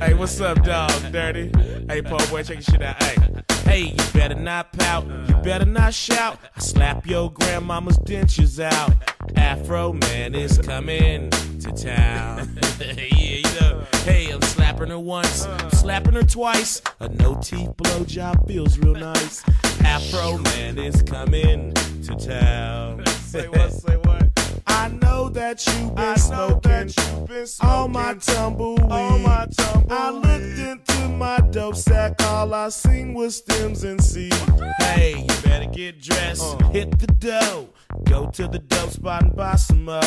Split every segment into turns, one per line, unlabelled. Hey, what's up, dog? Dirty. Hey, po boy, check your shit out. Hey, hey, you better not pout. You better not shout. I slap your grandmama's dentures out. Afro man is coming to town. yeah, you know. Hey, I'm slapping her once. I'm slapping her twice. A no teeth blowjob feels real nice. Afro man is coming to town. say what? Say what? I know that you've been smoking. All my tumbleweed. I looked into my dope sack. All I seen was stems and seeds. Uh. Hey, you better get dressed. Hit the dough. Go to the dope spot and buy some more.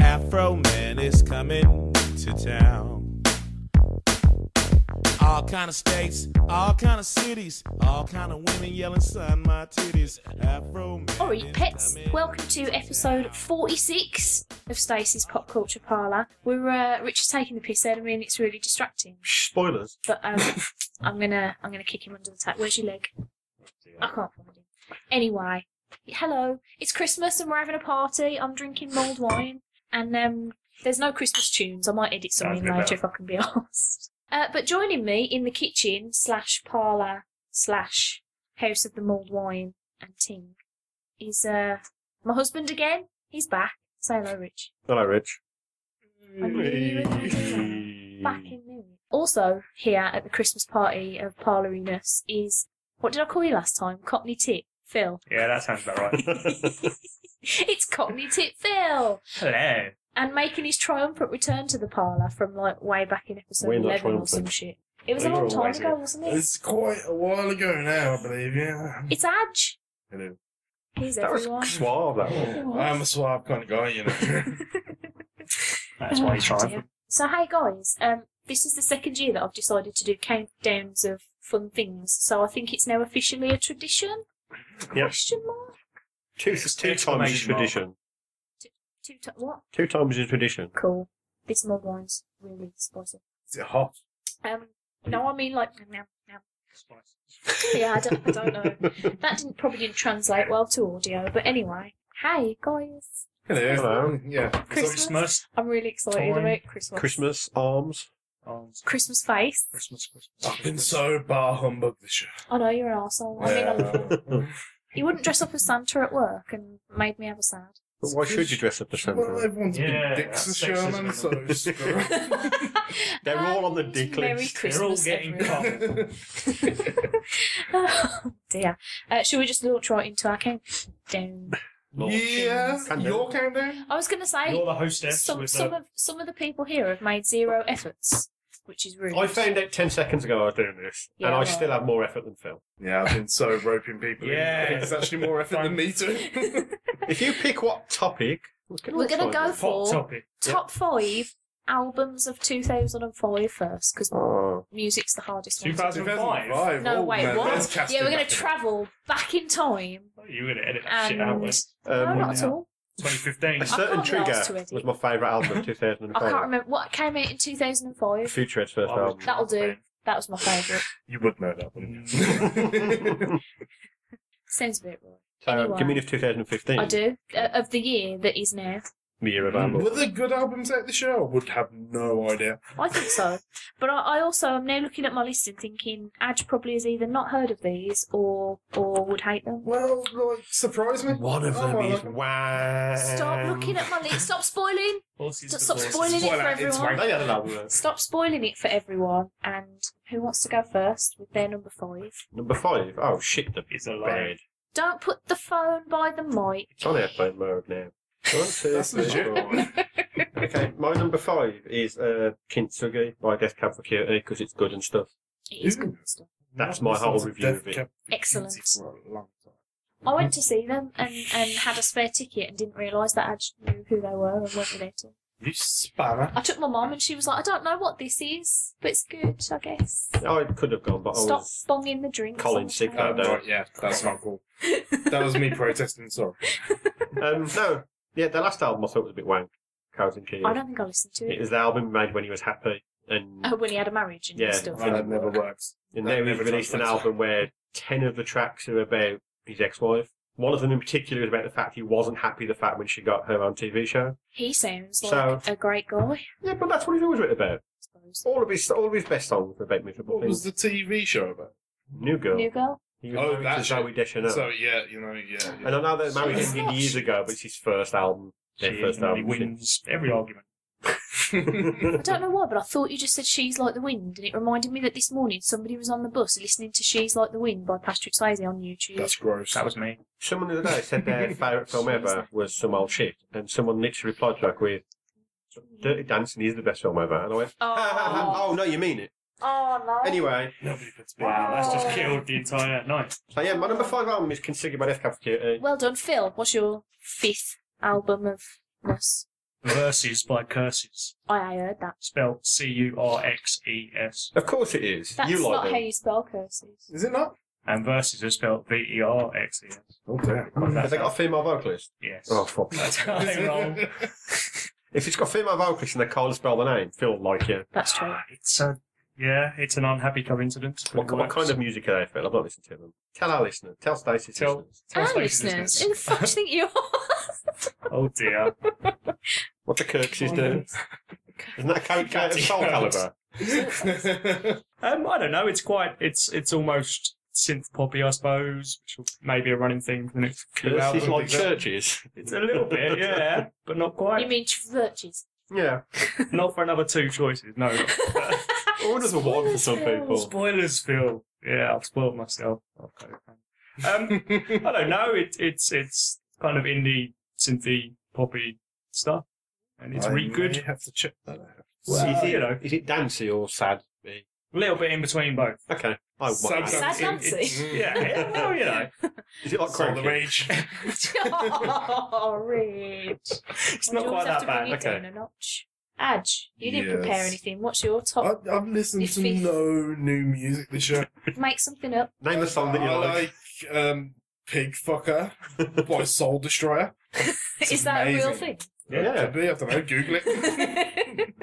Afro man is coming to town all kind of states, all kind of cities, all kind of women yelling, "Sign my titties." Afro man.
Alright,
is
pets,
coming
welcome to episode 46 of Stacey's Pop Culture Parlour. We're, uh, Richard's taking the piss out of me and it's really distracting.
Spoilers.
But, um, I'm gonna, I'm gonna kick him under the tap. Where's your leg? I can't find him. Anyway, hello, it's Christmas and we're having a party. I'm drinking mulled wine and, um, there's no Christmas tunes. I might edit some
Sounds
in
a bit better.
later if I can be asked. Uh, but joining me in the kitchen slash parlour slash house of the mulled wine and ting is, uh, my husband again. He's back. Say hello, Rich.
Hello, Rich.
Back in there. Also, here at the Christmas party of parloriness is what did I call you last time? Cockney Tip Phil.
Yeah, that sounds about right.
it's Cockney Tip Phil,
Hello.
and making his triumphant return to the parlour from like way back in episode
We're not
eleven or some
triumphant.
shit. It was a
We
long
were
time
always
ago,
here.
wasn't it?
It's quite a while ago now, I believe, yeah.
It's Adge.
Hello.
He's
That was
everyone.
suave, that one.
I'm a swab kind of guy, you know.
That's why he's
Oh,
trying.
dear. So hey guys, um, this is the second year that I've decided to do countdowns of fun things. So I think it's now officially a tradition. Question mark.
Two, two times is
Exclamation mark.
tradition.
Two to- what?
Two times is tradition.
Cool. This mug wine's really spicy.
Is it hot?
Um, no, I mean like no, no. Yeah, I don't, I don't know. That didn't probably didn't translate well to audio, but anyway. Hey guys,
Hello.
Hello.
Yeah.
Christmas.
Christmas.
I'm really excited
Time.
about Christmas.
Christmas, arms.
Oh,
Christmas face.
Christmas, Christmas.
I've been so bar humbug this year.
I know you're an arsehole. I mean, I love you.
but
You wouldn't dress up as Santa at work and made me have a sad.
why should you dress up as
Well,
Santa?
everyone's
Yeah,
been dicks this
that's
year,
sexism,
man, so
isn't
it's good.
They're all on the
And
dick
Merry
list.
They're all
Christmas,
getting
everyone.
caught.
oh dear. Uh, should we just launch right into our countdown?
Yeah.
Can do.
Your countdown?
I was going to say
You're the hostess.
some
with
some
the...
of some of the people here have made zero efforts, which is rude.
I found out 10 seconds ago I was doing this,
Yeah,
and I
well.
still have more effort than Phil.
Yeah, I've been so roping people
Yeah.
in. It's actually more effort than me too.
If you pick what topic, look at
We're
what
gonna
time
go
it is.
Hot
four.
topic.
Top five albums of 2005 first, because
Oh,
music's the hardest one.
2000. 2005?
No,
Oh,
wait,
man,
what?
that's casting
Yeah, we're going
back.
to travel back in time
You're going to edit that
and
shit out, weren't
no,
um,
not at all.
you? 2015.
A
can't
certain
be asked to
trigger
edit.
was my favourite album of
I
2005.
can't remember what came out in 2005.
Future Ed's first
I was
Oh,
album.
That'll do.
drunk
That was my favourite.
You would know that, wouldn't you?
Sounds a bit wrong.
So,
Anyway.
give me the 2015.
I do uh, of the year that is now.
The year of our Lord.
Were there good albums out this year? I would have no idea.
I think so. But I, I also am now looking at my list and thinking Adge probably has either not heard of these or or would hate them.
Well, like, surprise me.
One of
Oh,
them
I
is
like 'em. Um,
Wham.
Stop looking at my list. Stop spoiling.
Horses
Stop,
for
stop
courses.
spoiling it for
Spoiler, it's
everyone.
fine.
They had an album.
Stop spoiling it for everyone. And who wants to go first with their number five?
Number five. Oh shit, the
It's a lie.
bed.
Don't put the phone by the mic.
It's on airplane mode now. One, two,
That's
three,
legit.
four. okay, my number five is uh, Kintsugi by Death Cab for Cutie because it's good and stuff.
It is good stuff.
That's my whole review of it.
Excellent.
For a long time.
I went to see them and, and had a spare ticket and didn't realise that Adge knew who they were and went with it.
You spanner.
I took my mum and she was like, I don't know what this is, but it's good, I guess.
I could have gone, but I
Stop
was.
bonging the drinks.
Oh, Colin
on the
Sick,
Uh,
table.
that day.
yeah, that's not cool. That was me protesting, sorry.
Um, no, yeah, the last album I thought was a bit wank. Cows and Keys.
I don't think I listened to
It
it.
was the album made when he was happy, and
Oh, when he had a marriage and
Yeah.
stuff.
Right,
that never works.
and
that
now he's
never
released an
translates.
album where ten of the tracks are about his ex-wife.
One of them in particular is about the fact he wasn't happy the fact when she got her own TV show.
He sounds
So-
like a great guy, I
Yeah, but that's what he's always written about.
suppose.
All of his all of his best songs are about miserable
What was
things.
the TV show about?
New Girl.
New girl?
He was
Oh,
married to
that's
Zoe Deschanel.
So yeah, you know, yeah. yeah.
and I know they married
It's
him
not-
years ago, but it's his first album. Their
She
first
normally
album.
wins every argument.
I don't know why, but I thought you just said She's Like the Wind, and it reminded me that this morning somebody was on the bus listening to She's Like the Wind by Patrick Swayze on YouTube.
That's gross.
That was me.
Someone the other day said their favourite film ever was Some Old Shit, and someone literally replied back with, Dirty Dancing is the best film ever. And I went, "Ha, ha, ha,
Oh,
oh, no, you mean it.
oh no.
Anyway,
Nobody puts me
Wow, that's just
Oh.
killed the entire night.
so yeah, my number five album is Considered by Death Uh, Cab for Cutie.
Well done, Phil. What's your fifth album of us?
Verses by Curses.
I, I heard that.
Spelled C U R X E S.
Of course it is.
That's
you
not
like
how
them.
you spell curses.
Is it not?
And Verses is spelled V E R X E S.
Oh damn.
Has it got a female vocalist?
Yes.
Oh, fuck.
That's how they roll.
if it's got a female vocalist and they can't spell the name, Phil like you.
That's true.
It's a, yeah, it's an unhappy coincidence. but
What,
it
what kind
works.
of music are they, Phil? I've not listened to them. Tell our listener. Tell Stacey.
Tell-
listeners.
And
Translation
listeners,
business.
who the fuck do you think you are?
Oh dear.
What the Kirks is doing. Isn't that a character out of Soul
Goddamn.
Calibur?
Um, I don't know. It's quite. It's it's almost synth poppy, I suppose, which will maybe a running theme for the next few
Kirks is
albums.
like churches.
It's a little bit, yeah, but not
you
quite.
mean churches?
Yeah.
Not for another two choices. No. not-
Or does a one for some people.
Spoilers, Phil. Yeah, I've spoiled myself. Oh, Okay. Um, I don't know. It, it's it's kind of indie, synthy, poppy stuff, and it's really
You
good.
have to check that out.
Well, you know,
Is it dancey or sad?
a little bit in between both.
Okay. I
So
want
sad.
that.
Sad
It- it's-
Nancy.
yeah, yeah, well, you know,
Is it like
It's all the
cranky?
rage.
oh, Rich.
it's not quite that bad.
Okay.
Down a notch. Adge, you didn't
Yes.
prepare anything. What's your
I,
top?
I've listened to
Iffy.
no new music this year.
Make something up.
Name the song that you
I
like.
like um, Pig Fucker by Soul Destroyer. It's
Is that a real
amazing.
thing?
It could be, I don't know, Google it.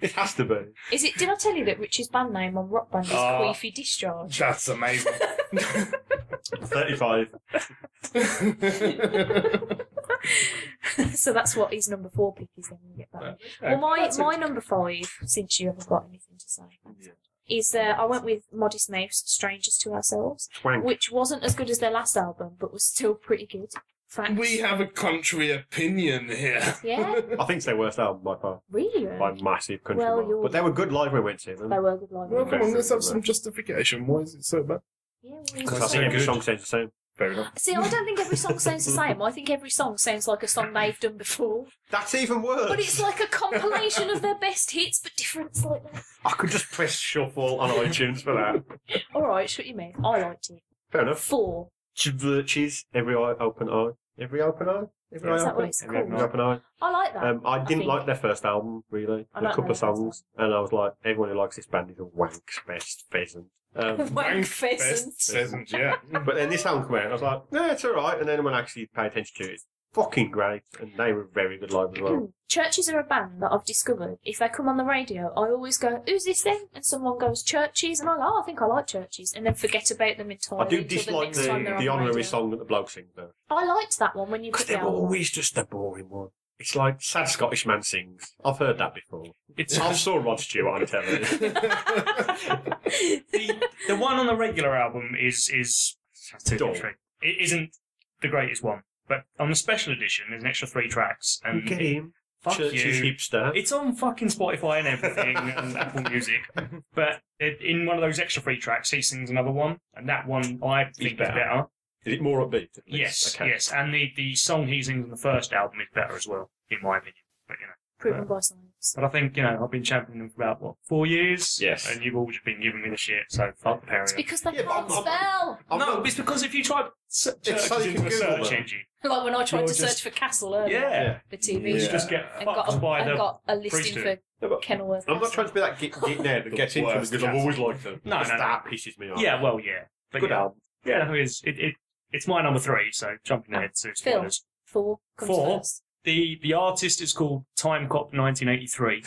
It has to be.
is it? Did I tell you that Rich's band name on Rock Band is
Ah.
Queefy Discharge?
That's amazing.
35.
so that's what his number four pick is. Then we get that. Well, my, my number five, since you haven't got anything to say, is uh, I went with Modest Mouse, Strangers to Ourselves,
Swank.
which wasn't as good as their last album, but was still pretty good. Facts.
we have a country opinion here.
Yeah,
I think it's their worst album by far.
really.
By massive country.
Well,
mile.
you're-
But they were good live when we went to them.
They were good live.
Well, come on, let's have
Very
some justification. Why is it so bad?
Yeah, well,
Because
it's
I
so
think every
good.
song sounds the same.
Fair enough.
See, I don't think every song sounds the same. I think every song sounds like a song they've done before.
That's even worse.
But it's like a compilation of their best hits, but different slightly.
I could just press shuffle on iTunes for that.
All right, shut your mouth. I liked it.
Fair enough.
Four.
Churches, every eye open eye. Every open eye? Every
Is
eye
that what
open?
it's
Every
called?
Every open eye.
I like that.
Um, I didn't
think-
like their first album, really.
I
A
like
couple
their
of
first album.
songs. And I was like, everyone who likes this band is a wank's best pheasant. Um,
Wank
Pheasant.
pheasant.
Pheasant, yeah.
but then this album came out, and I was like, no, it's alright. And then when I actually paid attention to it, it's fucking great. And they were very good live as well.
Churches are a band that I've discovered. If they come on the radio, I always go, "Who's this then?" And someone goes, "Churches," and I go, "Oh, I think I like Churches," and then forget about them entirely.
I do
till
dislike
next
the,
time they're on
the
radio.
honorary song that the bloke sings, though.
I liked that one when you
Because
put
they're
the album.
always just a boring one. It's like Sad Scottish Man Sings. I've heard that before.
It's
I saw Rod Stewart on telly.
the, the one on the regular album is is that's too
Dull.
trick. It isn't the greatest one, but on the special edition, there's an extra three tracks, and
Look at him.
fuck
Church's
you.
Um, hipster.
It's on fucking Spotify and everything, and Apple Music. But it, in one of those extra three tracks, he sings another one, and that one I think
better.
is better.
Is it more upbeat? at least?
Yes,
Okay.
yes, and the, the song he sings on the first album is better as well, in my opinion. But you know,
Proven by science.
but I think you know I've been championing them for about what four years.
Yes.
and you've all just been giving me the shit, so fuck the parent.
It's because they
Yeah, but
can't
I'm-
spell.
I'm
no,
not-
it's because if you type se-
It's
churches
so you
into a
can Google
search
them.
engine,
Like when I tried
You're
to
just-
search for Castle earlier,
yeah,
the TV
Yeah.
you
show,
just get
and
fucked
got a,
by
and
the.
got a listing
priesthood.
No,
for
but
Kenilworth.
I'm not
Castle.
trying to be that geek, geek nerd that
The
gets into them
worst
because I've
cat.
always liked them.
No,
Just
no, no.
that pisses me off.
Yeah, well, yeah, but
good
yeah,
album.
yeah, no, it is. It, it it's my number three, so jumping ahead to spoilers.
Four. Comes
Four?
first.
The the artist is called Time Cop 1983.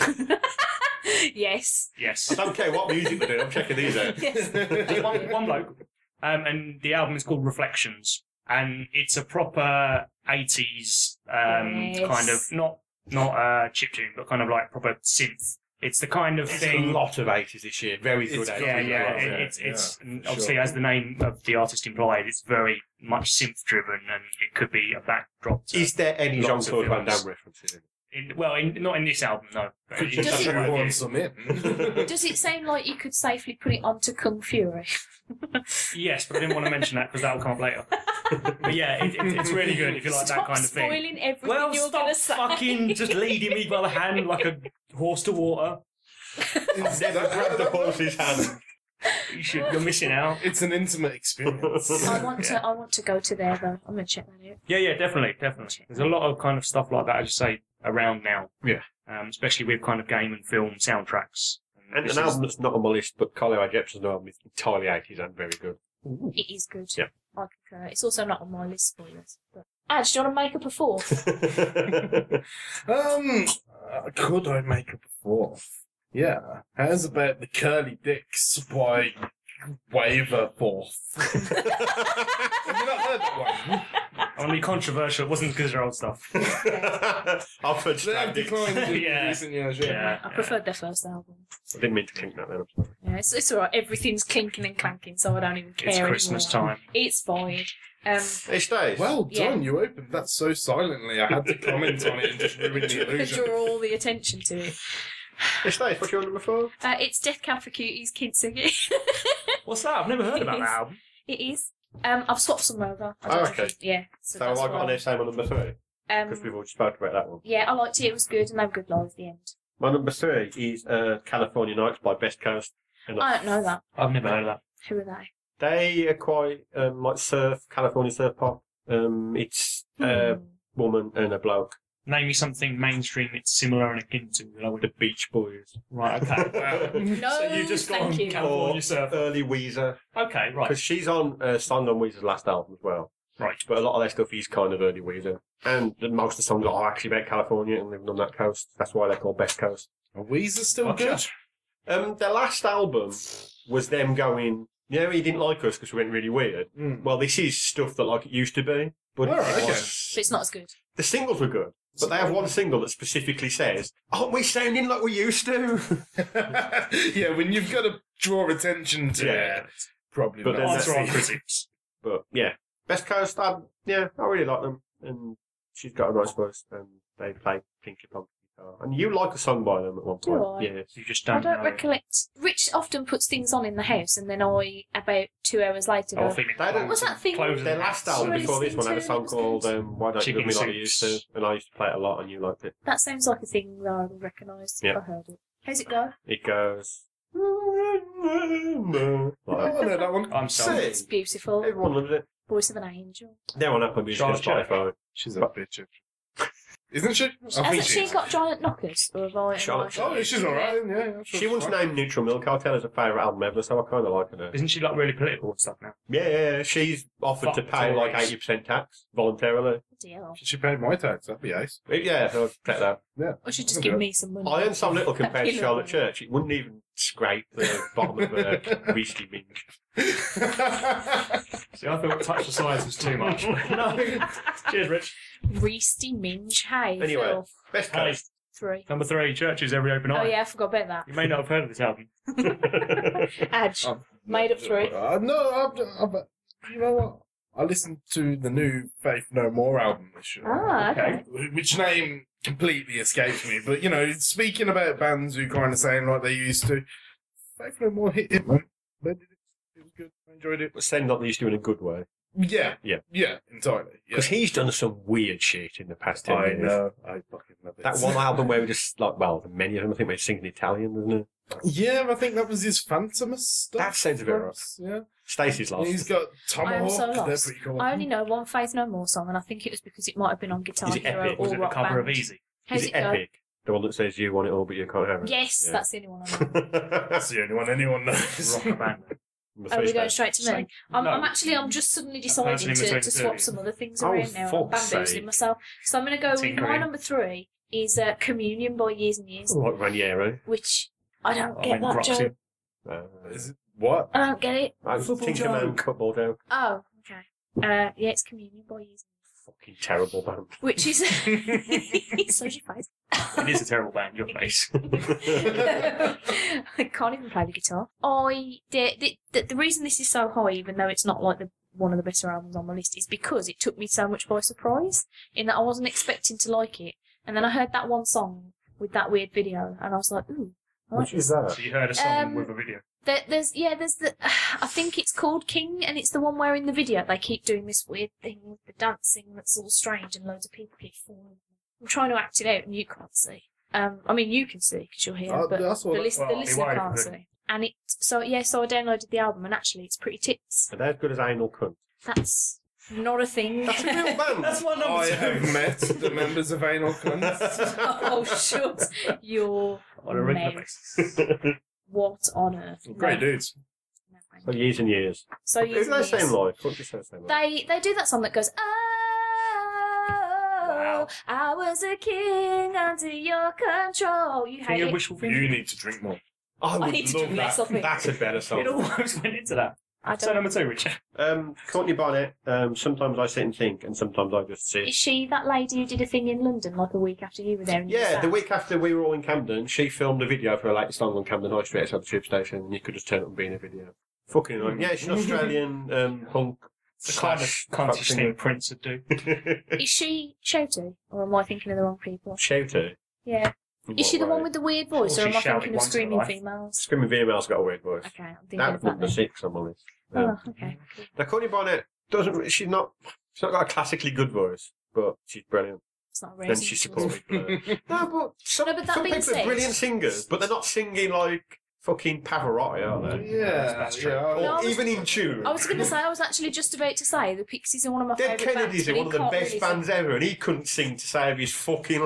yes.
yes,
I don't care what music they do. I'm checking these out.
Yes.
Just one one bloke, um, and the album is called Reflections. and it's a proper eighties um,
Nice.
kind of not not uh, chiptune, but kind of like proper synth. It's the kind of
It's
thing.
a lot of 80s this year. Very
It's
good
got
80s.
Yeah,
Yeah,
yeah.
yeah,
it- It's it's and obviously
sure.
as the name of the artist implied, it's very much synth driven, and it could be a backdrop. To,
Is there any Jean
Lots of
Claude Van
films.
Damme references in it?
in, well, in, not in this album, no. but in-
Does it-
Everyone some in.
Does it seem like you could safely put it onto Kung Fury?
Yes, but I didn't want to mention that because that'll come up later. But yeah, it, it, it's really good if you like
Stop
that kind of thing.
spoiling everything
Well,
you're
stop
gonna say.
fucking just leading me by the hand like a horse to water.
It's-
Never
that-
grab the horse's hand.
You should, you're missing out.
It's an intimate experience.
I want to. I want to go to there though. I'm gonna check that out.
Yeah, yeah, definitely, definitely. There's a lot of kind of stuff like that, as you say, around now.
Yeah.
Um, especially with kind of game and film soundtracks.
And
this
an
is-
album that's not on my list, but Carly Jepsen's album is entirely 80s and very good.
It is good.
Yeah.
I concur. It's also not on my list spoilers. But Aj, do you want to make up a fourth?
Um, uh, could I make up a fourth? Yeah. How's about the Curly Dicks by Waverforth? Have you not heard that one?
Only controversial. It wasn't because they're old stuff.
Offered
They have declined in
Yeah.
recent years, yeah.
Yeah.
I preferred their first album.
I didn't mean to clink that then, I'm sorry.
Yeah, it's, it's alright. Everything's clinking and clanking, so I don't even care
It's Christmas
anymore.
time.
It's fine. Um,
It stays.
Well
Yeah.
done, you opened that so silently I had to comment on it and just ruin the
could
illusion.
draw all the attention to it.
it stays. What's your number four?
Uh, it's Death Cab for Cuties, Kintsugi.
What's that? I've never heard about that album.
it is. Um, I've swapped some over. I
Oh,
don't know
okay.
if you- Yeah. So,
So I
that's
got
why.
on the same on number three because
Um,
we've already spoken about that one.
yeah, I liked it. It was good, and they were good live at the end.
My number three is uh, California Nights by Best Coast. And
I don't know that.
I've never heard of that.
Who are they?
They are quite um, like surf, California surf pop. Um, it's a
Hmm.
woman and a bloke,
Name me something mainstream it's similar and akin to. that I would-
the Beach Boys.
Right, okay. Wow.
No,
so you just
Oh,
got
thank
on
you.
California
Or
Surfer.
Early Weezer.
Okay, right.
Because she's on a song on Weezer's last album as well.
Right.
But a lot of their stuff is kind of early Weezer. And the- most of the songs are actually about California and living on that coast. That's why they're called Best Coast.
Are Weezer still
Gotcha.
good?
Um, their last album was them going, yeah, he didn't like us because we went really weird.
Mm.
Well, this is stuff that like it used to be. But
Oh,
All right,
it
okay.
was-
But it's not as good.
the singles were good. But they have one single that specifically says, aren't we sounding like we used to?
yeah, when you've got to draw attention to
Yeah.
it, probably
But
not.
then
Answer
that's
our
the-
critics.
But yeah, Best Coast, I, yeah, I really like them. And she's got a nice voice, and they play Pinky Pong guitar. And you like a song by them at one
Do
point.
I?
Yeah.
You just
I
don't,
don't
know.
recollect. Rich often puts things on in the house, and then I, about two hours later,
Oh,
go,
feeling
They don't-
What's that thing?
Clothes
Their
and
last
hats.
album
Sorry,
before this one had a song
Santa Claus.
called um, Why Don't You Love
Chicken
Me Like You Used
Soups.
To? And I used to play it a lot, and you liked it.
That sounds like a thing that I would recognise if
Yeah.
I heard it. How's it go?
It goes.
I
Like that.
don't know that one.
I'm sorry.
It's beautiful.
Everyone loves it.
Voice of an angel.
They're on Apple Music and
Charlie
Spotify.
She's a bitch. Isn't she? I think
Hasn't she got giant knockers? Or have I?
Charlotte-
am I-
Oh, yeah, she's alright. Yeah, yeah, I'm sure
She
she's
once
fine.
named Neutral Milk Cartel as a favourite album ever, so I kind of like her.
Isn't she like really political and stuff now?
Yeah, yeah, yeah, she's offered to
Fuck
pay like
Tories.
80% tax voluntarily.
Deal.
She paid my tax. That'd be ace.
But yeah, so I'll take that.
Or should just give me some money.
I earn so little compared to
Pillow.
Charlotte Church. It wouldn't even scrape the bottom of a whisky minge.
See, I thought touch the size was too much. no. Cheers, Rich.
Reesty Minge. Hey.
Anyway.
Phil.
Best
Hey,
case.
Three.
number three, churches every open
Oh
eye.
yeah, I forgot about that.
You may not have heard of this album.
Adge.
Oh.
Made up for it.
Uh, no, I've, I've, you know what? I listened to the new Faith No More album this year.
Ah, okay.
Which name completely escapes me, but you know, speaking about bands who kind of sound like they used to, Faith No More hit it, man. They did it. It was good. I enjoyed it.
But saying not that he's doing a good way.
Yeah,
Yeah.
yeah, entirely. Yeah.
Because he's done some weird shit in the past 10 years.
I fucking love it.
That one album where we just, like, well, many of them, I think they sing in Italian, doesn't it?
Yeah, I think that was his Phantomus stuff.
That sounds a bit right.
Yeah.
Stacy's
And
lost.
He's got Tomahawk.
so
They're
lost.
pretty cool.
I only know one Faith No More song, and I think it was because it might have been on Guitar
Is it
Hero
epic?
or
Was it the
Rock
cover
Band.
of Easy?
How's
Is
it
it
go?
epic? The one that says you want it all, but you can't have it.
Yes,
Yeah.
that's the only one I know.
That's the only one anyone knows.
Rock band.
Number
Oh,
three,
we're going
Stace.
straight to me.
Same.
I'm,
No.
I'm actually, I'm just suddenly
That's
deciding
in
to,
between
to
the
swap
two.
some other things
Oh,
around now. I'm
fuck's
bamboozling
sake.
myself. So I'm going to go with my
Tinkering.
number three is uh, Communion by Years and Years,
Like Ranieri.
which I don't
I
get
mean,
that, Joe.
Roxy.
Uh,
Is it- what?
I don't get it.
I
Football
Tinkerman,
joke.
football joke.
Oh, okay. Uh, yeah, it's Communion by using,
Fucking terrible band.
which is so she plays.
It is a terrible band, your face.
I can't even play the guitar. I the, the, the, the reason this is so high, even though it's not like the one of the better albums on my list, is because it took me so much by surprise. In that I wasn't expecting to like it, and then I heard that one song with that weird video, and I was like, ooh. I like
Which
this.
is that?
So you heard a song
Um,
with a video.
There, there's yeah, there's the I think it's called King, and it's the one where in the video they keep doing this weird thing with the dancing that's all strange and loads of people keep falling. I'm trying to act it out, and you can't see. Um, I mean you can see because you're here,
Oh,
but
that's
the,
all.
list,
well,
the
it
listener
won't
can't
be.
see. And it so yeah, so I downloaded the album, and actually it's pretty tits.
Are they as good as Anal Cunt?
That's not a thing.
That's a real band.
That's my number
I
two.
have met the members of Anal Cunts.
oh shut your
On a regular
mouth.
basis.
what on earth?
Great
No,
dudes.
never
For
mind.
years and years.
So you
Is that the
yes.
same life? What do you say the same life?
They they do that song that goes, Oh, I was a king under your control. You
Think
hate
of
it.
wishful thinking.
You need to drink more.
I need to drink less of it.
That's a better song.
It almost went into that.
I
So
don't.
number two, Richard.
Um, Courtney Barnett. Um, sometimes I sit and think, and sometimes I just sit.
Is she that lady who did a thing in London like a week after you were there? And you
Yeah,
sat?
the week after we were all in Camden, she filmed a video for her latest song on Camden High Street outside the tube station, and you could just turn it up and be in a video. Fucking annoying. Yeah, she's an
Mm-hmm.
Australian um, punk.
It's the kind of
slash punk
cuntish
singer.
thing Prince would do.
Is she shouty, or am I thinking of the wrong people?
Shouter.
Yeah.
In
Is
what
she the one
way?
with the weird voice,
Well,
or am
she
I
shouted
thinking of
once in her
screaming
life.
females?
Screaming VML's got a weird voice.
Okay, I'm thinking
That was
of that.
number
Then.
six on my list. Um,
Oh, okay. cool.
Now, Courtney Barnett doesn't. She's not. She's not got a classically good voice, but she's brilliant.
It's not a
And she's supported. by
um,
her. no, but some,
No, but that
some
being
people
said-
are brilliant singers, but they're not singing like fucking Pavarotti, are they?
Yeah,
That's true.
yeah.
Or
No, I was-
even in tune.
I was going to say, I was actually just about to say the Pixies are one of my
Dead
favourite
Kennedys
bands.
are
but
one of
you
the
can't
best
really sing.
bands ever, and he couldn't sing to save his fucking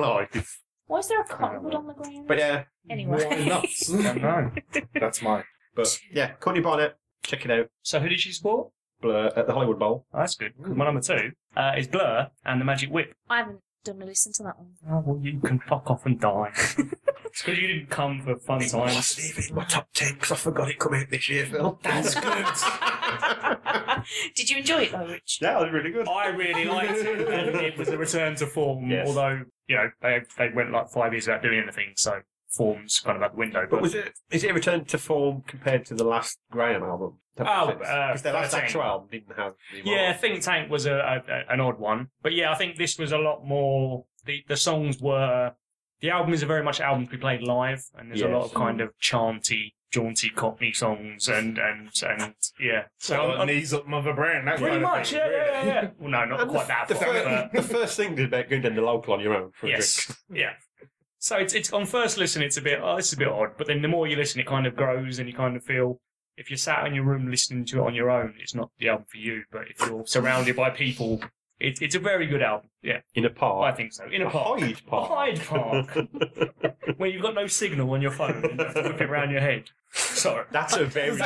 life.
Why is there a cottonwood on the ground?
But uh, yeah,
Why
anyway.
not? Don't know. That's mine.
but yeah, Courtney Barnett, check it out.
So who did she support?
Blur at the Hollywood Bowl.
Oh, that's good. 'cause My number two uh, is Blur and the Magic Whip.
I haven't done a listen to that one.
Oh, well, you can fuck off and die. it's because you didn't come for fun times.
in my top ten because I forgot it come out this year, Phil. That's good. yeah,
Did you enjoy it though, Rich?
that was really good.
I really liked it, and it was a return to form.
Yes.
Although you know they they went like five years without doing anything, so form's kind of out the window.
But was it? Is it a return to form compared to the last Graham album?
Oh, uh,
because their last
13.
actual album didn't have. The
Yeah, Think Tank was a, a, a- an odd one, but yeah, I think this was a lot more. The the songs were the album is a very much album to be played live, and there's a lot
Yes.
of kind of chanty, jaunty Cockney songs, and and and yeah.
So
So
uh,
I'm- I'm-
uh, knees up Mother Brown. That
pretty
kind of
much,
thing,
yeah,
really.
yeah, yeah, yeah. Well, no, not
And
quite that
the,
far,
fir-
but
the first thing is about going down the local on your own for a
yes,
drink.
yeah. So it's it's on first listen, it's a bit oh, this is a bit odd, but then the more you listen, it kind of grows, and you kind of feel. If you're sat in your room listening to it on your own, it's not the album for you. But if you're surrounded by people, it, it's a very good album. Yeah,
in a
I
park.
think so. In a park.
Hyde Park.
Hyde Park. when you've got no signal on your phone and you have to whip it around your head. Sorry.
That's a very.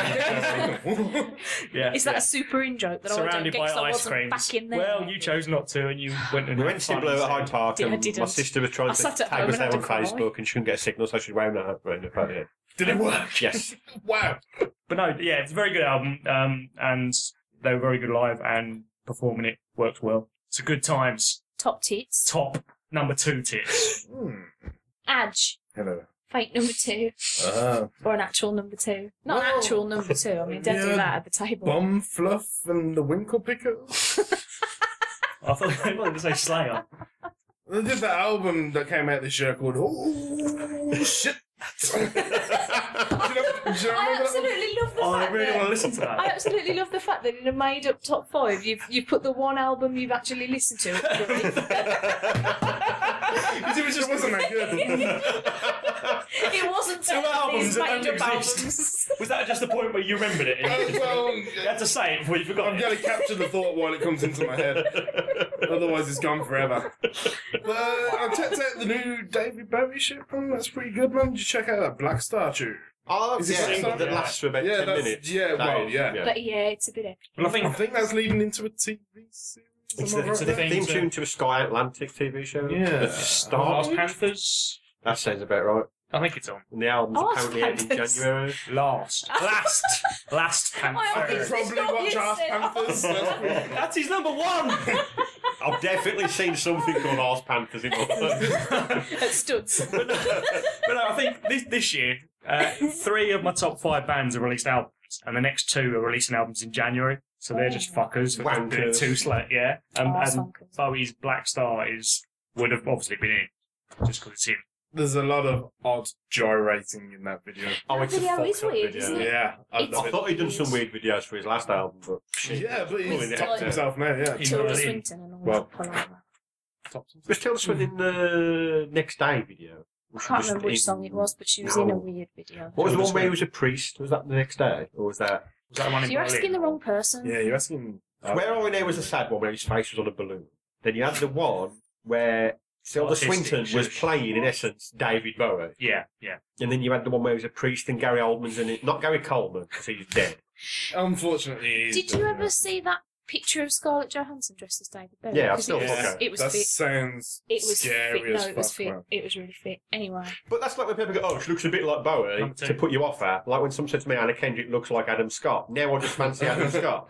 Yeah.
Is that
yeah.
a super in joke that I don't
surrounded
get
by
'cause I
ice
wasn't
creams?
back in there?
Well, you chose not to, and you went and
We
had
went to
fun
Simlow at
instead.
Hyde Park,
Yeah, I
and my
didn't.
sister was trying
I
to
sat at
tag
home and
us
I
there on
didn't follow.
Facebook, and she couldn't get a signal, so she wound up around about it.
Did it work?
Yes,
Wow.
But no, yeah, it's a very good album, um, and they were very good live, and performing it worked well. It's a good times.
Top tits.
Top number two tips.
Hmm.
Adge.
Hello.
Fake number two.
Uh,
Or an actual number two. Not an actual number two. I mean, don't do
Yeah.
that at the table.
bum fluff and the winkle pickers.
I thought I wanted to say Slayer.
They did that album that came out this year called Oh Shit. do you know, do you
I
remember that one?
absolutely love the
Oh, I
fact
really
that...
want to listen to that.
I absolutely love the fact that in a made up top five, you've, you've put the one album you've actually listened to.
It was just wasn't that good.
it wasn't
Two albums
these
that don't
made up
exist.
albums.
Was that just the point where you remembered it? And you, just-
well,
you had to say it before you forgot.
I'm
it?
going to capture the thought while it comes into my head. Otherwise, it's gone forever. But uh, I checked out the new David Bowie shit, man. That's pretty good, man. Did you check out that Black Star tune?
Oh,
Is
that's
it
yeah,
something-
that lasts for about
Yeah,
ten
that's-
minutes.
yeah,
That
well,
is,
yeah.
But yeah, it's a bit epic.
Well, I
I
think
think that's leading into a TV series.
It's
am I
the-
right
it's the
there?
thing.
Theme
Things, uh,
tune to a Sky Atlantic TV show.
Yeah.
That's
Last
Star.
Panthers.
That sounds about right.
I think it's on.
And the album's
Oh,
apparently out in
Panthers.
January.
Last. Last. last
I
I
think
could
Panther.
so.
probably watch Half Panthers. That's pretty good.
That's his number one.
I've definitely seen something called Horse Panthers in my life.
At Studs.
but, no, but no, I think this, this year, uh, three of my top five bands have released albums, and the next two are releasing albums in January. So they're just fuckers. for
Wankers.
doing Two slat, yeah. Um,
Oh,
and
sonkers.
Bowie's Black Star is would have obviously been in just because it's him.
There's a lot of odd gyrating in that video.
Oh,
That
it's a
video is
fucked-up
weird,
video.
isn't it?
Yeah, I
It's-
love
I
it.
thought he'd done some weird videos for his last album, but shit.
Yeah, but
Pulling
he's
it
topped
out.
himself now, yeah.
He's
Tilda
Berlin.
Swinton and all
Well.
that palaver.
Was Taylor Swift in the Next Day video?
I
Was she
can't
just
remember which
in-
song it was, but she was
No.
in a weird video.
What was the
Taylor
one where he
Swift.
was a priest? Was that the Next Day? Or was that... uh,
Was that the one in
You're
Berlin?
asking the wrong person.
Yeah, you're asking.
Where All We Know was a sad one where his face was on a balloon. Then you had the one where Tilda
Artistic
Swinton was
shoot.
playing, in essence, David Bowie.
Yeah, yeah.
And then you had the one where he was a priest and Gary Oldman's in it. Not Gary Coleman, because he's dead.
Unfortunately, he's
Did you
doing
ever
it.
see that picture of Scarlett Johansson dressed as David Bowie?
Yeah, I've
'Cause
still
it was,
got
it was
that
fit.
sounds
It was
scary
fit.
as
No, it was
fuck,
fit.
man.
It was really fit. Anyway,
But that's like when people go, oh, she looks a bit like Bowie,
Number two.
to put you off that. Like when someone said to me, Anna Kendrick looks like Adam Scott. Now I just fancy Adam Scott.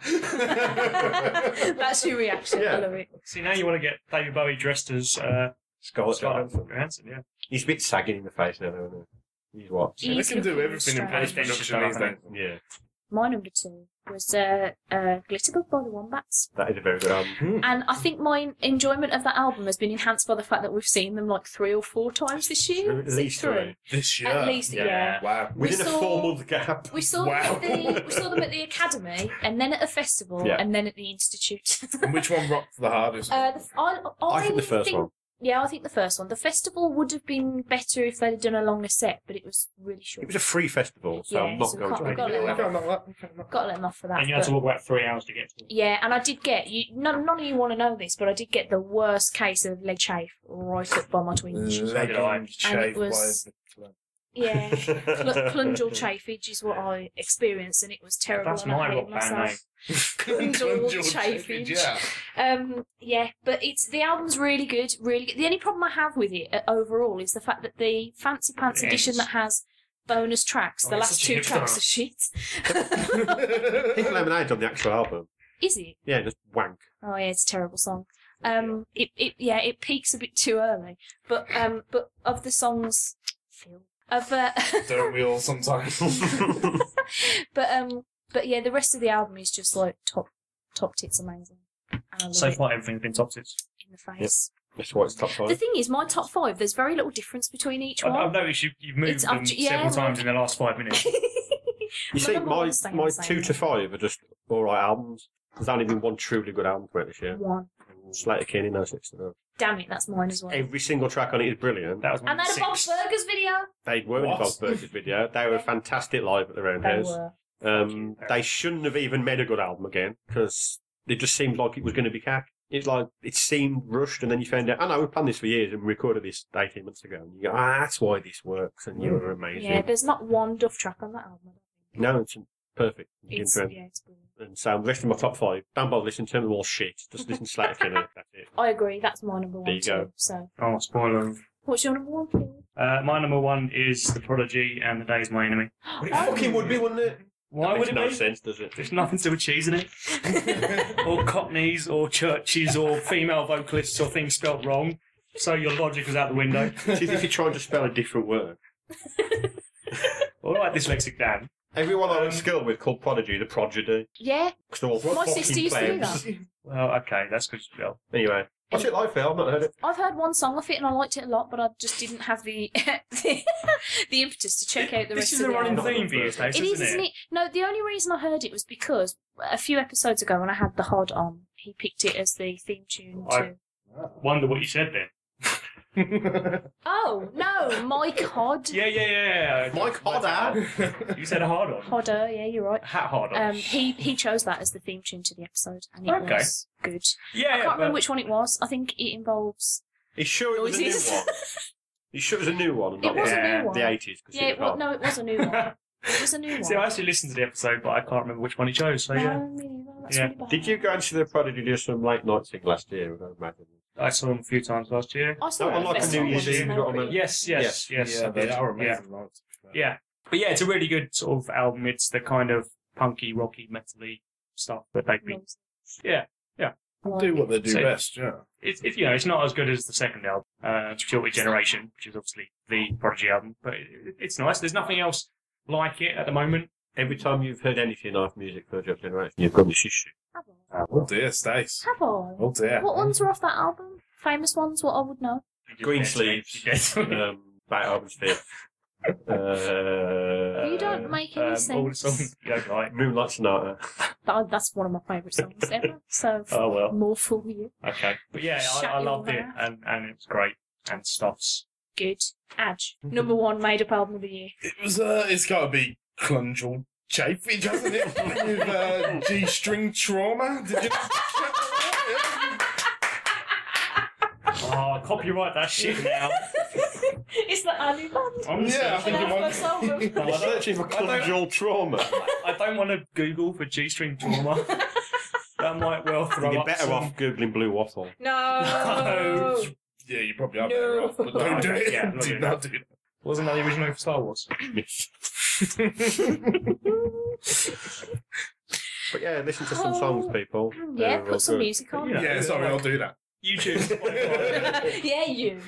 that's your reaction.
Yeah.
I love it.
See, now you want to get David Bowie dressed as uh,
Scarlett
Scarlett
Johansson.
Johansson, yeah.
He's a bit sagging in the face now, isn't he? He's what?
Yeah, they
He's
can do
looking
everything in
strange.
post production these days.
Yeah,
My number two was uh, uh, Glitterbug by the Wombats,
that is a very good um, album.
and I think my enjoyment of that album has been enhanced by the fact that we've seen them like three or four times this year.
At
Is it
least three.
This year.
At least,
Yeah.
yeah.
Wow.
We
Within a
saw-
four month gap.
We saw
Wow.
them at the we saw them at the academy, and then at a festival,
Yeah.
and then at the institute.
And which one rocked the hardest?
uh, the, I, I,
I think the first one.
Yeah, I think the first one. The festival would have been better if they'd have done a longer set, but it was really
It
short.
was a free festival, so
Yeah,
I'm not
so we
going
can't-
to
we
make
got
it.
it.
You can't knock that, you can't knock
Got to let them off for that.
And you had
but-
to walk about three hours to get to it.
Yeah, and I did get you. None, none of you want to know this, but I did get the worst case of leg chafe right up by my twinge.
Leg
did I.
and chafe
was-
by the club.
Yeah, Pl- plungeal chafage is what I experienced, and it was terrible.
That's
and I
my
hated
rock band name.
Plungeal
Plungeal
chafage.
Yeah.
Um, yeah, but it's the album's really good, really good. The only problem I have with it uh, overall is the fact that the fancy pants
It
edition
ends.
that has bonus tracks,
Oh,
the
it's
last
such a
two
hipster.
tracks are shit.
Pink Lemonade on the actual album.
Is it?
Yeah, just wank.
Oh yeah, it's a terrible song. Um, it, it yeah, it peaks a bit too early. But um, but of the songs, Phil, of uh,
Don't we all sometimes?
but um, but yeah, the rest of the album is just like top top tits amazing, and I love
So
it
far, everything's been top six.
in the face.
That's why it's top
The
five.
thing is, my top five, there's very little difference between each
I,
one.
I've noticed you, you've moved
It's up
them
to- yeah,
several
well-
times in the last five minutes.
You
My
see,
number
my,
one's staying
my
the same.
two to five are just alright albums. There's only been one truly good album for it this year.
One.
Slater Kinney, no six to them.
Damn it, that's mine as well.
Every single track on it is brilliant.
That was my
and then a
six.
Bob's Burgers video.
They were in
What?
Bob Burger's video. They were fantastic live at
They
the Roundhouse.
were.
Um, they shouldn't have even made a good album again because it just seemed like it was going to be cack. It's like it seemed rushed, and then you found out. I know we planned this for years and recorded this eighteen months ago. And you go, ah, that's why this works, and you were amazing.
Mm. Yeah, there's not one Duff track on that album.
No, it's perfect. You
It's,
can
yeah, it's brilliant.
And so the rest of my top five. Don't bother listening to them they're all shit. Just listen to Slater Killer. That's it.
I agree. That's my number one.
There you go.
too, So,
Oh, spoiler.
what's your number one? Phil?
Uh, my number one is The Prodigy and The Day's My Enemy.
But it
Oh,
fucking would be, wouldn't it?
Why
Makes
would it
no
be?
sense, does it?
There's nothing to do with cheese in it. or cockneys, or churches, or female vocalists, or things spelt wrong. So your logic is out the window.
It's as if you're trying to spell a different word.
All right, dyslexic Dan.
Everyone I
Um,
was skilled with called Prodigy the Prodigy.
Yeah,
Because they're all
my
fucking
sister used to do
plebs.
that.
Well, okay, that's good. Well,
Anyway. What's it like, Phil? I've not heard it.
I've heard one song of it and I liked it a lot, but I just didn't have the the, the impetus to check out the
this
rest
is
of
the
the
running
album.
theme for you, Stace,
It
isn't
is, isn't it? No, the only reason I heard it was because a few episodes ago when I had the Hod on, he picked it as the theme tune
I-
to.
Wonder what you said then.
Oh no, Mike Hod.
Yeah, yeah, yeah.
Mike Hodder.
You said a hard on.
Hodder, yeah, you're right.
Hat hard on.
Um, he he chose that as the theme tune to the episode, and it
Oh, Okay.
was good.
yeah,
I can't
but
remember which one it was. I think it involves.
He's sure it was a new
Noises.
one. He's sure it was a new one. and
It
not
was a
Yeah,
new one.
The 80s. 'cause
yeah, it was,
hard.
no, it was a new one. It was a new one.
See, I actually listened to the episode, but I can't remember which one he chose. So Oh, yeah,
No, me neither. That's
Yeah.
really bad.
Did you go and see the Prodigy do some late night thing last year? I don't imagine.
Uh,
I saw them a few times last year.
I saw
That
it
one
at
like a
festival
New Year's
once,
Eve.
no,
You've got to remember.
Yes, yes, yes.
yeah,
I
they
did.
are amazing lights.
Yeah. But yeah, it's a really good sort of album. It's the kind of punky, rocky, metally stuff that they've been.
Nonsense.
Yeah, yeah.
I
Do
like
what
it.
they do
So-
best, yeah.
It's it, you know, it's not as good as the second album, uh, Shortwave Generation, which is obviously the Prodigy album, but it, it- it's nice. There's nothing else like it at the moment.
Every time you've heard anything of music for your generation, you've got this issue.
Have I?
Oh dear, Stace.
Have I?
Oh dear.
What ones were off that album? Famous ones, what I would know.
Green sleeves.
You uh,
Um, Bat Album's Fifth. Uh,
you don't make any
um, all the
sense.
songs you don't like.
Moonlight Sonata.
That- that's one of my favourite songs ever. So
Oh well,
more for you.
okay. But yeah, I,
Shut
I
your
loved it,
mouth.
and and it's great, and stuffs.
Good. Adge. Number one made up album of the year.
It was, uh, it's gotta be Clunjal Chafee, doesn't it? With, uh, G-string trauma. Did you
Oh, copyright that shit now.
it's the Ali Band.
I'm
Yeah, I
searching
think it
That's my
might be.
No, I
You're
don't-
searching for
I don't-
conjugal trauma.
I don't want to Google for G-string trauma. that might well throw
You're
up
better
some-
off googling Blue Waffle.
No.
Oh, Yeah, you probably are
No.
better off, but
No,
don't do it.
yeah, I'm not
do
doing
not do it.
Wasn't that the original name for Star Wars?
But yeah, listen to some songs,
Oh.
people.
yeah,
They're all
put some
good.
music on.
Yeah, sorry, I'll do that.
YouTube. Spotify.
yeah, you.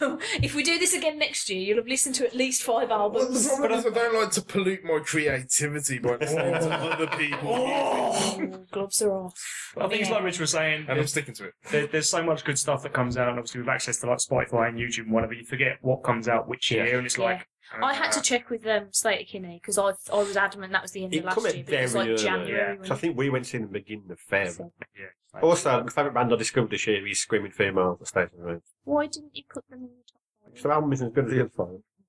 if we do this again next year, you'll have listened to at least five
Well, the
albums.
problem is I don't like to pollute my creativity by listening to other people.
Oh, gloves are off.
I think it's like Rich was saying.
and I'm
There's,
sticking to it.
there, there's so much good stuff that comes out, and obviously with access to like Spotify and YouTube and whatever, you forget what comes out which year, and it's
Yeah.
like. uh,
I had to check with um, Slater Kinney because I, I was adamant that was the end
It
of last
come out
year, but it was
very
like
early,
January.
yeah.
when
So I think we went to see them beginning of Feb.
So-
Yeah.
Also, my favourite band I discovered this year is Screaming Females. That stays in the room.
Why didn't you put them in the top
So the album isn't as good as the other five.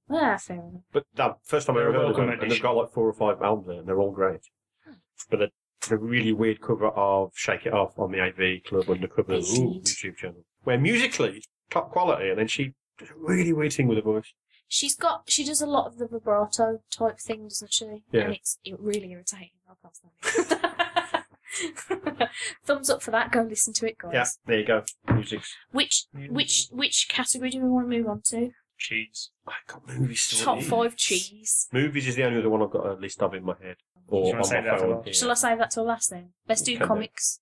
five? Ah, fair enough.
But that first time I
They're
ever
a
heard of
welcome
them, and they've
addition.
got like four or five albums there, and they're all great. But the, the really weird cover of Shake It Off on the AV Club Undercover
They
ooh,
seed.
YouTube channel, where musically, top quality, and then she does a really weird thing with her voice.
She's got she does a lot of the vibrato type thing, doesn't she?
Yeah.
And it's it really irritating. I can't stand it. Thumbs up for that. Go listen to it, guys.
Yeah, there you go. Music's.
Which which which category do we want to move on to?
cheese?
I got movies. to
Top
watch.
five cheese.
Movies is the only other one I've got a list of in my head
Do
or
you wanna
on
say
my
that for
phone.
last?
Shall I save that till last then? Let's do
Can do.
comics.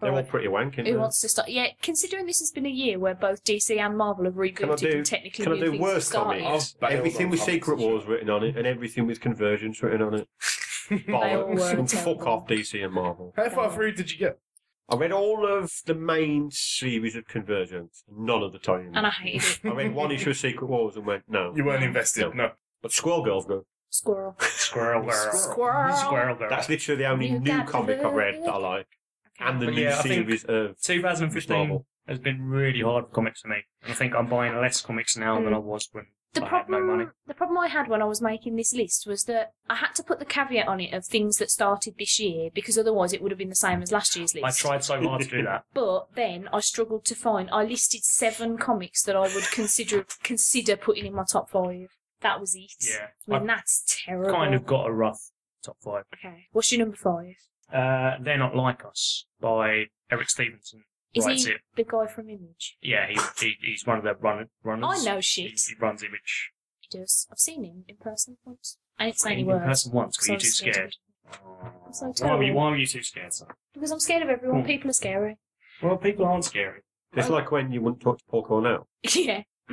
They're all
Right.
pretty wank, aren't
Who
they?
wants to start? Yeah, considering this has been a year where both DC and Marvel have
Can I
rebooted
do-
and technically
can I
new
do
things
worse
have started.
comics?
I've bailed
Everything
on
with
comics
Secret
and shit.
Wars written on it, and everything with Convergence written on it.
all were
Bollocks. And fuck
terrible.
off DC and Marvel.
How far through did you get?
I read all of the main series of Convergence, none of the time.
And I hated it.
I read one issue of Secret Wars and went, no.
You weren't invested, no.
But Squirrel Girl's good.
Squirrel.
Squirrel girl.
Squirrel.
Squirrel girl.
That's literally the only
You
new
got
comic I've read that I like.
Okay.
And the
But
new
yeah, I think-
series of
2015
Marvel.
has been really hard for comics for me. And I think I'm buying less comics now than I was when
Mm. the
I had no
problem
money.
the problem I had when I was making this list was that I had to put the caveat on it of things that started this year because otherwise it would have been the same as last year's list.
I tried so hard to do that.
But then I struggled to find. I listed seven comics that I would consider consider putting in my top five. That was it.
Yeah.
I mean that's terrible.
I've kind of got a rough top five.
Okay. What's your number five?
Uh, They're Not Like Us by Eric Stevenson.
Is
writes
he
it.
the guy from Image?
Yeah, he, he, he's one of their run, runners.
I know shit.
He, he runs Image.
He does. I've seen him in person once. I didn't say
In
any words.
person once,
because
were you
I was
too
scared of
scared?
it.
Oh,
so
why, were you,
terrible.
why were you too scared, son?
Because I'm scared of everyone.
Hmm.
People are scary.
Well, people aren't scary.
It's
Oh.
like when you wouldn't talk to Paul Cornell.
yeah.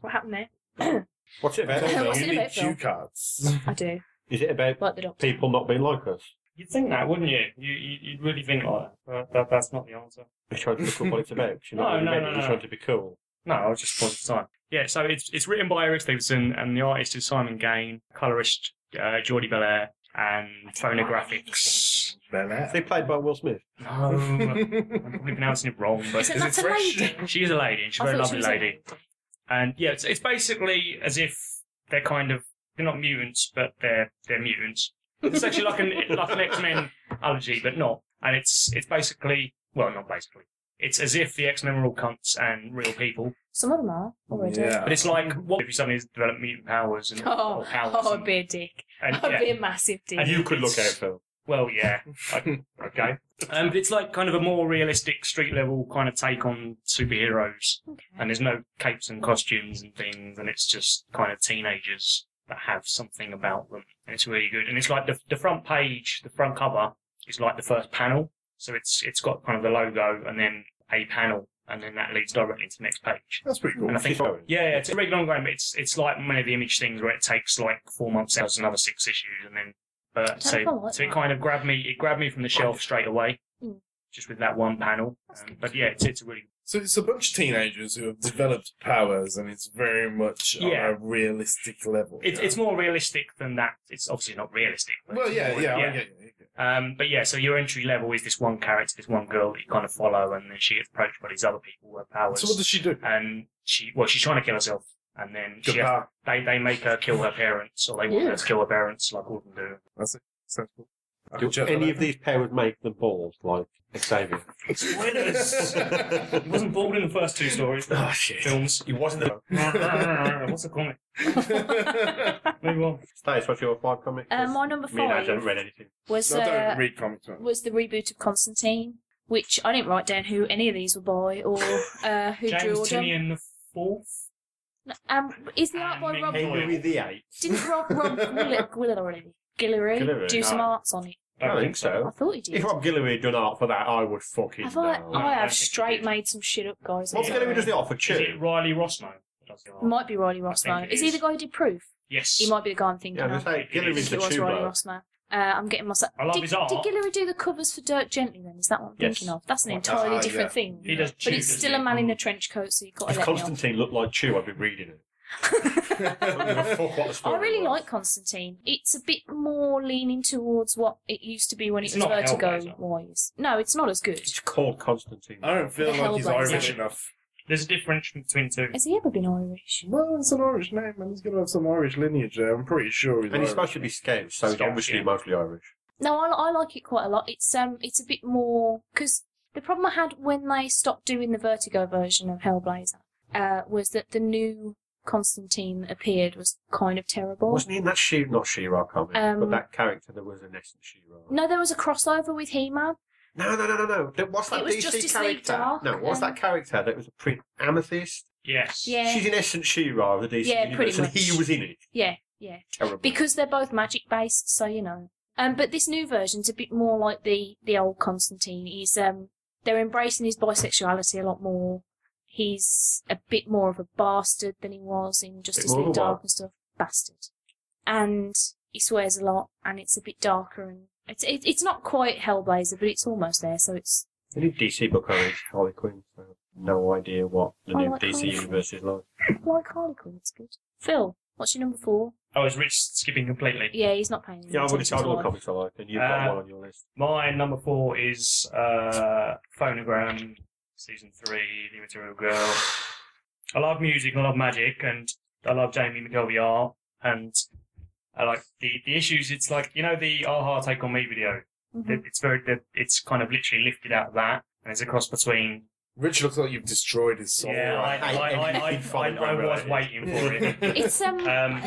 what happened there?
What's it about?
What's
you
it
need
about, Phil?
cue cards.
I do.
Is it about
Like the doctor.
people not being like us?
You'd think that, wouldn't you? you, you you'd really think like that. But that, that's not the answer.
We're trying to look up what it's about. You're
No,
not really
Oh, no,
meant
no,
it. You're
no.
trying to be cool.
No, I was just pausing time. Yeah, so it's it's written by Eric Stevenson, and the artist is Simon Gain, colorist uh, Geordie Belair, and phonographics.
They played by Will Smith.
No, I'm probably pronouncing it wrong, but
Isn't
Is it
that a
fresh?
lady?
she is a lady, and she's a
I
very
thought she
lovely
was a
lady. And yeah, it's, it's basically as if they're kind of they're not mutants, but they're they're mutants. It's actually like an like an X Men allergy, but not. And it's it's basically well, not basically. It's as if the X Men were all cunts and real people.
Some of them are already.
Yeah.
But it's like what if you suddenly develop mutant powers and
Oh,
or powers
oh, I'd
and,
be a dick.
and,
I'd
yeah.
be a massive dick.
And
You could look out, Phil.
Well, yeah. I- okay. Um, but it's like kind of a more realistic street level kind of take on superheroes.
Okay.
And there's no capes and costumes and things. And it's just kind of teenagers that have something about them. And it's really good. And it's like the, the front page, the front cover is like the first panel. So it's, it's got kind of the logo and then a panel. And then that leads directly to the next page.
That's pretty cool.
And I think, yeah,
Going.
yeah, it's a regular ongoing, but it's it's like one of the image things where it takes like four months out, another six issues, and then. But
I don't
so
like
so it
that.
kind of grabbed me. It grabbed me from the shelf straight away,
Mm.
just with that one panel.
That's
Um,
good.
but yeah, it's it's a really
So it's a bunch of teenagers who have developed powers, and it's very much
Yeah.
on a realistic level.
it's it's more realistic than that. It's obviously not realistic. But
well,
it's
yeah,
more-
yeah, I get you.
Um, but yeah, so your entry level is this one character, this one girl that you kind of follow, and then she gets approached by these other people with powers,
So what does she do?
and she well, she's trying to kill herself, and then she
Good
has,
power.
they they make her kill her parents, or they want her to kill her parents, like all of them do.
Sounds cool. I
Do
can check
any
that
of these powers make them bald, like Xavier?
Spoilers! he wasn't bald in the first two stories.
oh, shit.
Films.
He wasn't a...
What's the comic?
out.
Move on.
Stace, what's your five comic?
Uh, my number
Me and I haven't
five
read anything.
was
I
uh,
don't read comics. man.
was the reboot of Constantine, which I didn't write down who any of these were by or uh, who drew
James
all them.
Tinian the fourth.
Um, is the art by
And
Rob?
Mick Haywood.
Henry the Eighth.
Didn't Rob Rob Guillory, Guillory,
Guillory,
do some
no.
arts on it?
I don't think
I
so.
thought he did.
If Rob Guillory had done art for that, I would fucking
I thought
know.
No,
I
I don't
have
think he
straight
did.
made some shit up, guys.
Rob Guillory does the art for
Is it
Chew.
Riley Rosno? that does the art?
Might be Riley Rossmo.
think it
Is he
is.
the guy who did Proof?
Yes.
He might be the guy I'm thinking
Yeah, I'm
of.
just saying,
I think
I
Guillory's
think
the
it was
Chew
Riley
bloke.
Rossmo. Uh, I'm getting myself.
I love
did,
his art.
did Guillory do the covers for Dirk Gently then? Is that what I'm
Yes.
thinking of? That's an
Ah,
entirely different
yeah.
thing.
He does
But
Chew,
it's
doesn't
still
he?
a man in a trench coat, so you've got to
If
let me on.
Constantine looked like Chew, I'd be reading it. I don't give a fuck what the
I
story
really
was.
like Constantine. It's a bit more leaning towards what it used to be when
It's
it was
not
Vertigo
Hellblazer.
wise. No, it's not as good.
It's called Constantine.
I don't feel
The
like he's
Hellblazer.
Irish enough.
There's a difference between two.
Has he ever been Irish?
Well, it's an Irish name, and he's going to have some Irish lineage there. I'm pretty sure he's
And he's
Irish.
supposed to be Scouse, so he's
Scouse,
obviously
yeah.
mostly Irish.
No, I, I like it quite a lot. It's um, it's a bit more because the problem I had when they stopped doing the Vertigo version of Hellblazer uh, was that the new Constantine that appeared was kind of terrible.
Wasn't he in that she not She-Ra comic,
Um,
but that character that was in essence She-Ra?
No, there was a crossover with He-Man.
No, no, no, no, no. Th- What's that
It was
DC
Justice
character?
League Dark,
no, what's
um,
that character that was a print amethyst?
Yes.
Yeah,
She's in essence She-Ra of the DC
Yeah,
universe,
pretty
and he
much.
was in it.
yeah, yeah.
Terrible.
Because they're both magic based, so you know. Um, but this new version's a bit more like the the old Constantine. He's um, they're embracing his bisexuality a lot more. He's a bit more of a bastard than he was in Justice
more of a
League Dark
what?
and stuff. Bastard, and he swears a lot, and it's a bit darker, and it's it, it's not quite Hellblazer, but it's almost there. So it's
the new DC book I read, Harley Quinn. So no idea what the
Oh, I
new
like
DC
Harley Quinn.
universe is like.
like Harley Quinn. It's good. Phil, what's your number four?
Oh, is Rich skipping completely?
Yeah, he's not paying. any
Yeah, I've already
attention
told
to
all
life.
the comics I like, and you've
Uh,
got one on your list.
My number four is uh, Phonogram, season three, The Material Girl. I love music, I love magic, and I love Jamie McKelvey art. And I like the, the issues. It's like you know the Aha Take on Me video.
Mhm.
It- It's very that it's kind of literally lifted out of that, and there's a cross between.
Rich looks like you've destroyed his soul.
yeah, I,
right
I, I, I, I,
Phonogram
I was
related.
waiting for it.
now.
It's um,
Um,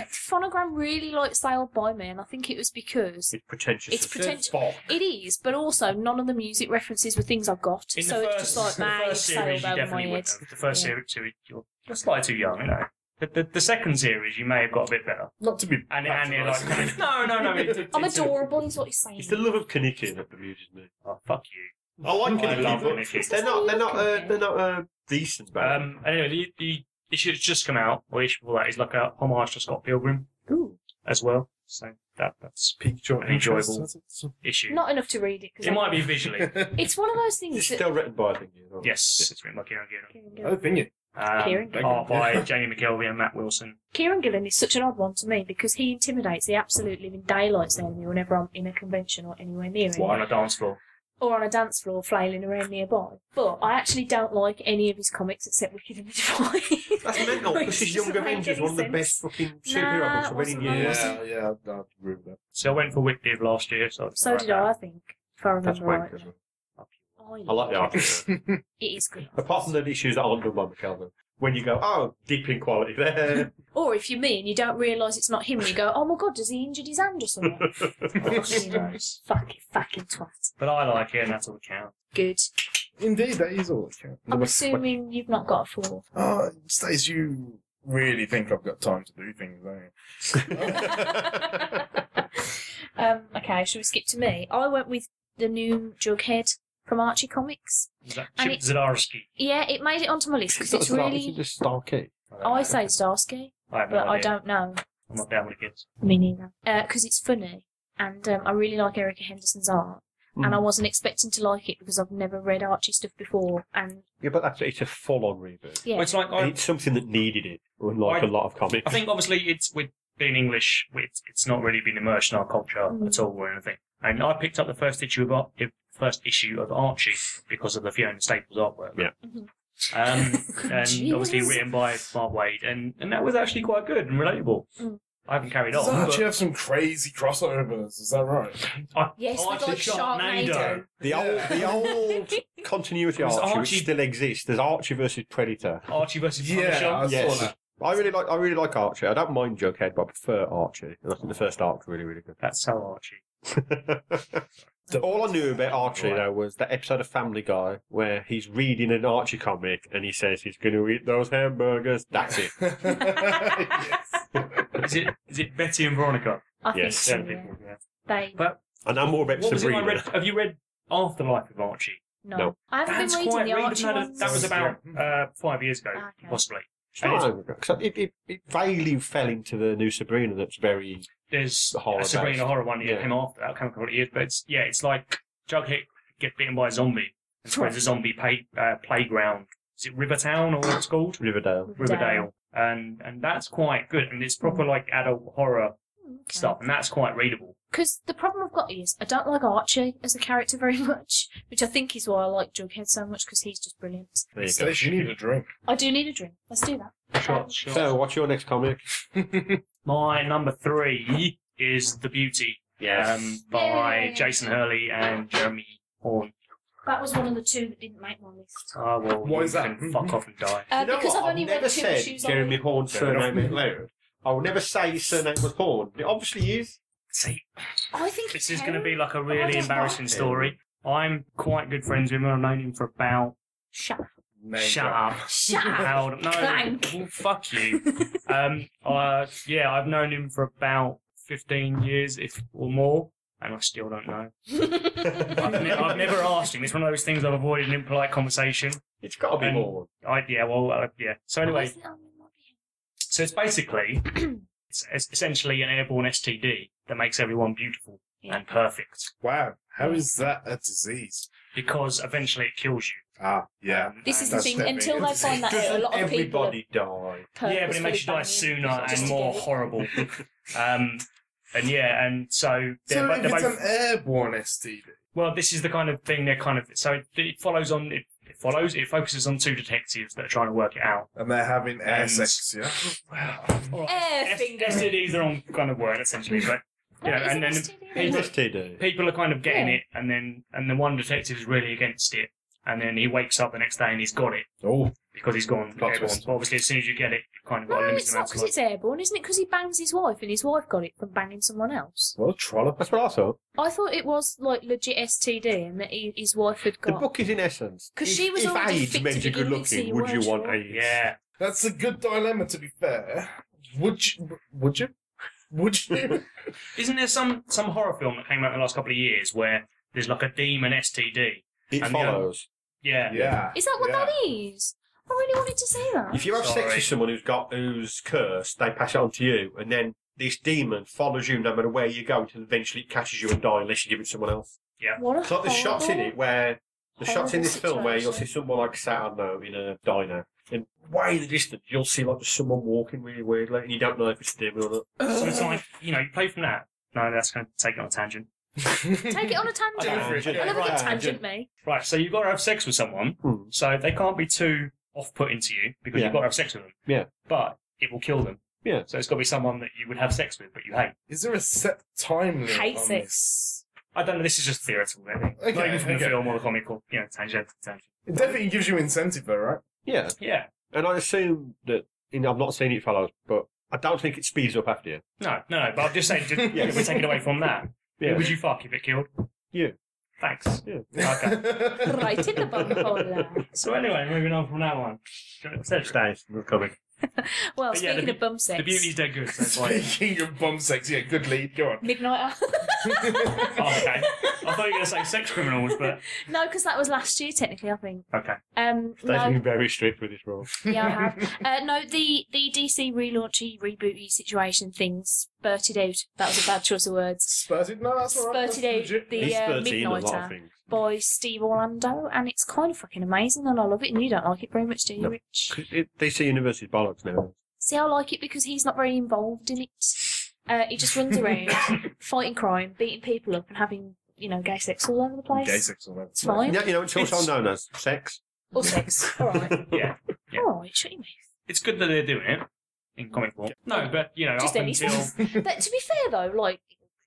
Phonogram really liked Sailed by Me, and I think it was because
It's pretentious.
it's
as
pretentious.
fuck.
It is, but also none of the music references were things I've got,
In
so
the
it's
first,
just like,
the
man,
first series,
Sailed
you
over my
definitely
head.
would have. The first
Yeah.
series, series, you're just slightly too young, you know. The, the, the second series, you may have got a bit better.
Not to be.
And, and you're like, no, no, no. It, it,
I'm
it's a-
adorable, is what he's saying.
It's the love of Kaneki that bemuses me.
Oh, fuck you.
I like
I
Kaneki,
love
but
Kaneki.
they're not, they're not, uh, they're not uh, decent, man.
Um, anyway, the, the issue that's just come out, or issue before that, is like a homage to Scott Pilgrim
Ooh,
as well. So that that's
Peak joy.
An enjoyable issue.
not enough to read it. 'cause
it
I-
might be visually.
It's one of those
it's
things that. uh,
still written by, I think. you know.
yes, it's written by Kieran Gillen.
I think it.
Um,
Kieran.
art by Jamie McKelvey and Matt Wilson.
Kieran Gillen is such an odd one to me because he intimidates the absolute living daylights out of me whenever I'm in a convention or anywhere near him.
On a dance floor.
Or on a dance floor flailing around nearby. But I actually don't like any of his comics except Wicked and the Divine.
That's mental.
Which
This is
doesn't
Young
make
Avengers,
any
one of the
sense.
best fucking
Nah,
superhero books
it
I've read
wasn't
in
Yeah,
Yeah,
like
years.
yeah, yeah, I I agree with that.
So I went for Wicked last year. So,
So did I, I think, if I
That's
remember
wank
right.
as well.
I I
I like the argument.
It is good.
Apart from the issues that aren't done by McKelvin, when you go, oh, deep in quality there.
Or if you're me and you don't realise it's not him, and you go, "Oh my god, does he injured his hand or something?" you know, fucking fucking twat.
But I like it, and that's all that counts.
Good.
Indeed, that is all that counts.
I'm assuming you've not got a four.
Oh, Stace, you really think I've got time to do things, don't you?
um, okay, shall we skip to me? I went with the new Jughead from Archie Comics.
Is that
And
Chip Zdarsky?
Yeah, it made it onto my list because it's really.
just Starkey.
I say Starsky,
I have no
but I
idea.
don't know.
I'm not down with the kids.
Me neither. Because it's funny, and um, I really like Erica Henderson's art. And I wasn't expecting to like it because I've never read Archie stuff before. And
Yeah, but that's it's a full-on reboot.
yeah,
Well, it's like
And
I,
It's something that needed it, unlike
I-
a lot of comics.
I think obviously it's with being English, it's, it's not really been immersed in our culture
Mm.
at all or anything. And I picked up the first issue of Ar- the first issue of Archie because of the Fiona Staples artwork.
Yeah.
Mhm.
Um, and obviously
Jeez.
written by Mark Wade, and, and that was actually quite good and relatable.
Mm.
I haven't carried
Does
on.
Archie
But
have some crazy crossovers? Is that right?
I,
Yes, we
Archie
got Sharknado.
The old, the old continuity
It was
Archie,
Archie-
which still exists. There's Archie versus Predator.
Archie versus Punisher.
Yeah, I
Yes.
saw that.
I really like, I really like Archie. I don't mind Jughead, but I prefer Archie, and I think the first arc's really, really
That's so Archie.
good. So all I knew about Archie though was that episode of Family Guy where he's reading an Archie comic and he says he's going to eat those hamburgers. That's it.
Is it is it Betty and Veronica?
I think
Yes.
so,
Yeah,
yeah.
people, yeah.
they
But
I know more about
what was it I
Sabrina.
read? Have you read Afterlife of Archie?
no.
No.
I haven't
That's
been reading
quite
the
readable.
Archie
No, no,
ones.
That was about uh, five years ago,
Ah, okay.
possibly.
It's not over, 'cause it, it, it vaguely fell into the new Sabrina that's very.
There's
The horror
a Sabrina
based.
horror one that
Yeah.
came after that. I can't remember what it is, but it's, yeah, it's like Jughead get bitten by a zombie and spreads a zombie pay, uh, playground. Is it Rivertown or what it's called?
Riverdale.
Riverdale. And and that's quite good. And it's proper like adult horror stuff, and that's quite readable.
Because Mm, the problem I've got is I don't like Archie as a character very much, which I think is why I like Jughead so much because he's just brilliant.
There you go.
Stace, you need a drink.
I do need a drink. Let's do that.
Shot, shot.
So, what's your next comic?
My number three is The Beauty um, by
Yay.
Jason Hurley and Jeremy Horn.
That was one of the two that didn't make my list.
Ah, well,
Why
you
is that?
can fuck off and die.
Uh,
You know
because
what?
I've only
never
read two
said
issues
Jeremy
on
Horn's
Fair
surname
enough.
out loud. I will never say his surname was Horn. It obviously is.
See,
I think
this
it's
is going to be
terrible.
like a
I
really
don't
embarrassing
like
him.
story. I'm quite good friends with him. I've known him for about.
Shut up.
Name
Shut
drop.
up.
Shut up.
How old- No.
Clank.
Well, fuck you. um, uh, yeah, I've known him for about 15 years, if or more, and I still don't know. I've, ne- I've never asked him. It's one of those things I've avoided in impolite conversation.
It's got to be
And-
Horn.
I, yeah, well, uh, yeah. So anyway,
Wasn't- oh, it might be-
so it's basically, it's, it's essentially an airborne STD that makes everyone beautiful
Yeah.
and perfect
Wow, how is that a disease?
because eventually it kills you.
Ah, yeah.
Um,
This is the
and-
That's
thing.
definitely
Until they
interesting.
find that out, a lot of people. are
everybody die?
yeah, but it
purposefully
makes you die
banging
sooner
just
and
to
more
get it.
horrible. um, and yeah, and so they're,
So
bo-
if
they're
it's
both.
an airborne STD,
Well, this is the kind of thing they're kind of. So it, it follows on. It, it follows. It focuses on two detectives that are trying to work it out.
and they're having air
And-
sex, yeah?
All right.
Air
S-
finger.
STDs are on kind of word essentially, but
What
yeah,
is
and
an
then
STD?
people-
STD.
people are kind of getting
Yeah.
it, and then and then one detective is really against it, and then he wakes up the next day and he's got it
Oh,
because he's gone
Plot
airborne.
twist.
But obviously, as soon as you get it, you kind of got
No,
a limited
it's not
amount of
because
life.
it's airborne, isn't it? Because he bangs his wife and his wife got it from banging someone else.
well, trollop.
That's what I thought.
I thought it was like legit STD and that he, his wife had
The
got.
book is in essence.
'Cause
if-
she was
if
already
AIDS
fit
made
to
you
begin
good
with, so
looking,
you
would you
weren't
want
sure.
AIDS?
Yeah,
That's a good dilemma, to be fair. Would you? Would you? Would you?
isn't there some some horror film that came out in the last couple of years where there's like a demon STD?
It
And uh, the other-
follows.
Yeah,
yeah.
Is that what
Yeah.
that is? I really wanted to see that.
If you have sex
Sorry.
with someone who's got who's cursed, they pass it on to you, and then this demon follows you no matter where you go until eventually it catches you and die unless you give it to someone else.
What a
It's like there's shots in
horrible-
it where the shots in
horrible
this film where you'll see
situation.
someone like sat I don't know in a diner. And way in the distance, you'll see like just someone walking really weirdly, and you don't know if it's a demon or not.
So it's like, you know, you play from that. No, that's going to take it on a tangent.
Take it on a tangent.
for it.
I love a good
Right.
tangent, mate.
Right, so you've got to have sex with someone,
Hmm.
so they can't be too off putting to you because
Yeah.
you've got to have sex with them.
Yeah.
But it will kill them.
Yeah.
So it's got to be someone that you would have sex with but you hate.
Is there a set time limit?
Hates
on
it.
this?
I don't know. This is just theoretical, really.
Okay,
Not even from
okay.
the film or the comic or you know, tangent, tangent.
It definitely gives you incentive, though, right?
Yeah.
Yeah.
And I assume that, you know, I've not seen it, fellows, but I don't think it speeds up after you.
No, no, no. But I'm just saying, just,
Yeah.
we're taking away from that.
Yeah.
Who would you fuck if it killed?
You.
Thanks.
Yeah.
Okay.
right in the bum hole. there.
so anyway, moving on from that one. The
Stays, not coming.
Well,
But yeah,
speaking
the-
of bum sex,
beauty's dead good. So it's like,
Speaking of bum sex, yeah, good lead. Go on.
Midnight Oil.
oh, okay. I thought you were going to say sex criminals, but
no, because that was last year technically, I think.
okay.
Um,
Stays
no,
being very strict with his role.
yeah, I have. Uh, no, the the DC relaunchy, rebooty situation thing spurted out. That was a bad choice of words.
Spurted? No, that's all right.
Spurted out
That's
the
He's
uh,
13 a lot of
Midnighter
things.
by Steve Orlando, and it's kind of fucking amazing, and I love it. And you don't like it very much, do you,
No.
Rich?
'Cause It, DC Universe is bollocks now.
See, I like it because he's not very involved in it. Uh, he just runs around fighting crime, beating people up, and having you know gay sex all over the place.
Gay sex or whatever.
It's fine.
Yeah, you know, it's also known as sex.
Or sex. all right.
Yeah. Yeah.
All right. Shut your mouth.
It's good that they're doing it in comic form. No, but, you know,
Just
up
any
until
sex. But to be fair though, like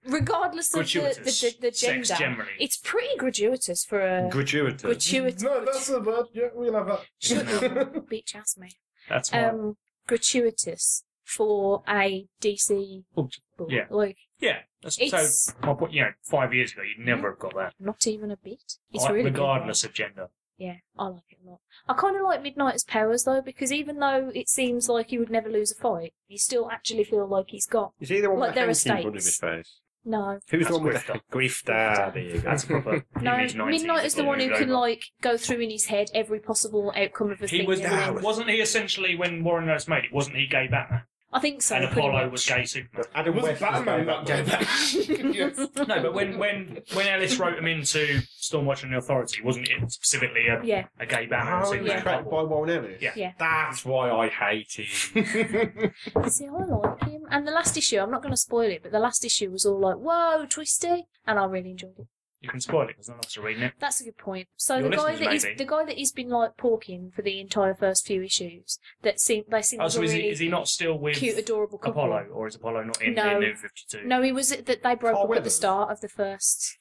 regardless of the, the,
gratuitous
the, the gender,
sex generally.
it's pretty gratuitous for a
Gratuitous.
gratuitous
No, that's a word. Yeah, we'll have that.
beach house mate.
That's why.
Um, gratuitous for a DC
Oh,
book.
yeah.
Like
yeah. That's, so,
it's
my point, you know, five years ago, you'd never have got that.
not even a bit. It's
Like,
really good.
regardless of gender.
Yeah, I like it a lot. I kind of like Midnight's powers though, because even though it seems like he would never lose a fight, you still actually feel like he's got
Is he the one
Like
with
there
the
are
hanky in front of his
stakes.
face?
no.
Who's
That's
the one with the
Grifter.
Grifter? There you go.
That's a proper.
No,
mid- 90s
Midnight is the one who
robot.
can like go through in his head every possible outcome of a
He
thing.
was,
and then-
wasn't he essentially when Warren Ellis made it? Wasn't he gay Batman?
I think so.
and
pretty
Apollo
much.
was gay Superman.
Adam
Was
West
Batman not gay Batman? Yes.
No, but when when when Ellis wrote him into Stormwatch and the Authority, wasn't it specifically a,
Yeah,
a gay Batman?
How
and
he
Superman
was
Yeah.
cracked Oh, by
couple?
Warren Ellis?
Yeah.
Yeah.
That's why I hate him.
see, I like him. And the last issue, I'm not going to spoil it, but the last issue was all like, "Whoa, twisty," and I really enjoyed it.
You can spoil it because no one else is reading it.
That's a good point. So
Your
the guy
listeners
that he's,
may be.
the guy that he's been like porking for the entire first few issues, that seem they seem
Oh,
like
so
a
is
really
he, is he not still with
cute, adorable couple.
Apollo, or is Apollo not in
No.
in New Fifty Two?
No, he was that they broke
Carl
up at the
Weathers.
start of the first.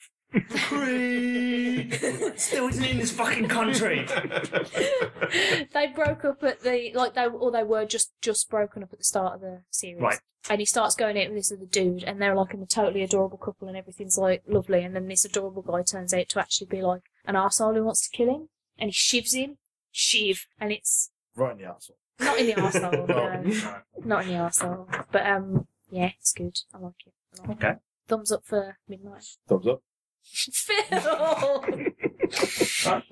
still isn't in this fucking country.
they broke up at the like they or they were just just broken up at the start of the series.
Right.
And he starts going out with this other dude, and they're like in a totally adorable couple, and everything's like lovely. And then this adorable guy turns out to actually be like an arsehole who wants to kill him, and he shivs him, shiv, and it's
Right in the arsehole.
not in the arsehole,
No.
no, not in the arsehole. But um, yeah, it's good. I like it. I like it.
Okay.
Thumbs up for midnight.
Thumbs up.
Phil.
Right, you know,
Thumbs
Thumbs
up
up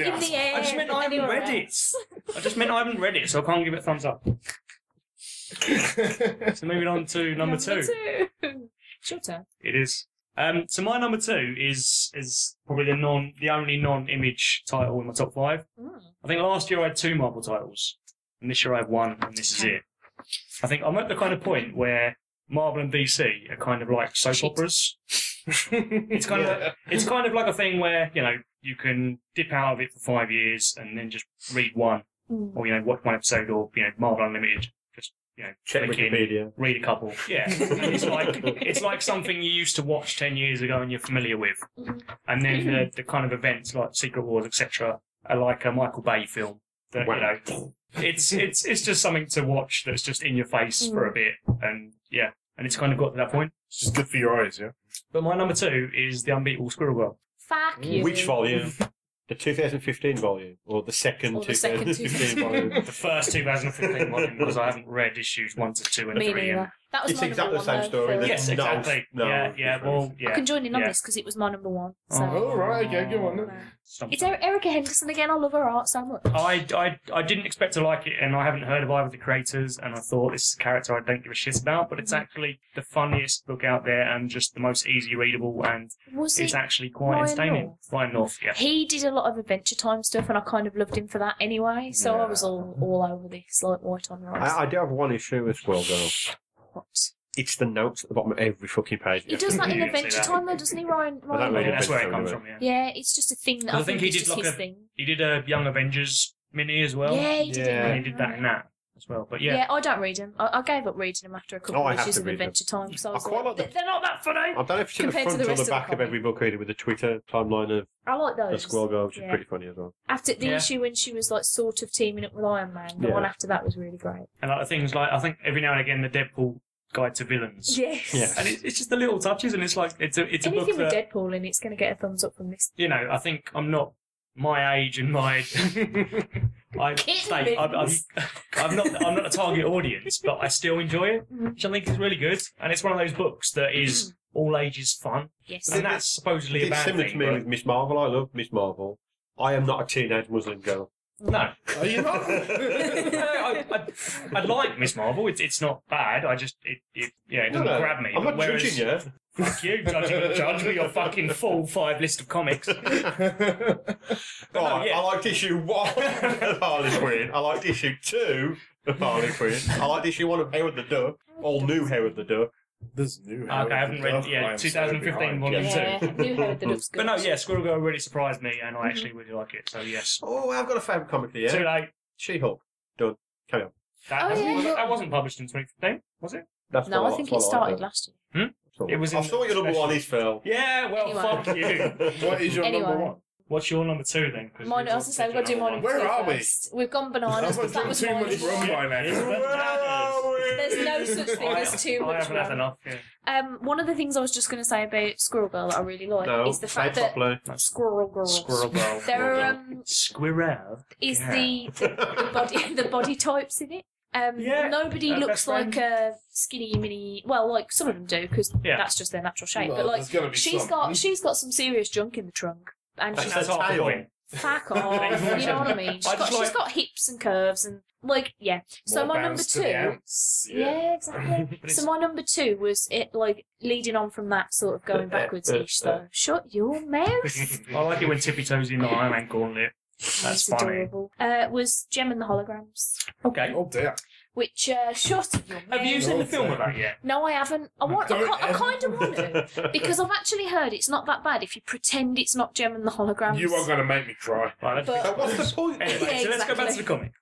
in
the
the air.
I just meant I haven't
anywhere
read it.
else.
I just meant I haven't read it, so I can't give it a thumbs up. So moving on to number two.
two. It's your turn.
It is. Um, so my number two is is probably the non the only non image title in my top five.
Hmm.
Mm.
I think last year I had two Marvel titles, and this year I have one, and this is it. I think I'm at the kind of point where Marvel and DC are kind of like soap
Shit.
operas. It's kind of it's kind of like a thing where you know you can dip out of it for five years and then just read one,
Mm.
or you know watch one episode, or you know Marvel Unlimited, just you know
Check
click in,
Wikipedia.
read a couple. Yeah, it's like it's like something you used to watch ten years ago and you're familiar with,
Mm.
and then the, the kind of events like Secret Wars, etc., are like a Michael Bay film. That
Wow.
you know, it's it's it's just something to watch that's just in your face for
Mm.
a bit, and yeah, and it's kind of got to that point.
It's just good for your eyes, yeah?
But my number two is the unbeatable Squirrel Girl.
Fuck you.
Which volume? The 2015 volume, or the second
Or the second
2015 volume?
The first 2015 volume because I haven't read issues one to two and
Me
three. And,
neither. That was
It's
my number
exactly the
one,
same
though,
story.
Phil.
There's
yes,
no-
exactly.
no
yeah, yeah.
difference.
Well,
I
yeah.
can join in on
yeah.
this because it was my number one. So.
Oh.
Oh, right, okay, go on. then.
Stump-
It's Er- Erica Henderson again. I love her art so much.
I, I, I didn't expect to like it, and I haven't heard of either of the creators, and I thought this is a character I don't give a shit about, but
Mm-hmm.
it's actually the funniest book out there and just the most easy readable, and
Was it?
it's actually quite
Ryan
entertaining.
North?
Ryan North, yeah.
He did a lot of Adventure Time stuff, and I kind of loved him for that anyway. So I was
Yeah.
all all over this, like white on rice.
I, I do have one issue with Squirrel Girl.
What?
It's the notes at the bottom of every fucking page.
He does that in
You didn't say
Adventure
that.
Time, though, doesn't he, Ryan?
I don't
Ryan
read
Moore?
That's
Adventure
where it
Time,
comes
anyway.
from, yeah.
Yeah, it's just a thing that I,
I think
think,
he
it's
did
just
like
his
a-
thing.
He did a Young Avengers mini as well.
yeah, he did.
yeah.
And he did that in that. as well. But
Yeah.
yeah,
I don't read them. I, I gave up reading them after a couple
Oh, I
of
have
issues
to
of
read them.
Adventure Time because I
I
was
quite
like,
like the-
they're not that funny.
I don't know if it's in the
Compared to
front
the
or
rest
the
of the
back of
comic.
every book I read with a Twitter timeline of
I like
the
those.
Squirrel Girl, which is
yeah.
pretty funny as well.
After the
Yeah.
issue when she was like sort of teaming up with Iron Man, the
Yeah.
one after that was really great.
and like things like I think every now and again the Deadpool guide to villains.
Yes.
Yeah.
And it, it's just the little touches, and it's like it's a it's a
Anything
book
with
that
Deadpool in it's going to get a thumbs up from this.
you know. I think I'm not my age and my I
Kittens.
say I'm, I'm, I'm not I'm not a target audience, but I still enjoy it,
Mm-hmm.
which I think is really good. And it's one of those books that is all ages fun,
Yes.
and that's supposedly a
It's
bad
similar
thing.
to me with Miss Marvel. I love Miss Marvel. I am not a teenage Muslim girl.
but- no,
Are you not?
No, I, I, I like Miss Marvel. It's, it's not bad. I just it, it yeah it doesn't grab me.
I'm
But
not
whereas,
judging you.
Fuck you, judge me, judge me your fucking full five list of comics.
Right,
yeah.
I liked issue one of Harley Quinn. I liked issue two of Harley Quinn. I liked issue one of Howard the Duck. All new Howard the Duck.
There's new.
I haven't read- yeah, 2015 volume two.
Yeah, I knew how the looks good. Mm-hmm.
But no, yeah, Squirrel Girl really surprised me, and I actually really like it. So yes,
Oh, I've got a favourite comic there.
too late.
She Hulk. Done. Carry on.
That,
Oh,
hasn't-
yeah,
was-
yeah.
that wasn't published in 2015, was it?
That's
No,
what
I think it
that's what
started
like.
last year.
That's what
It was
I
in
saw
the
your number
special.
one is Phil.
Yeah, well,
Anyway.
fuck you.
What is your
Anyway.
number one?
What's your number two then? 'Cause
Mine, I was going
yours
to say, we've got to do
your
mine
number
in
Where
two
are we?
first. We've gone bananas.
I've
but that
drunk
was
too
mine.
much rum by now.
one.
There's no such thing as too
I
much
haven't had
rum.
enough. Yeah.
Um, one of the things I was just going to say about Squirrel Girl that I really like
No,
is the
say
fact
it
that
properly.
Squirrel Girl
Squirrel Girl.
there are, um,
Squirrel.
is
Yeah.
the, the body the body types in it. Um,
Yeah,
nobody
uh,
looks
best friend.
like a skinny mini. Well, like some of them do because
Yeah.
that's just their natural shape.
Well,
but
there's
like
gotta be
she's
some.
got she's got some serious junk in the trunk, and
That's
she's
That's, that's half the
tail.
point.
Fuck off. you know what I mean? She's
I
got,
just
she's
like-
got hips and curves and, like, yeah. So
More
my number
bounce to the
two.
ounce,
Yeah, exactly.
But
so
it's-
my number two was it, like, leading on from that sort of going backwards ish, though. Shut your mouth.
I like it when Tippy Toes in the Iron Man gauntlet.
It's
That's funny.
adorable. Uh, was Gem and the Holograms,
Okay.
Oh dear.
which, uh, shut your mouth.
Have you seen the film of that yet?
No, I haven't. I want. I,
Don't
ki- I
ever-
kind of want to. Because I've actually heard it's not that bad if you pretend it's not Gem and the Holograms.
You are going to make me cry.
Right, let's
But-
But What's the point?
Anyway, so let's go back to
exactly.
the comic.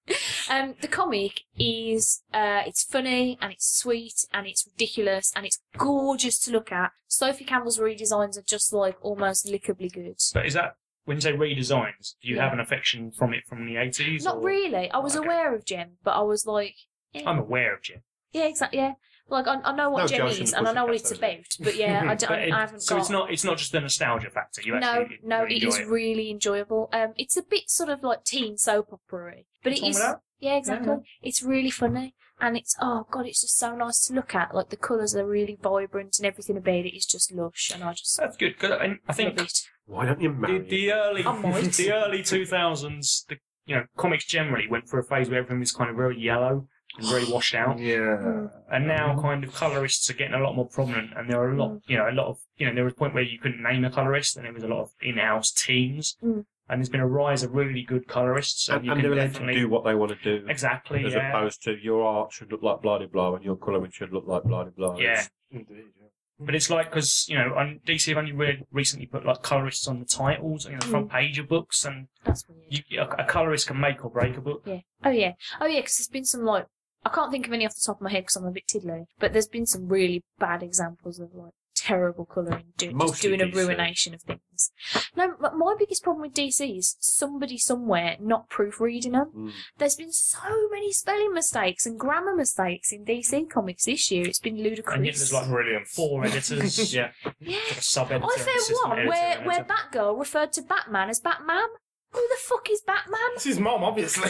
Um, the comic is uh, it's funny and it's sweet and it's ridiculous and it's gorgeous to look at. Sophie Campbell's redesigns are just like almost lickably good.
But is that when you say redesigns? Do you
Yeah.
have an affection from it from the eighties?
Not really. I was
Okay.
aware of Jem, but I was like, eh.
I'm aware of Jim.
yeah, exactly, yeah. Like I, I know what
No,
Jem
Josh and
is
the
and I know what it's
Pussycats,
about, but yeah, I, don't,
Mm-hmm. But it-
I haven't
so
got.
it's not it's not just the nostalgia factor. You
no,
actually
no,
really
it
enjoy
is really enjoyable. Um, it's a bit sort of like teen soap opery, but it
What's
is.
wrong with that?
Yeah, exactly. It's really funny, and it's oh god, it's just so nice to look at. Like the colours are really vibrant, and everything about it is just lush, and I just
That's good 'cause I, I think
love it.
Why don't you
the,
marry?
the early
I might.
the early two thousands, the you know comics generally went through a phase where everything was kind of very yellow and very washed out.
Yeah.
and now
Mm-hmm.
kind of colorists are getting a lot more prominent and there are a lot
Mm.
you know a lot of you know there was a point where you couldn't name a colorist and there was a lot of in-house teams
Mm.
and there's been a rise of really good colorists and,
and,
you
and
can
they're allowed
definitely
to do what they want to do.
exactly
as
yeah.
opposed to your art should look like blah de blah and your colouring should look like blah de blah.
yeah
Indeed. yeah.
but it's like because you know on DC have only re- recently put like colorists on the titles you know, the front page of books and
That's weird.
you, a, a colorist can make or break a book
Yeah. Oh yeah. Oh yeah. Because there's been some like I can't think of any off the top of my head because I'm a bit tiddly, but there's been some really bad examples of like terrible colouring, do, just
Mostly
doing a
DC.
ruination of things. No, but my biggest problem with DC is somebody somewhere not proofreading them.
Mm.
There's been so many spelling mistakes and grammar mistakes in DC comics this year. It's been ludicrous.
and yet there's like
Brilliant.
four editors
Yeah.
yeah.
a sub-editor
I
an
found
assistant
one
editor,
where,
an
where
editor.
Batgirl referred to Batman as Batman. Who the fuck is Batman?
It's his mum, obviously.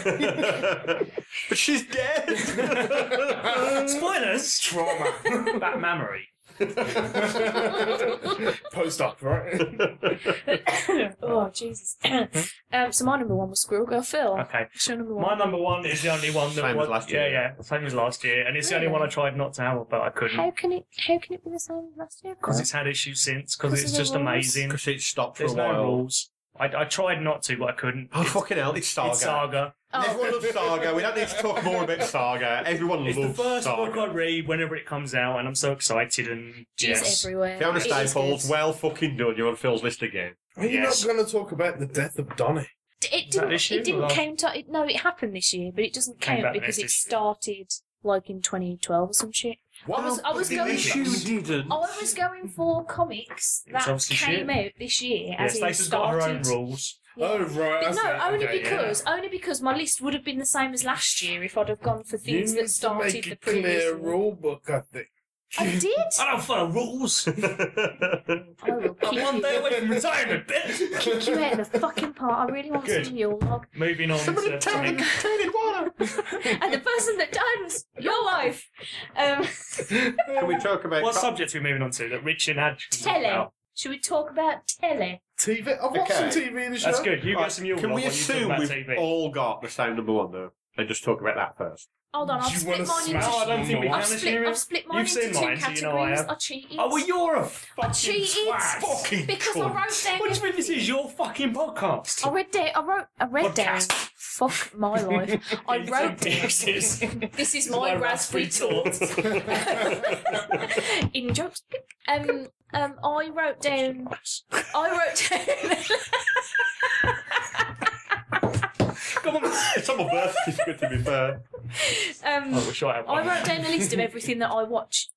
but she's dead.
spoilers
Trauma.
Batmamery
Post op, right?
oh Jesus! um, so my number one was Squirrel Girl Phil.
Mm-hmm. okay
What's your number
My
one?
number one is the only one that
Same as
was
last
Yeah,
year.
yeah, same as last year, and it's the only
Really?
one I tried not to have, but I
How
couldn't
can it? How can it be the same as last year?
because it's had issues since. Because
'Cause
it's
of the
just
rules?
amazing.
Because it stopped for
There's
a
no
while.
rules. I, I tried not to, but I couldn't.
Oh fucking hell! It's Saga.
It's Saga.
Oh,
Everyone loves Saga. We don't need to talk more about Saga. Everyone
It's the
loves
first
Saga.
book I read whenever it comes out, and I'm so excited. And
She's
yes,
everywhere.
Fiona
It is
Staples,
good.
well fucking done. You're on Phil's list again.
Are you
Yes.
not going to talk about the death of Donnie?
It
Is that
didn't.
this year
It didn't
or-
came to. It, no, it happened this year, but it doesn't
Came
count
back
because
next
it
this year.
started like in 2012 or some shit. I was, I was going.
didn't.
I
Oh,
was going for comics
Mm. It was
that
obviously
came
shit.
out this year.
Yeah,
as in
Stacey's got
started.
her own rules.
Yeah.
Oh right. I
But
see.
no, only
Okay, yeah.
because only because my list would have been the same as last year if I'd have gone for
You
things
need to
that started
make
the
a
previous.
clear
year.
rule book. I think.
I did.
I don't follow rules. I'm
I will kick
one
you,
day away from retirement, bitch.
kick you out in the fucking part. I really want
Good.
some Yule log.
Moving on to something-
and the person that died was your wife. Um,
Can we talk about
What subject are we moving on to that Richard had?
tele. Should we talk about tele?
TV. I've watched some
Okay.
TV this year.
That's good. You got
Right,
some Yule
Can
log
we
while you talk
assume
about
we've
TV.
all got the same number one though? And just talk about that first.
Hold on, I've
Do you
split
wanna
mine into.
smash
No, I don't think we
I've
can
I've
this
split,
year.
I've split mine
You've
into
seen
two
mine, so
categories.
you know I have.
cheated.
Oh, well, you're a
I
fucking
cheated
twat.
Fucking
because I wrote Oh, down.
What do you mean this
everything.
is your fucking podcast?
I read down. I wrote. I read down.
Podcast.
Fuck my life. I
You
wrote down.
dicks.
This is my raspberry
talk.
tort. In jokes. Um. Um. I wrote down. I wrote down.
Come on, it's on my birth certificate to be fair.
um.
I wish I had
I
one.
wrote down a list of everything that I watched.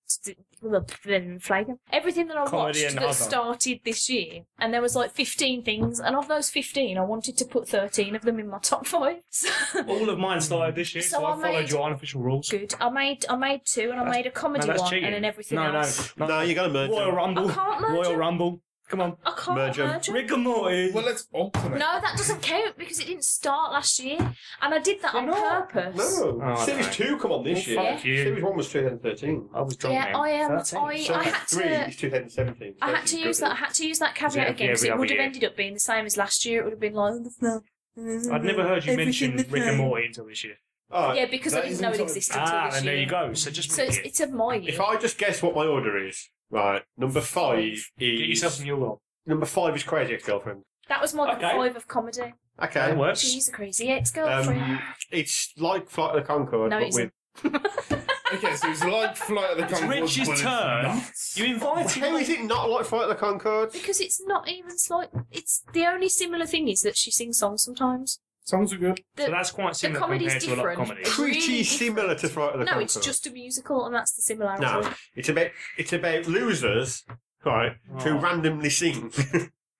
Then flagging everything that I
Comedy
watched
and
that
other.
started this year, and there was like fifteen things, and of those fifteen, I wanted to put thirteen of them in my top five. So,
All of mine started this year, so,
So
I,
I
followed
made-
your unofficial rules.
good. I made I made two, and I
That's-
made a comedy
no, that's
one,
cheating.
and then everything
no,
else.
No, no,
No, you gotta merge.
Royal
them.
Rumble.
I can't merge
Royal
them.
Rumble. Come on.
I can't
Merge 'em.
merge 'em.
Rick and Morty.
Well, let's alternate.
No, that doesn't count because it didn't start last year, and I did that
Why
on
not?
purpose.
No,
Oh, okay.
series two come on this
Oh,
year.
fuck you. Oh.
Series one was 2013.
I was drunk.
Yeah,
man.
I am. Um,
13.
I, I had
three
to.
is 2017.
I had to use that. I had to use that caveat
Yeah,
again because
every
it would
other
have
year.
ended up being the same as last year. It would have been like, "Oh,
I'd never heard you mention Rick and Morty until this year.
Oh,
yeah, because I
That
didn't know it
isn't-
existed
Ah,
until this
then there
year.
you go. So just
So it's,
pick it.
it's a my year.
If I just guess what my order is, right? Number five
get yourself
is
some Yule log.
number five is Crazy Ex-Girlfriend.
That was my
Okay.
five of comedy.
That
Okay.
works.
She's a crazy ex-girlfriend.
Um, it's like Flight of the Concorde,
No,
but
it's
with
Okay, so it's like Flight of the
It's
Conchords,
Rich's
but it's
turn.
nuts.
You invited
how is it not like Flight of the Concorde?
because it's not even slight. It's the only similar thing is that she sings songs sometimes.
Songs are good.
The,
So that's quite similar
comedy's
compared to a lot of
different.
comedy.
It's
Pretty
really
similar to Flight of the
no,
Concorde.
it's just a musical, and that's the similarity.
no. It's about it's about losers, right, who
Oh.
randomly sing,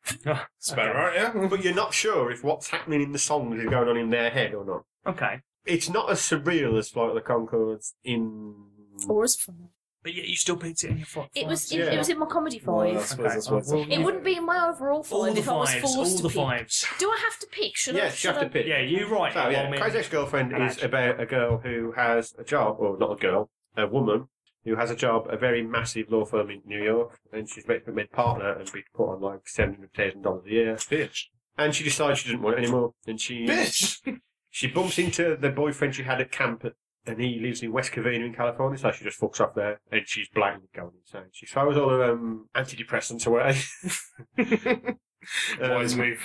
It's about right, yeah.
but you're not sure if what's happening in the songs is going on in their head or not.
Okay.
It's not as surreal as Flight of the Concords in.
Or as fun.
But yet you still picked it in your five.
It was.
Yeah.
It, it was in my comedy
Well, I
five.
suppose that's what it's
Okay.
It wouldn't be in my overall
all
five
the
if I was
fives.
forced
All
to
the
pick.
fives.
Do I have to pick? Should I?
Yes, you
should
have to
I-
pick.
Yeah, you right.
So, yeah, Crazy Ex-Girlfriend
And
is
action.
about a girl who has a job, or not a girl, a woman who has a job, at a very massive law firm in New York, and she's meant to be made partner and be put on like seven hundred thousand dollars a year.
Bitch.
And she decides she doesn't want it anymore, and she
Bitch!
she bumps into the boyfriend she had at camp, and he lives in West Covina in California, so she just fucks off there, and she's blatantly going insane. She throws all her um, antidepressants away. Um,
Wise move.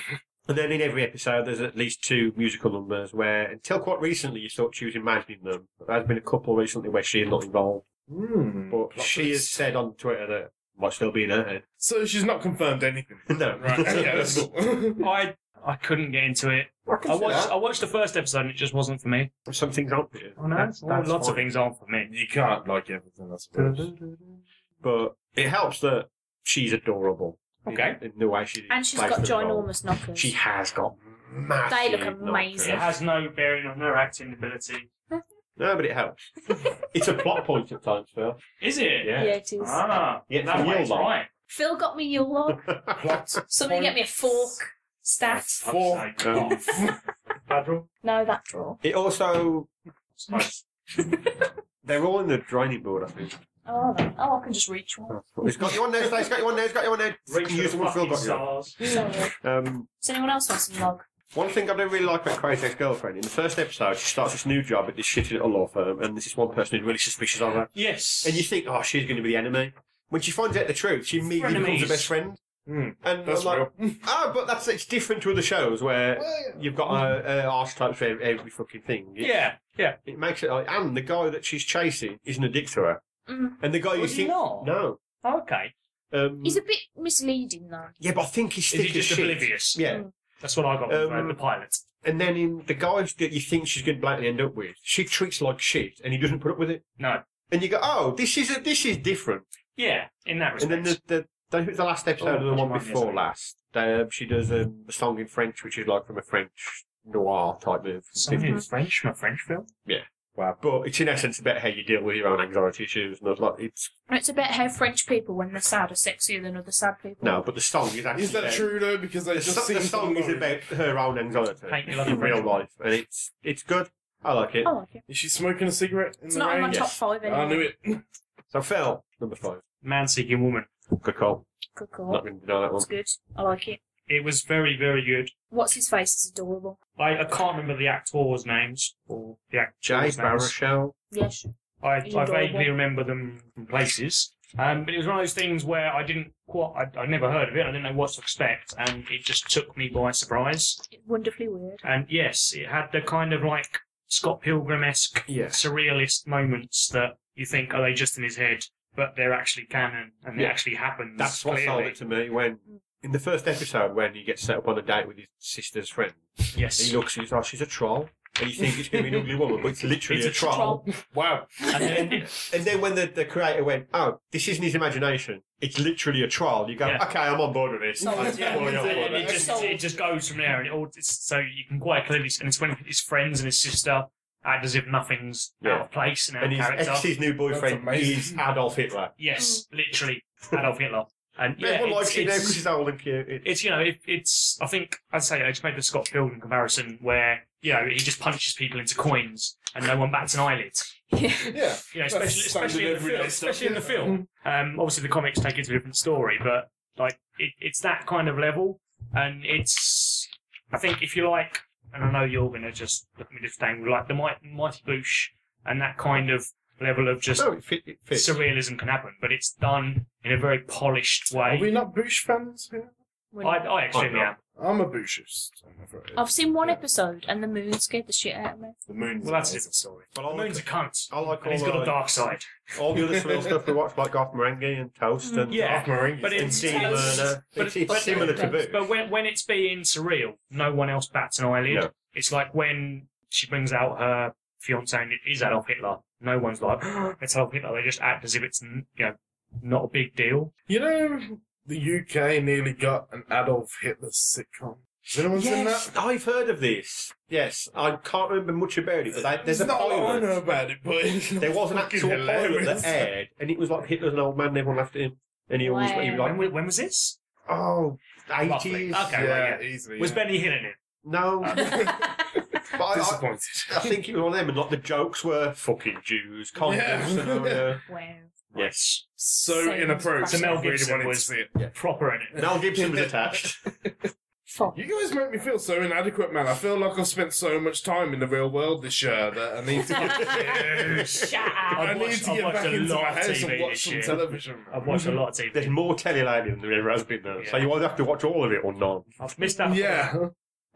and then in every episode, there's at least two musical numbers where, until quite recently, you thought she was imagining them. But there's been a couple recently where she's not involved.
Hmm.
But
Plot
she has
twist.
said on Twitter that might still be in her head.
So she's not confirmed anything.
no.
Right, okay, that's cool.
I I couldn't get into it.
I
I watched I watched the first episode and it just wasn't for me.
Some things aren't for you.
Oh no,
That's- that's
lots of
fine.
things aren't for me.
You can't like everything, I suppose.
But it helps that she's adorable. in-
Okay.
In, the way she
And she's
plays
got
the role.
ginormous knockers.
She has got massive.
They look
knockers.
amazing.
It has no bearing on her acting ability.
No, but it helps. it's a plot point at times, Phil.
Is it?
yeah,
Yeah.
it is.
Ah,
Yeah,
that
from your
way's
line.
right.
Phil got me Yule log.
Plot.
Somebody get me a fork. Stat.
Oh.
Four.
Fuck's sake. Paddle.
No, that draw.
It also
It's nice.
They're all in the draining board, I think.
Oh, no. oh, I can just reach one.
It's got you on there, it's got you on there, it's got you on there.
Reach
Use
for
the one Phil
fucking
got you on.
stars.
Sorry. Does
Um,
anyone else want some log?
one thing I don't really like about Crazy Ex-Girlfriend, in the first episode, she starts this new job at this shitty little law firm, and there's this one person who's really suspicious of her.
Yes.
And you think, oh, she's going to be the enemy. When she finds out the truth, she immediately becomes her
Frenemies.
best friend.
Hmm,
And
That's
I'm like,
real.
oh, but that's it's different to other shows where
Well,
you've got uh, uh, archetypes for every, every fucking thing. It,
yeah, yeah.
It makes it like, and the guy that she's chasing is an addict to her.
Mm.
And the guy you
Was Oh, he
think,
not?
no.
Oh, Okay.
Um,
He's a bit misleading, though.
yeah, but I think he's
Is
stick
he
as
just
shit.
oblivious?
Yeah.
Mm.
That's what I got from
Um,
uh, the pilot.
And then in the guys that you think she's going to blatantly end up with, she treats like shit, and he doesn't put up with it.
No.
And you go, oh, this is a, this is different.
Yeah, in that respect.
And then the the, the, the last episode
Oh,
of the one
that's mine,
before
yes,
last, they, um, she does um, a song in French, which is like from a French noir type of.
Something
thing.
in French, my French film.
But it's in essence about how you deal with your own anxiety issues, and it's like it's
It's about how French people, when they're sad, are sexier than other sad people.
no, but the song is actually
Is that
about-
true though? Because I
The,
just
so-
seen
the song is
someone-
about her own anxiety
Paint me like a
in real
French Oh.
life, and it's it's good. I like it.
I like it.
Is she smoking a cigarette? In
It's
the
not on
rain?
my top
yes.
five anymore.
I knew it.
So Phil, number five,
Man seeking woman.
good call.
Good
Not
call.
going to deny that one.
It's good. I like it.
It was very, very good.
What's his face is adorable.
I, I can't remember the actors' names or the actors'
Jay
names.
Baruchel.
Yeah, sure.
I, I
Enjoyable.
vaguely remember them from places. Um, but it was one of those things where I didn't quite, I, I never heard of it, I didn't know what to expect, and it just took me by surprise.
wonderfully weird.
And yes, it had the kind of like Scott Pilgrim esque
Yes.
surrealist moments that you think, are they just in his head? But they're actually canon, and
Yeah.
it actually happens.
That's what sold
clearly.
it to me when in the first episode when he gets set up on a date with his sister's friend,
Yes.
he looks and he's like, she's a troll. And you think it's going to be an ugly woman, but it's literally
It's
a,
a
troll.
troll.
Wow.
and then,
And then when the, the creator went, oh, this isn't his imagination, it's literally a troll. You go,
Yeah.
okay, I'm on board with this.
Sold.
I'm
Yeah.
fully on board
and
with
it
this.
just it just goes from there, and it all it's, so you can quite clearly. see- And it's when his friends and his sister act as if nothing's out
Yeah.
of place and out
And
of
his
character.
ex's new boyfriend
That's amazing.
is Adolf Hitler.
Yes, literally Adolf Hitler. And yeah,
Everyone
it's,
likes him now because
it's,
he's old and cute. It-
it's, you know it, it's I think I'd say I just made the Scott Pilgrim comparison where you know he just punches people into coins and no one bats an eyelid.
Yeah.
You know,
That's
especially,
standard
especially in the
everyday stuff, Hmm.
film. Especially in the
yeah.
film. Um, obviously, the comics take it to a different story, but like it, it's that kind of level, and it's I think if you like, and I know you're gonna just look at me disdain, like the Mighty, Mighty Boosh and that kind of level of just
No, it, fit, it fits.
surrealism can happen, but it's done in a very polished way.
Are we not Bush fans here?
I, I actually
Oh,
am.
I'm a Bushist. I'm afraid.
I've seen one
Yeah.
episode and the moon scared the shit out of me.
The moon.
Well, that's a different story.
But I
The moon's a
like,
cunt.
I like
And he's
all,
got a
the,
dark side.
all the other surreal stuff we watch, like Garth Marenghi and Toast and
Mm. Yeah, but
and
it's,
Dean Lerner.
but
uh, It's,
it- but-
it's similar to Boo.
But when when it's being surreal, no one else bats an eyelid.
No.
It's like when she brings out her fiance and it is Adolf Hitler. No one's like, it's Adolf Hitler. They just act as if it's n- you know not a big deal.
You know, the UK nearly got an Adolf Hitler sitcom. Has anyone seen
Yes,
that?
I've heard of this. Yes, I can't remember much about it, but they, there's a
not a lot I know
pilot.
about it, but it's
There was an
fucking
actual pilot
hilarious.
that aired, and it was like Hitler's an old man. and Everyone laughed at him, and he always he was
When,
like,
wa- when was this?
"Oh,
Roughly.
eighties,
Okay,
yeah,
right,
easily.
Was
yeah.
Benny Hill in it?
no." But I, I,
disappointed?
I think it was one of them, and like the jokes were fucking Jews, communists,
Yeah.
and, uh,
wow.
Yes.
so
Same
inappropriate.
So
Mel
I really
Gibson
wanted to
was-
see it.
Proper in it.
Mel Gibson was attached.
Fuck.
You guys make me feel so inadequate, man. I feel like I've spent so much time in the real world this year that I need to get,
Shut up.
I
I've
need
watched-
to
I've
get
watched
back
a
into
lot
my
of
house
TV
and watch
this
some
year.
television.
I've watched a lot of
There's
TV.
more telly lady than there ever has been, though. So
Yeah.
you either have to watch all of it or none.
I've missed out.
Yeah.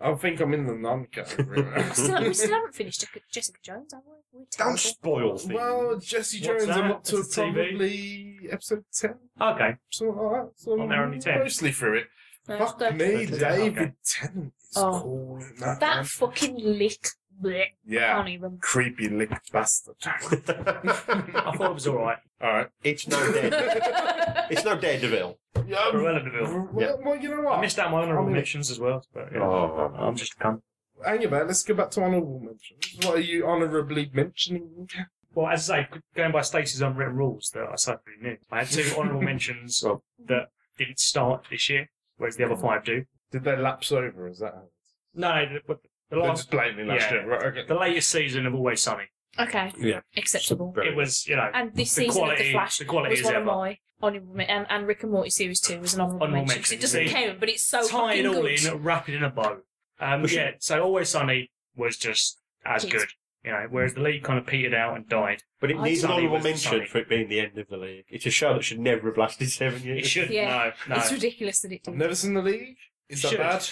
I think I'm in the non category. now.
Still, we still haven't finished Jessica- Jessica Jones, have we? We're terrible.
Don't spoil things.
well, Jesse
What's
Jones, I'm
that?
up to
It's a TV?
probably episode 10,
Okay.
something like that. So
Well, Oh, they're only 10.
Mostly through it.
No,
Fuck
don't-
me,
Yeah,
David
okay.
Tennant is
Oh.
cool. in man.
That fucking lick. Blech.
yeah,
Can't even.
creepy lick bastard.
I thought it was all right.
All right.
it's no dead. it's no Daredevil.
Yeah.
Cruella de Vil.
Well, well, you know what?
I missed out on my honourable
I'm-
mentions as well. But yeah.
Oh.
I'm just a cunt.
Hang about. Let's go back to honourable mentions. What are you honourably mentioning?
Well, as I say, going by Stacey's unwritten rules that I certainly knew, I had two honourable mentions
Well-
that didn't start this year, whereas the other five do.
Did they lapse over? Is that? How
No, the, but the
they
last,
just blamed me last
yeah.
year. Right, okay.
the latest season of Always Sunny,
Okay.
Yeah.
Acceptable.
Very
it was you know
And this
the
season of
quality,
The Flash
the quality
was
is
one of
ever.
my honourable men- and, and Rick and Morty series two was an honourable
Honourable
mention 'cause it
mention,
doesn't
see.
count, but it's so
Tie it
Oh, fucking
all
good.
in, wrap it in a bow. Um,
Was it-
yeah, so Always Sunny was just as
Jeez.
good, you know, whereas the league kind of petered out and died.
But it
I
needs an
didn't-
honourable
Sunny was
mention
Sunny.
for it being the end of the league. It's a show that should never have lasted seven
It
years.
should
Yeah.
no, no.
It's ridiculous that it
I've
did.
never seen the league. Is that
You should.
bad?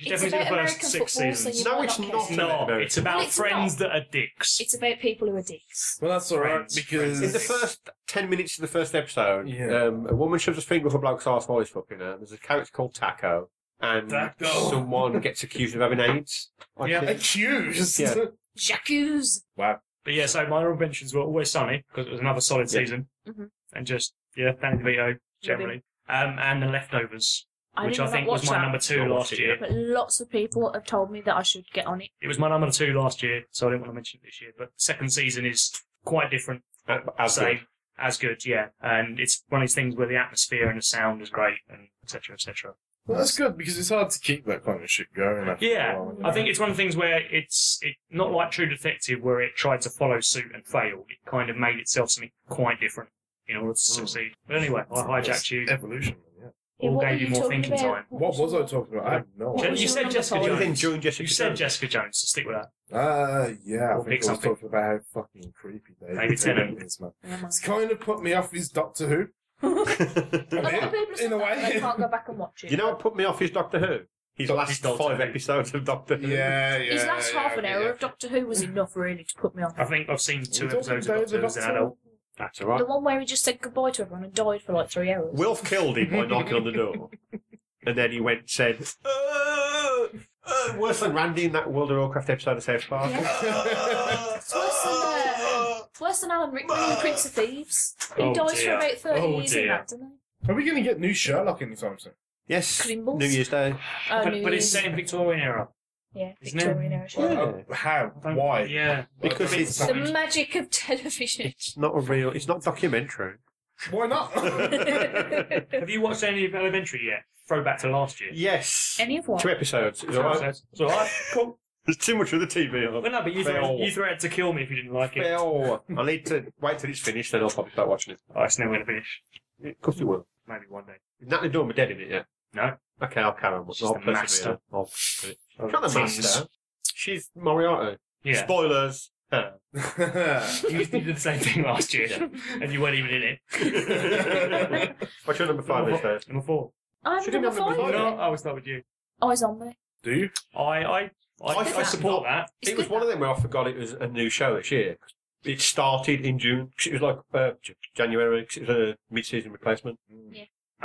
It's
It's about
definitely the first
American
six
football, so
seasons.
you
No,
might
it's
not
not.
care.
no,
American.
it's about
Well, it's
friends that are dicks.
It's about people who are dicks.
Well, that's all right
Friends,
because
friends.
In the first ten minutes of the first episode,
Yeah.
um, a woman shoves a finger up a bloke's arse while he's fucking her. There's a character called Taco, and
That girl.
someone gets accused of having AIDS. I
Yeah.
think.
Accused.
Yeah.
J'accuse.
Wow.
But yeah, so my honorable mentions were always sunny because it was another solid
Yeah.
season,
Mhm.
and just yeah, Danny DeVito generally, um, and the leftovers,
I
which
didn't
I think
watch
was my
that,
number two
Not
last
watched it
year.
But lots of people have told me that I should get on it.
It was my number two last year, so I didn't want to mention it this year. But second season is quite different,
A- As
same,
good.
as good, yeah. And it's one of these things where the atmosphere and the sound is great, and etc. etc.
Well, that's good because it's hard to keep that kind of shit going. after a
Yeah,
while, you
I
know?
think it's one of the things where it's it, not like True Detective, where it tried to follow suit and failed. It kind of made itself something quite different in order to succeed. But anyway, I hijacked you.
Evolution. Yeah.
All
what
gave
were
you more
talking
thinking
about?
time.
What was I talking about? I have no
What
Je-
was
idea.
your
you said
number
Jessica
five?
You
Jones.
enjoyed Jessica
You said
Jones?
Jessica Jones. So stick with that.
Uh, yeah.
Or
I
pick
think I was
something.
talking about how fucking creepy
Maybe
David
Tennant.
Tennant is, man. It's kind of put me off his Doctor Who.
A lot of people
In
have said
a
that,
way.
they can't go back and watch it.
You know what put me off is Doctor Who. His last
Doctor
five
Who.
episodes of Doctor Who.
Yeah, yeah.
His last
yeah,
half an
okay,
hour
yeah.
of Doctor Who was enough really to put me on.
I think I've seen two
We're talking
episodes of
about
Doctor
the
Who as an
Doctor
adult.
That's
The
alright.
one where he just said goodbye to everyone and died for like three hours.
Wilf killed him by knocking on the door. And then he went and said, "Uh, uh, worse than Randy in that World of Warcraft episode of South Park.
Yeah. It's worse than, uh, it's worse than Alan Rickman in Prince of Thieves. He
Oh,
dies
dear.
for about 30
Oh,
years
dear.
in that, doesn't he?
Are we going to get new Sherlock anytime soon?
Yes,
Grimbles.
New Year's Day.
Oh,
but,
New
but it's
Year's.
set in Victorian era.
Yeah,
Isn't it?
Victorian era.
Yeah.
show.
Uh, how?
I don't-
Why?
Yeah.
Because it's,
The magic of television.
it's not a real, it's not documentary.
Why not?
Have you watched any of Elementary yet? Throwback to last year.
yes.
Any of what?
Two episodes. It's
Two
all right.
episodes. It's all right. Cool.
There's too much of the TV on.
Well, no, but you, threat,
Fail.
you threatened to kill me if you didn't like it.
Well, I need to wait till it's finished, then I'll probably start watching
Oh, it's never going to finish.
it. Of course it will.
Maybe one day.
Is Natalie Dormer dead in it yet?
No.
Okay, I'll carry on.
She's
I'll
the
persevere.
master.
I'll...
Oh,
Not the
Jesus.
master. She's Moriarty.
Yeah.
Spoilers. Her.
you did the same thing last year, and you weren't even in it.
What's your number five
number
list
four.
there?
Number four.
I haven't
Should
done
we
my
have number
five.
five?
No,
yet.
I was that with you.
Oh, it's on there.
Do you?
I, I, I,
I
I
found-
support that.
It's
it was
good.
one of them where I forgot it was a new show this year. It started in June. 'cause It was like uh, J- January. 'cause It was a mid-season replacement.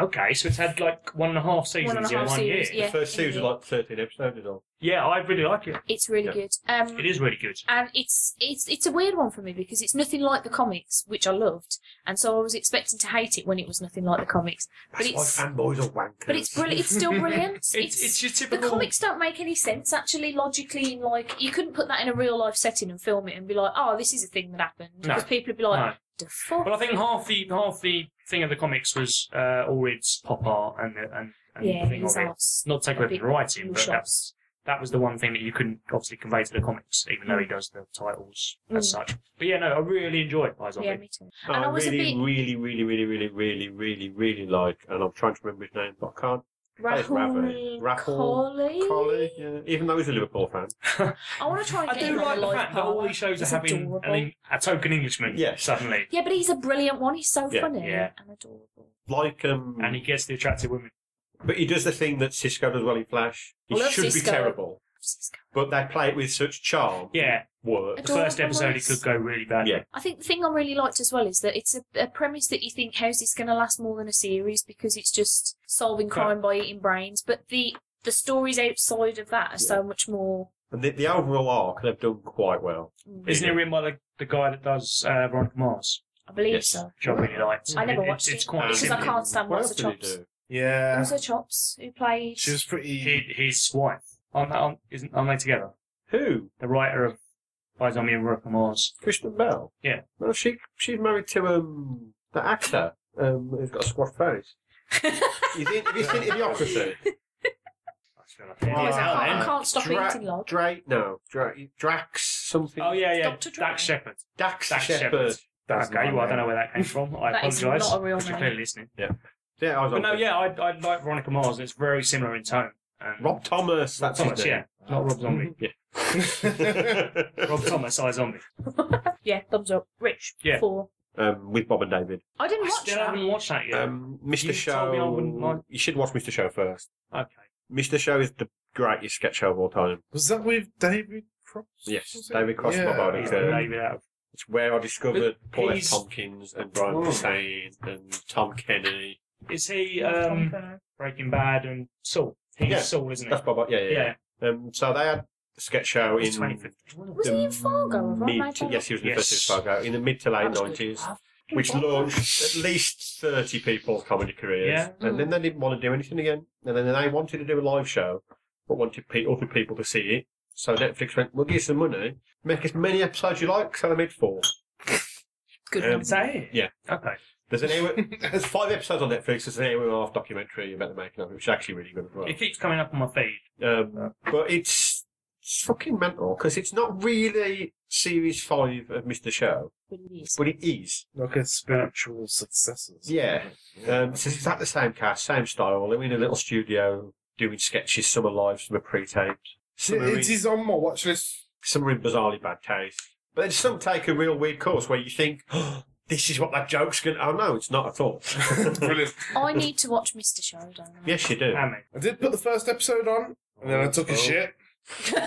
Okay, so it's had like one and a half seasons
One and a
in
half
one
series,
year.
yeah.
the first
in
series
a
was
year.
like 13 episodes and all.
Yeah, I really like it.
It's really
Yeah.
good. Um,
It is really good.
and it's it's it's a weird one for me because it's nothing like the comics, which I loved, and so I was expecting to hate it when it was nothing like the comics. But
That's why
it's
fanboys are wankers.
but it's brilliant. It's still brilliant. It's,
It's, it's, your
the
typical.
comics don't make any sense actually logically. Like you couldn't put that in a real life setting and film it and be like, oh, this is a thing that happened.
No.
Because people would be like,
No.
the fuck.
But I think half the half the thing of the comics was uh, Allred's pop art and the, and, and
yeah,
the thing
his
of it.
house.
Not to take
a
away from
bit
the writing,
more
but that's
shots.
that was the one thing that you couldn't obviously convey to the comics, even though he does the titles as such. But yeah, no, I really enjoyed Eyes on
Mm. Yeah,
Me.
me too.
I,
and I was a
really,
bit-
really, really, really, really, really, really, really like, and I'm trying to remember his name, but I can't. That is
Rahul,
Ravi. Rahul
Kohli?
Collie, yeah. Even though he's a Liverpool fan.
I want to try and
I
get
do
him
like
on
the
live
fact that all
parlour.
these shows
He's
are having
adorable.
an, en- a token Englishman
Yes.
suddenly,
Yeah, but he's a brilliant one. He's so
Yeah.
funny
Yeah.
and adorable.
Like, um,
and he gets the attractive women.
but he does the thing that Cisco does well in Flash. He
I love
should be
Cisco.
terrible, but they play it with such charm.
Yeah,
Work.
the first
Adorable
episode it
voice.
could go really badly.
Yeah.
I think the thing I really liked as well is that it's a, a premise that you think how's this going to last more than a series because it's just solving crime by eating brains, but the the stories outside of that are so much more.
And the, the overall arc they've done quite well.
mm,
Isn't it written by the, the guy that does uh, Veronica Mars,
I believe
Yes.
so.
which I really liked?
I never watched
it's, It's
it.
quite
Because I
simple.
can't stand
what
What's
else
the
did he
Chops.
do?
yeah.
Also, Chops, who played.
She was pretty.
He- His wife. Aren't, aren't, isn't, aren't they together?
Who?
The writer of Eyes on Me and Veronica Mars.
Kristen Bell.
Yeah.
Well, she she's married to um the actor um who's got a squat face. you think, have you seen Idiocracy?
I
Wow.
can't, I can't stop
Dra-
eating log.
Drake? No, Drake. Drax something.
Oh, yeah, yeah.
Dr. Dre.
Dax Shepard.
Dax,
Dax
Shepard.
Shepard. okay, well, I don't know where that came from. I
That
apologise.
is not a real
because You're
name.
clearly listening.
Yeah, I was
But
on.
no, yeah, I, I like Veronica Mars, and it's very similar in tone. Um,
Rob Thomas. That's his
Thomas,
name.
yeah. Mm-hmm. Not Rob Zombie. Rob Thomas, Eyes on Me.
Yeah, thumbs up. Rich.
Yeah.
Four.
um, with Bob and David.
I didn't
I
watch
still
that.
haven't watched that yet.
Um, Mr.
You
Show.
told me I wouldn't like-
You should watch Mr. Show first.
okay.
Mr. Show is the greatest sketch show of all time.
Was that with David Cross?
Yes,
Was it?
David Cross,
Yeah.
Bob Odenkirk.
He's
um,
the David out of
It's where I discovered
But
Paul F.
he's-
Tompkins and Brian
Oh.
Posehn and Tom Kenny.
Is he um, Breaking um, Bad and Saul? He's
Yeah.
Saul, isn't he?
That's Bob. Yeah, yeah.
Yeah,
yeah. Um, so they had a sketch show in.
it's 2015.
Was he in Fargo? Have I
mid
made
to,
that
yes,
up?
he was in the
Yes.
first Fargo in the mid to
That
late
was good.
nineties,
Um,
Oh, fucking
which
Fargo.
launched at least thirty people's comedy careers.
Yeah.
And then they didn't want to do anything again. And then they wanted to do a live show, but wanted pe- other people to see it. So Netflix went, "We'll give you some money, make as many episodes you like." So they made four.
Good
Um,
one.
Is that it?
Yeah.
Okay.
There's an hour, there's five episodes on Netflix. There's an hour and a half documentary about the making of it, which is actually really good as well.
It keeps coming up on my feed.
Um, but it's, it's fucking mental because it's not really series five of Mr. Show, but it is.
Like a spiritual successors.
Yeah. Um, so it's exactly the same cast, same style. They're in a little studio doing sketches, some are live, some are pre-taped,
Yeah,
some, are in,
it is on my watch list.
some are in bizarrely bad taste. But then some take a real weird course where you think, oh, this is what that joke's going to... Oh, no, it's not at all.
Brilliant.
I need to watch Mr. Show, don't I?
yes, you do.
How many?
I did put the first episode on, and then I took a
Oh.
shit, and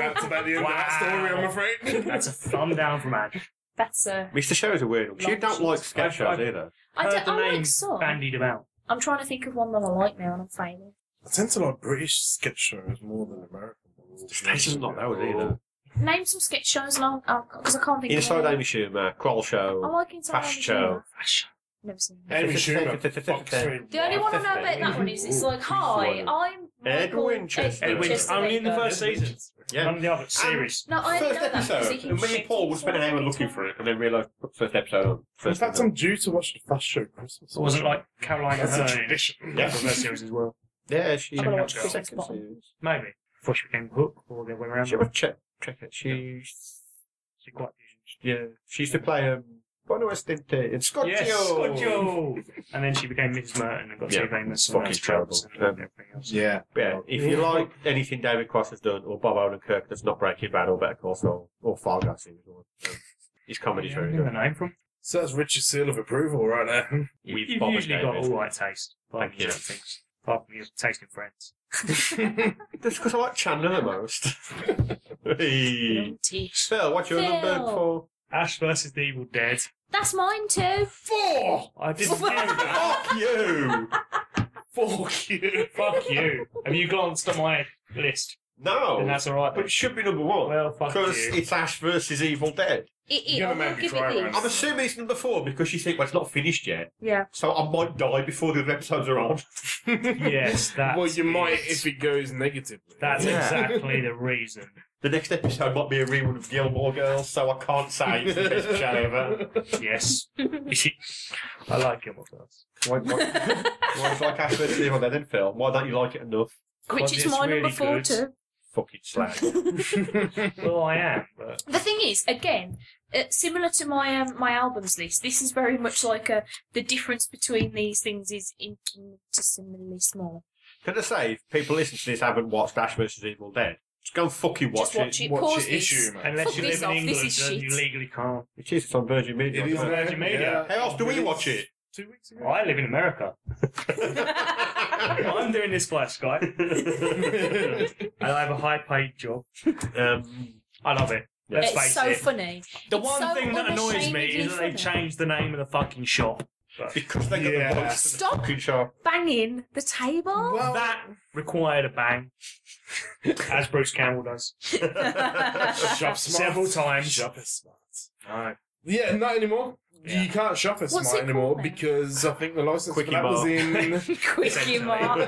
that's about the end of that story, I'm afraid.
That's a thumb down from Ad.
That's uh,
Mr. Show is a weird one. 'cause You don't like sketch
I've-
shows
I've-
either.
I,
Heard
don't,
the
I
name
like some.
bandied about.
I'm trying to think of one that I like now, and I'm failing.
I tend to like British sketch shows more than American ones.
This is not that one
Oh,
either.
Name some sketch shows, and I'll because I can't think.
Inside
of any.
Amy Schumer, Crawl
I
Show.
like Inside
Fast
Amy
Show.
Schumer. Never seen that.
Oh. Amy Schumer. fucks me
The only one I know about that one is it's like, hi, I'm Michael
Edwin Chester.
Edwin's
Chester
only in the
Baker."
first season.
Yeah.
None of the other series.
No, I
First
know that because
episode.
he
And me
shit
and Paul would
his
spend an
pants
hour
all
looking
the
for it
time.
and then realise, "Put the first episode on.
In
First
fact,
episode."
I'm due to watch the Fast Show Christmas.
It wasn't like Caroline
That's a
Hearn.
tradition.
Yeah, the first series as well.
Yeah, she...
I've got to watch
Second
Christmas Bottom.
series.
Maybe. Before she became Hook or the other way around.
She was check check it. She
She quite
yeah. She used to play um Bono Estente in Scotio.
Yes, Scorpio. and then she became Mrs. Merton and got
Yeah,
so famous.
fucking
and that's Jobs
terrible.
And
Um,
everything else.
Yeah.
Yeah. If you like anything David Cross has done, or Bob Odenkirk that's not Breaking Bad or Better Call Saul, or Fargo I think, or um, his comedy's
Yeah,
very
I know the
good.
name from.
So that's Richard's seal of approval right there.
With
You've
Bob and
usually got
David.
all right taste. Like
Thank
you
you.
know, things. Apart from your taste in friends.
That's because I like Chandler the most. hey.
Don't teach.
Phil, what's your
Phil.
number for?
Ash versus the Evil Dead.
That's mine too.
Four!
I didn't know that.
Fuck you!
Four you!
Fuck you. Have you glanced at my list? Then
No.
that's alright.
Oh. But
then.
it should be number one.
Well, fuck
Because
you.
it's Ash versus Evil Dead.
It, it,
You're
I'll
gonna make me
give
cry,
it
Ryan.
these.
I'm assuming it's number four because you think, well, it's not finished yet.
Yeah.
So I might die before the other episodes are on.
Yes, that's
Well, you might
it.
if it goes negatively.
That's
Yeah.
exactly the reason.
The next episode might be a rerun of Gilmore Girls, so I can't say it's the best show ever.
Yes. I like Gilmore Girls.
Why, why, why if I cast versus Evil Dead then, Phil? Why don't you like it enough?
Which is
it's
my number
really
four
good.
too.
Fucking slag.
Well, I am, but
The thing is, again, uh, similar to my um, my albums list, this is very much like a the difference between these things is infinitesimally small.
Can I say, if people listening to this haven't watched Ash versus Evil Dead, just go and fucking watch,
Just watch
it.
it.
What's
Pause
your issue,
this.
man?
unless
Fuck
you
this
live in
off, this
England,
is
then
shit.
you legally can't.
It is, it's on Virgin Media.
It is
isn't it?
there.
Virgin Media.
How else do we watch it?
Two weeks ago.
I live in America. I'm doing this flash, guy. and I have a high-paid job.
um,
I love it. Let's
it's
face
so
it.
funny.
The
It's
one
so
thing that annoys me is that they
unashamedly funny.
changed the name of the fucking shop.
because they got the
Yeah.
voice for the
Stop.
fucking show.
Banging the table.
Well,
That required a bang, as Bruce Campbell does
shop smart.
several times.
Shop is smart.
No.
Yeah, not anymore.
Yeah.
You can't shop as
What's
smart
it
anymore
called, then?
because I think the license
Quickie
for that was
Mart.
in
Quickie Mart.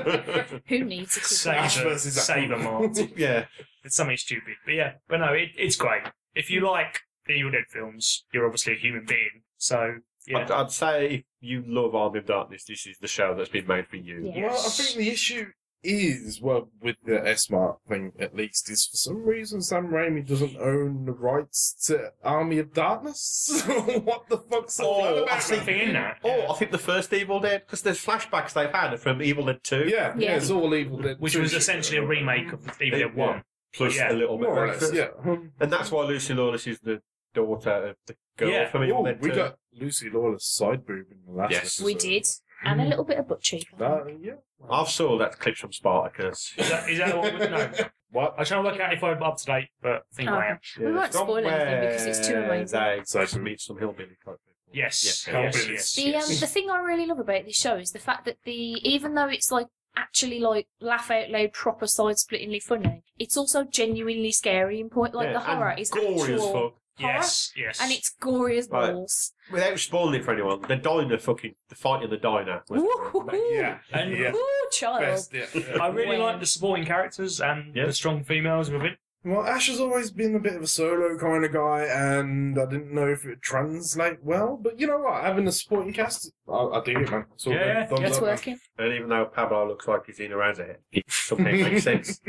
Who needs a quickie
Save
Mart?
Ash
a,
versus
save a
Apple.
mark.
yeah.
It's something stupid, but yeah. But no, it, it's great. If you like the Evil Dead films, you're obviously a human being. So yeah,
I'd, I'd say if you love Army of Darkness, this is the show that's been made for you.
Yeah.
Well, I think the issue is, well, with the S Mark thing at least, is for some reason Sam Raimi doesn't own the rights to Army of Darkness. what the fuck's all that
Oh,
about?
I think-
something in that.
Oh, I think the first Evil Dead, because there's flashbacks they've had are from Evil Dead 2.
yeah, yeah,
Yeah.
it's all evil. Dead
which
two
was
shit.
essentially a remake of Evil Dead
Yeah.
One.
Plus
Yeah.
a little bit.
More or
of
less,
extras.
yeah. Um,
And that's why Lucy Lawless is the daughter of the girl
Yeah.
from Evil
Ooh,
Dead
we
2.
got Lucy Lawless side boob in the last
Yes.
episode.
We did. And a little bit of butt cheek. I
That,
think.
yeah.
I've saw that clip from Spartacus.
Is that, is that what? No,
What?
I'm trying to work out if I'm up to date, but I think I am.
We won't
From
spoil anything because it's too
where
amazing.
They
So-
so meet some hillbilly type people.
Yes,
Yeah.
yes, Oh,
Hellbillies.
yes.
The um, the thing I really love about this show is the fact that the even though it's like actually like laugh out loud, proper side splittingly funny. It's also genuinely scary and point like
Yeah,
the horror
and
is
gory as
actual
fuck.
horror,
Yes, yes.
and it's gory as
Right.
balls.
Without spoiling it for anyone, the diner fucking the fight in the diner. Was
Woohoo!
Yeah.
And-
yeah.
Ooh, child.
Best, yeah. yeah.
I really
When-
like the supporting characters and
Yeah.
the strong females with it.
Well, Ash has always been a bit of a solo kind of guy, and I didn't know if it would translate well. But you know what? Having a supporting cast, I, I dig it, man. It's all
Yeah,
good.
yeah,
Thumbs
It's
up, man.
working.
and even though Pablo looks like he's in a razor, it something makes sense.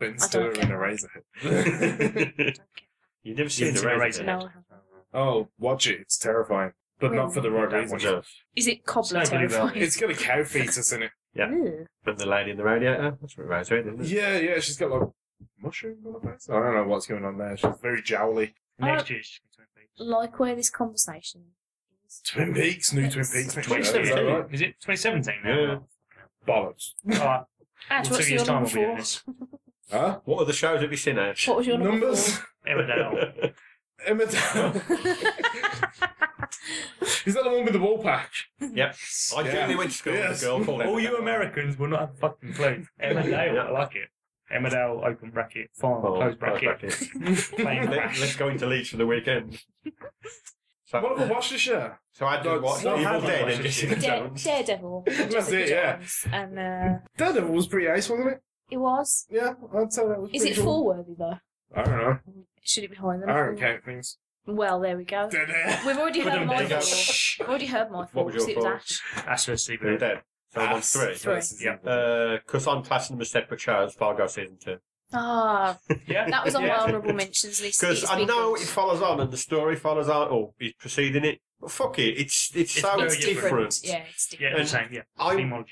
Ben Stiller
care.
in a razor head.
You've never seen
It's
the
in a
razor.
razor.
No, I haven't.
oh, watch it. It's terrifying. But not for the right
Don't
reasons.
No.
Is it cobbler
It's nobody
terrifying?
It's got a cow fetus in it.
yeah.
Ew.
And the lady in the radiator. That's what a razor is, isn't it?
Yeah, yeah, she's got like mushroom on her face. I don't know what's going on there. She's very jowly.
Oh.
Next year, she's going to be-
Like where this conversation is.
Twin Peaks, new Twin Peaks. next year, is that
2017.
right?
Is it 2017 now?
Yeah.
Bollocks.
Alright,
Ash,
two
what's your
years' time
number
we'll be doing
four?
this.
Huh?
What are the shows have you seen, Ash?
What was your number
Numbers?
Emmerdale.
Emma Down.
four?
Is that the one with the wall pack?
yep. I
Yeah.
generally went to school
Yes.
with a girl called
All
Emma.
you Americans will not have a fucking clue. Emmerdale, I like it. Emmerdale, open bracket, farm,
Oh,
close bracket,
close bracket.
plane
Let,
crash.
us go into Leeds for the weekend. So,
What have we watched this year?
so I did
Dogs.
watch
What
Evil
have we
Dead
watched
and
this
Jessica
Dare,
Jones.
Daredevil.
That's
Jessica
it, yeah.
Jones, And uh,
Daredevil was pretty ace, wasn't it?
it was.
Yeah, I'd say that was
Is
pretty
it
cool.
fall worthy though?
I don't know.
Should it be higher than
I
a
don't
four?
count things.
Well, there we go.
Dead air.
We've already heard
Couldn't
my
make
four.
up.
We've already heard my four
What was
because it
your
was
four?
Ash.
That's where Steve
Evil Dead. So I'm on
Ass.
three.
Three.
Yeah.
Because I'm classing them as separate shows, Fargo season two.
Ah,
Yeah,
that was on
yeah.
honourable mentions list.
Because
It's
I know it
because-
follows on and the story follows on, or is preceding it. But fuck it, it's it's,
It's
so
very
it's
different.
different. Yeah, it's different.
Yeah, the
And
same. Yeah,
I
Themology.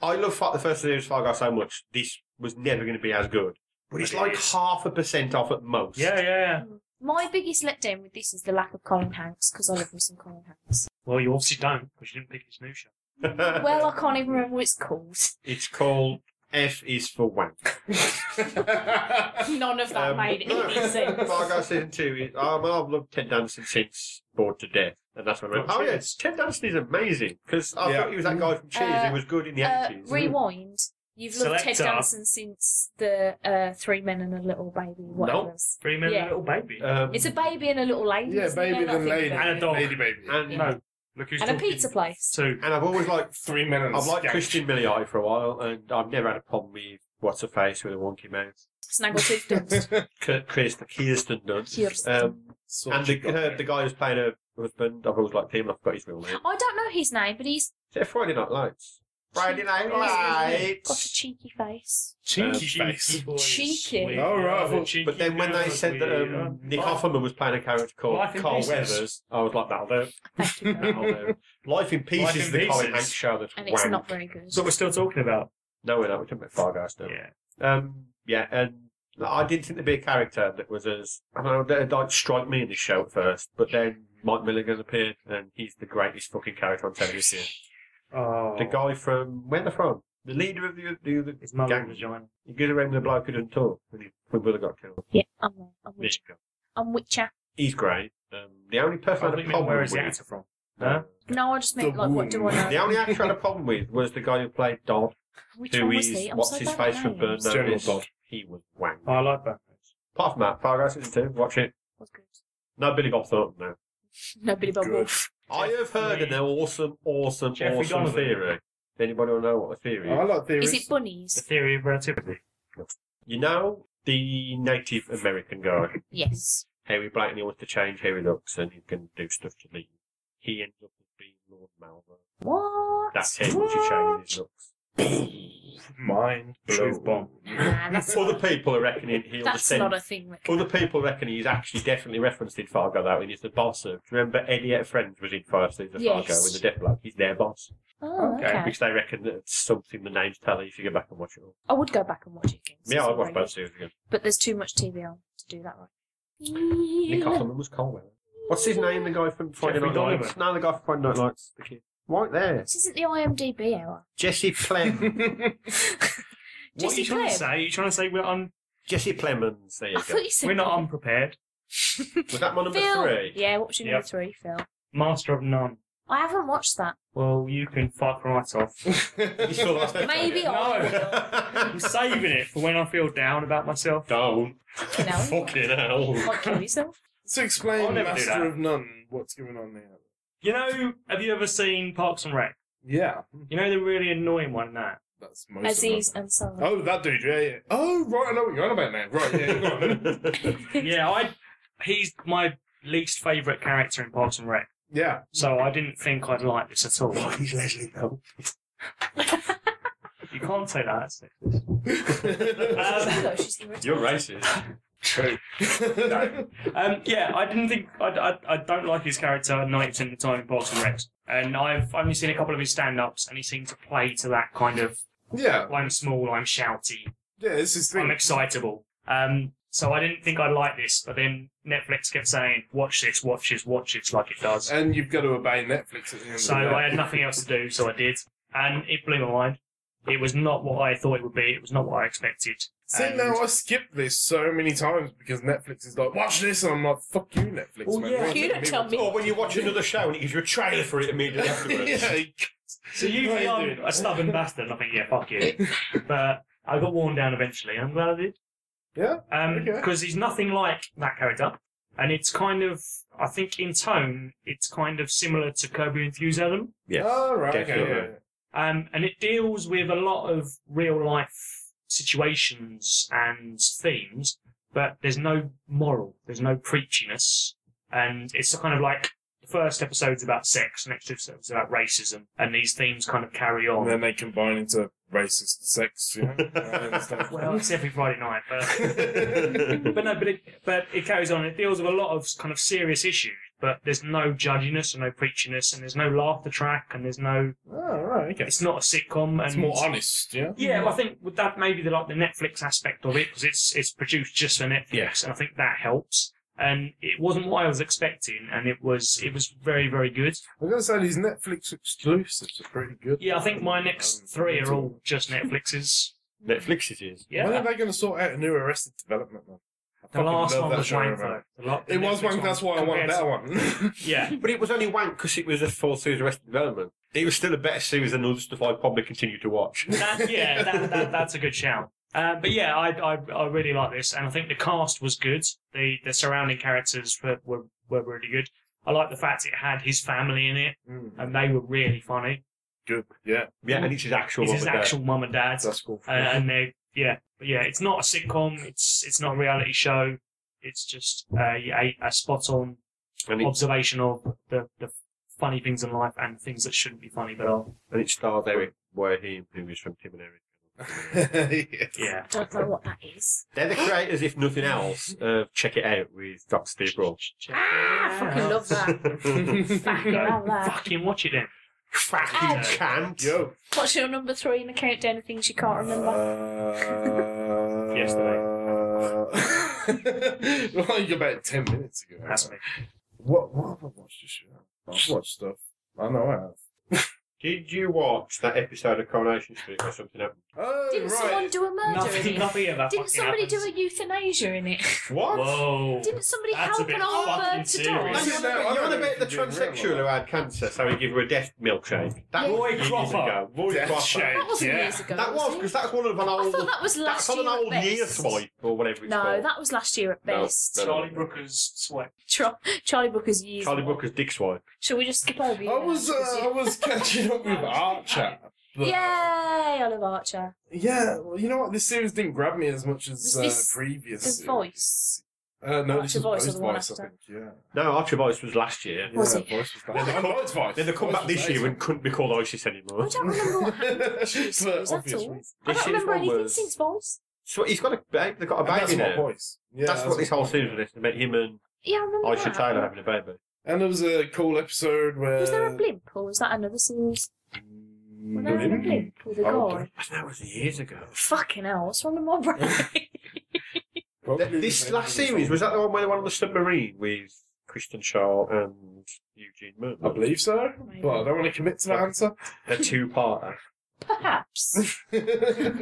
I love Fa- the first series of Fargo so much. This was never going to be as good, but it's
But it
like
is.
half a percent off at most.
Yeah, yeah, yeah.
My biggest letdown with this is the lack of Colin Hanks because I love me some Colin Hanks.
Well, you obviously don't because you didn't pick his new show.
Well, I can't even remember what it's called.
it's called F is for wank.
None of that
Um,
made any sense.
Fargo season two. Is, oh, well, I've loved Ted Danson since Bored to Death, and that's when I went.
Got
Oh
Cheese.
yeah, it's- Ted Danson is amazing because I
Yeah.
thought he was that guy from Cheese.
Uh,
who was good in the
Uh,
eighties.
rewind. You've loved Ted
Selector.
Danson since the uh, Three Men and a Little Baby. Whatever.
Nope.
it's-
Three men
Yeah.
and a little baby.
um,
It's a baby and a little lady.
yeah,
isn't it?
baby
Now that I
then
think
lady.
about it.
And a dog.
Lady baby.
and,
No, look who's
And a
talking.
pizza place.
Two.
and I've always liked
Three men and a
I've liked
skank.
Christian Milioti for a while, and I've never had a problem with what's a face with a wonky mouth.
Snaggletooth dogs.
K- Chris Kirsten Dunst.
Kirsten.
Um,
Sort
and
of
the,
got
her,
there.
the guy who's playing her husband, I've always liked him. I forgot his real name.
I don't know his name, but he's
Is it Friday Night Lights? Friday Night
got a
Lights.
cheeky face.
Cheeky face.
Cheeky.
Oh,
All right, well-
But then when they said that um, Nick Offerman was playing a character called
Life in
Carl
Pieces.
Weathers, I was like, that'll do.
Thank you. very much.
That'll do. Life in Pieces
Life in
is the Colin
Pieces.
Hanks show that's
And it's
wank.
not very good.
So we're still talking about.
No, we're not. We're talking about Fargo still.
Yeah.
Um, yeah, and I didn't think there'd be a character that was as I don't know that like strike me in this show at first, but then Mike Milligan appeared, and he's the greatest fucking character on television.
Oh.
The guy from where they from? The leader of the the, the
His mother
gang.
and vagina.
He goes around with a bloke who didn't talk when his when brother got killed.
Yeah, I'm, I'm,
There you
Witcher.
go.
I'm Witcher.
He's great. Um, the only person I
Oh, wait
had a
a minute,
problem
where
with
is the actor from?
No.
No, I just meant,
The
like, what do I
womb.
know?
the only actor I had a problem with was the guy who played Dodd,
Which
who
one was
is
he? I'm
what's
so
his
bad at
face from
names.
Burn
General
Notice.
Dodd.
He was wang.
Oh, I like that.
Apart from that, Fargo season two, watch it.
Was good.
No Billy Bob Thornton now.
No, Billy Bob
Good.
Wolf.
I have heard an awesome, awesome,
Jeffrey
awesome
Donovan.
theory. Does anybody want to know what the theory is?
I like theories.
Is it
The
bunnies?
theory of relativity.
You know the Native American guy,
Yes.
how he blatantly wants to change how he looks and he can do stuff to leave. He ends up being Lord Malvern.
What?
That's him, which is changing his looks.
Mine.
Truth bomb.
Nah, that's
Other people are reckoning he'll
That's
descend.
not a thing. That
Other people reckon he's actually definitely referenced in Fargo though, and he's the boss of. Remember Eddie at Friends was in Five Seasons of
Yes.
Fargo with the Death Block? He's their boss.
oh, okay.
Okay.
Which they reckon that it's something the names tell you if you go back and watch it all.
I would go back and watch it again.
Yeah, I'd watch
Sorry.
both series again.
But there's too much TV on to do that
Nick
right.
Offerman was Colwell. What's his name? The guy from Friday
Jeffrey
Night Lights?
Donovan.
No, the guy from Friday Night Lights. The kid. Right there.
This isn't the IMDb hour.
Jesse Clem.
What are
Jesse
you trying to say?
Clem.
Are you trying to say we're un-
Jesse Clemens. There you
I
go.
thought you said
we're not unprepared?
Was that my number
Phil.
three?
Yeah, what was your number
Yep.
three, Phil?
Master of none.
I haven't watched that.
Well, you can fuck right off.
You saw last episode.
Maybe I will.
I'm saving it for when I feel down about myself.
Don't.
You know,
Fucking hell.
like kill yourself.
so
I'll
explain
never do that.
Master of None, what's going on there.
You know, have you ever seen Parks and Rec?
Yeah.
You know the really annoying one in that.
That's most of
Aziz
them.
and Ansari.
Oh, that dude, yeah, yeah. Oh, right, I know what you're on about now. Right, yeah, go on.
yeah, I. He's my least favourite character in Parks and Rec,
yeah.
so I didn't think I'd like this at all.
He's Leslie Bell.
You can't say that. That's it.
She's
Um,
got- she's irritated.
You're racist.
True. Um, yeah, I didn't think I, I, I don't like his character ninety percent of the time in Parks and Rec, and I've only seen a couple of his stand-ups, and he seemed to play to that kind of
yeah,
I'm small, I'm shouty,
yeah, it's his
I'm
thing.
excitable. Um, so I didn't think I'd like this, but then Netflix kept saying, "Watch this, watch this, watch this," like it does.
And you've got to obey Netflix at the end
So
of the day.
I had nothing else to do, so I did, and it blew my mind. It was not what I thought it would be. It was not what I expected.
See,
And-
now I skipped this so many times because Netflix is like, watch this, and I'm like, fuck you, Netflix,
Well,
man.
yeah.
Why
You
didn't
don't tell
watch
me.
Or when you watch another show and it gives you a trailer for it immediately
it?
afterwards.
yeah, you
So usually
Right,
I'm
dude.
a stubborn bastard, and I think, "Yeah, fuck you." but I got worn down eventually, and I'm glad I did.
Yeah, okay.
Because Um, he's nothing like that character, and it's kind of, I think, in tone, it's kind of similar to Curb Your Enthusiasm.
Yeah.
Oh, right, okay,
Definitely.
um, and it deals with a lot of real life situations and themes, but there's no moral, there's no preachiness, and it's kind of like the first episode's about sex, next episode's about racism, and these themes kind of carry
yeah. And
on.
then they combine into racist sex, you know? and stuff.
Well, it's every Friday night, but but no, but it, but it carries on. It deals with a lot of kind of serious issues, but there's no judginess and no preachiness, and there's no laughter track, and there's no.
Oh, right, okay.
It's not a sitcom, and
It's more honest, yeah?
Yeah, well, I think with that maybe the like the Netflix aspect of it because it's it's produced just for Netflix, and I think that helps. And it wasn't what I was expecting, and it was it was very very good.
I've got to say, these Netflix exclusives are pretty good.
Yeah, I think my next
Um,
three are all just Netflixes.
Netflix it is.
When
Yeah,
are they going to sort out a new Arrested Development, man? I
the
fucking
last
love
one
that
was
genre,
Wank.
man.
though. The la- the
It was
Netflix
one, that's why I want a
compared to-
better one.
Yeah,
But it was only wank because it was a full series of Arrested Development. It was still a better series than other stuff I'd probably continue to watch.
that, yeah, that, that, that's a good shout. Uh, but yeah, I, I I really like this, and I think the cast was good. The the surrounding characters were were, were really good. I like the fact it had his family in it,
Mm.
and they were really funny.
Good, yeah. Mm.
Yeah, and it's his actual
It's
one
his
with that.
actual mum and dad,
That's cool.
and, Uh, and they yeah, but yeah. It's not a sitcom. It's it's not a reality show. It's just a a, a spot on
And, it,
observation of the the funny things in life and things that shouldn't be funny but are.
and it stars Eric Wareham, who is from Tim and Eric.
Yeah,
I don't know what that is.
They're the creators, if nothing else, of Check It Out with Dr. Steve Roll.
Ah, I fucking love that.
Uh,
Fucking love that.
Fucking watch it then.
Fucking can't.
Yo.
What's your number three in the countdown of things you can't remember?
Uh,
Yesterday.
like about 10 minutes ago.
That's me.
What, what have I watched this year? I've watched stuff. I know I have.
Did you watch that episode of Coronation Street where something happened?
Oh,
Didn't
right.
someone do a murder in
Nothing,
it?
nothing ever.
Didn't somebody do a euthanasia in it?
What?
Whoa.
Didn't somebody
That's a
help
bit
an old
fucking
bird to
serious.
die?
You're on about, you're on about the transsexual who had cancer, so he gave her a death milkshake. That
Roy
years
Cropper.
ago. Roy
Death
Cropper.
shake.
That wasn't
Yeah.
years ago.
That was,
it?
because that's one of an
I
old.
thought that was last
That's on
year.
an old
at
year
best.
swipe or whatever it's
No,
called.
that was last year at
No,
best.
no,
Charlie Brooker's sweat.
Tra- Charlie Brooker's years.
Charlie Brooker's dick swipe.
Shall we just skip over? you
I
now?
was, uh,
Because
I
you-
was catching up with Archer. but- uh,
Yay, Olive Archer.
Yeah, well, you know what? This series didn't grab me as much as
Was
uh,
this
previous.
The
series.
voice.
Uh, no, this
Archer
is
Voice
Voice,
or the one
Voice, I
after?
think. Yeah.
No, Archer Voice was last year.
Was
yeah,
it?
Voice was
Then
back.
they
I
come-
liked Voice.
Then they come
Voice
back
was
this year
amazing.
and couldn't be called ISIS
I
anymore.
don't remember what happened. She
For
series, that's
obvious
all.
reasons.
I
This
don't
year's
remember
one
anything
was-
since Voice.
So he's got a ba- they've got a
And that's
baby
my
now.
voice. Yeah,
that's, what this
my
whole
voice.
series is about him and
Yeah, I remember
Aisha
that.
Taylor having a baby.
And there was a cool episode where.
Was there a blimp, or was that another series? Was there a blimp with a
Oh,
guy?
That was years ago.
Fucking hell, what's wrong with my brain?
Probably
this
the
last
same
series was that the one where they went on the submarine with Christian Shaw and Eugene
I
Merton?
believe so,
Maybe.
but I don't want to commit to that answer.
A two-parter.
Perhaps.